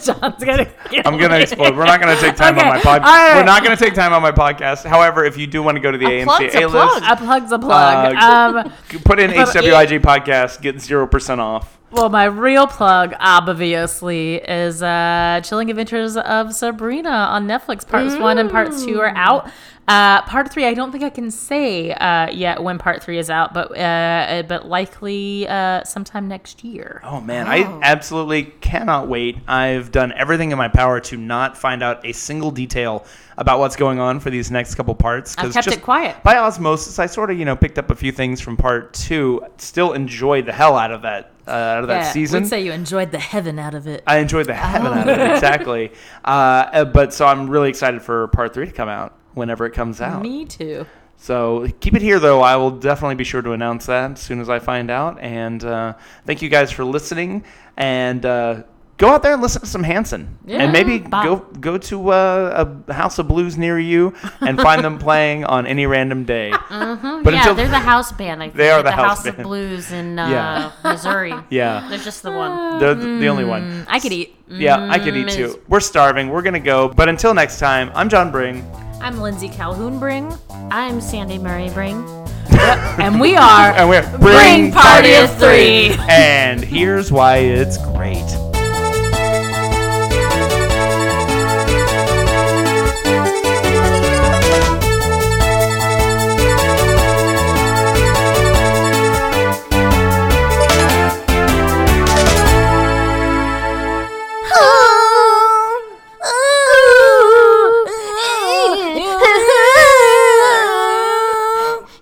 Speaker 2: John's gonna. Kill
Speaker 1: I'm gonna
Speaker 2: me.
Speaker 1: explode. We're not gonna take time on
Speaker 2: Okay,
Speaker 1: my podcast.
Speaker 2: all right.
Speaker 1: We're not gonna take time on my podcast. However, if you do want to go to the
Speaker 3: plug's
Speaker 1: AMC
Speaker 3: a
Speaker 1: A list,
Speaker 2: A plug's a plug.
Speaker 1: Uh,
Speaker 2: um,
Speaker 1: put in
Speaker 2: But-
Speaker 1: HWIG podcast, get zero percent off.
Speaker 2: well, my real plug, obviously, is uh, Chilling Adventures of Sabrina on Netflix. Parts one and parts two are out. Uh, part three, I don't think I can say uh, yet when part three is out, but uh, uh, but likely uh, sometime next year.
Speaker 1: Oh man, I absolutely cannot wait. I've done everything in my power to not find out a single detail about what's going on for these next couple parts. 'cause
Speaker 2: I've kept it quiet.
Speaker 1: By osmosis, I sort of you know picked up a few things from part two. Still enjoyed the hell out of that uh, out of that season.
Speaker 2: We'd say Oh. you enjoyed the heaven out of it.
Speaker 1: I enjoyed the heaven out of it exactly. Uh, uh, but so I'm really excited for part three to come out whenever it comes out.
Speaker 2: Me too.
Speaker 1: So keep it here, though. I will definitely be sure to announce that as soon as I find out. And uh, thank you guys for listening. And uh, go out there and listen to some Hanson. and maybe
Speaker 3: bye.
Speaker 1: go go to uh, a house of blues near you and find them playing on any random day. But
Speaker 3: yeah,
Speaker 1: until-
Speaker 3: they're the house band. I think.
Speaker 1: They are
Speaker 3: They're
Speaker 1: the house
Speaker 3: of
Speaker 1: band.
Speaker 3: Blues in
Speaker 1: Yeah.
Speaker 3: uh, Missouri.
Speaker 1: Yeah,
Speaker 3: There's just the one.
Speaker 1: they're th- the only one.
Speaker 2: I could eat.
Speaker 1: Yeah, I could eat
Speaker 3: Mm,
Speaker 1: too. We're starving. We're gonna go. But until next time, I'm John Bring.
Speaker 2: I'm Lindsay Calhoun Bring,
Speaker 3: I'm Sandy Murray Bring.
Speaker 2: and we are
Speaker 1: And we're
Speaker 2: Bring Party of Three.
Speaker 1: And here's why it's great.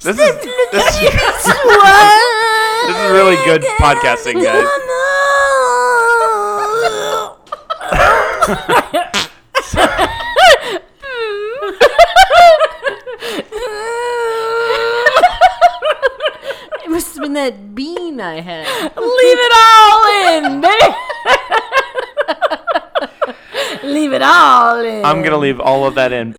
Speaker 1: This is this, this is really good podcasting, guys.
Speaker 3: It must have been that bean I had.
Speaker 2: Leave it all in, baby. Leave it all in.
Speaker 1: I'm gonna leave all of that in.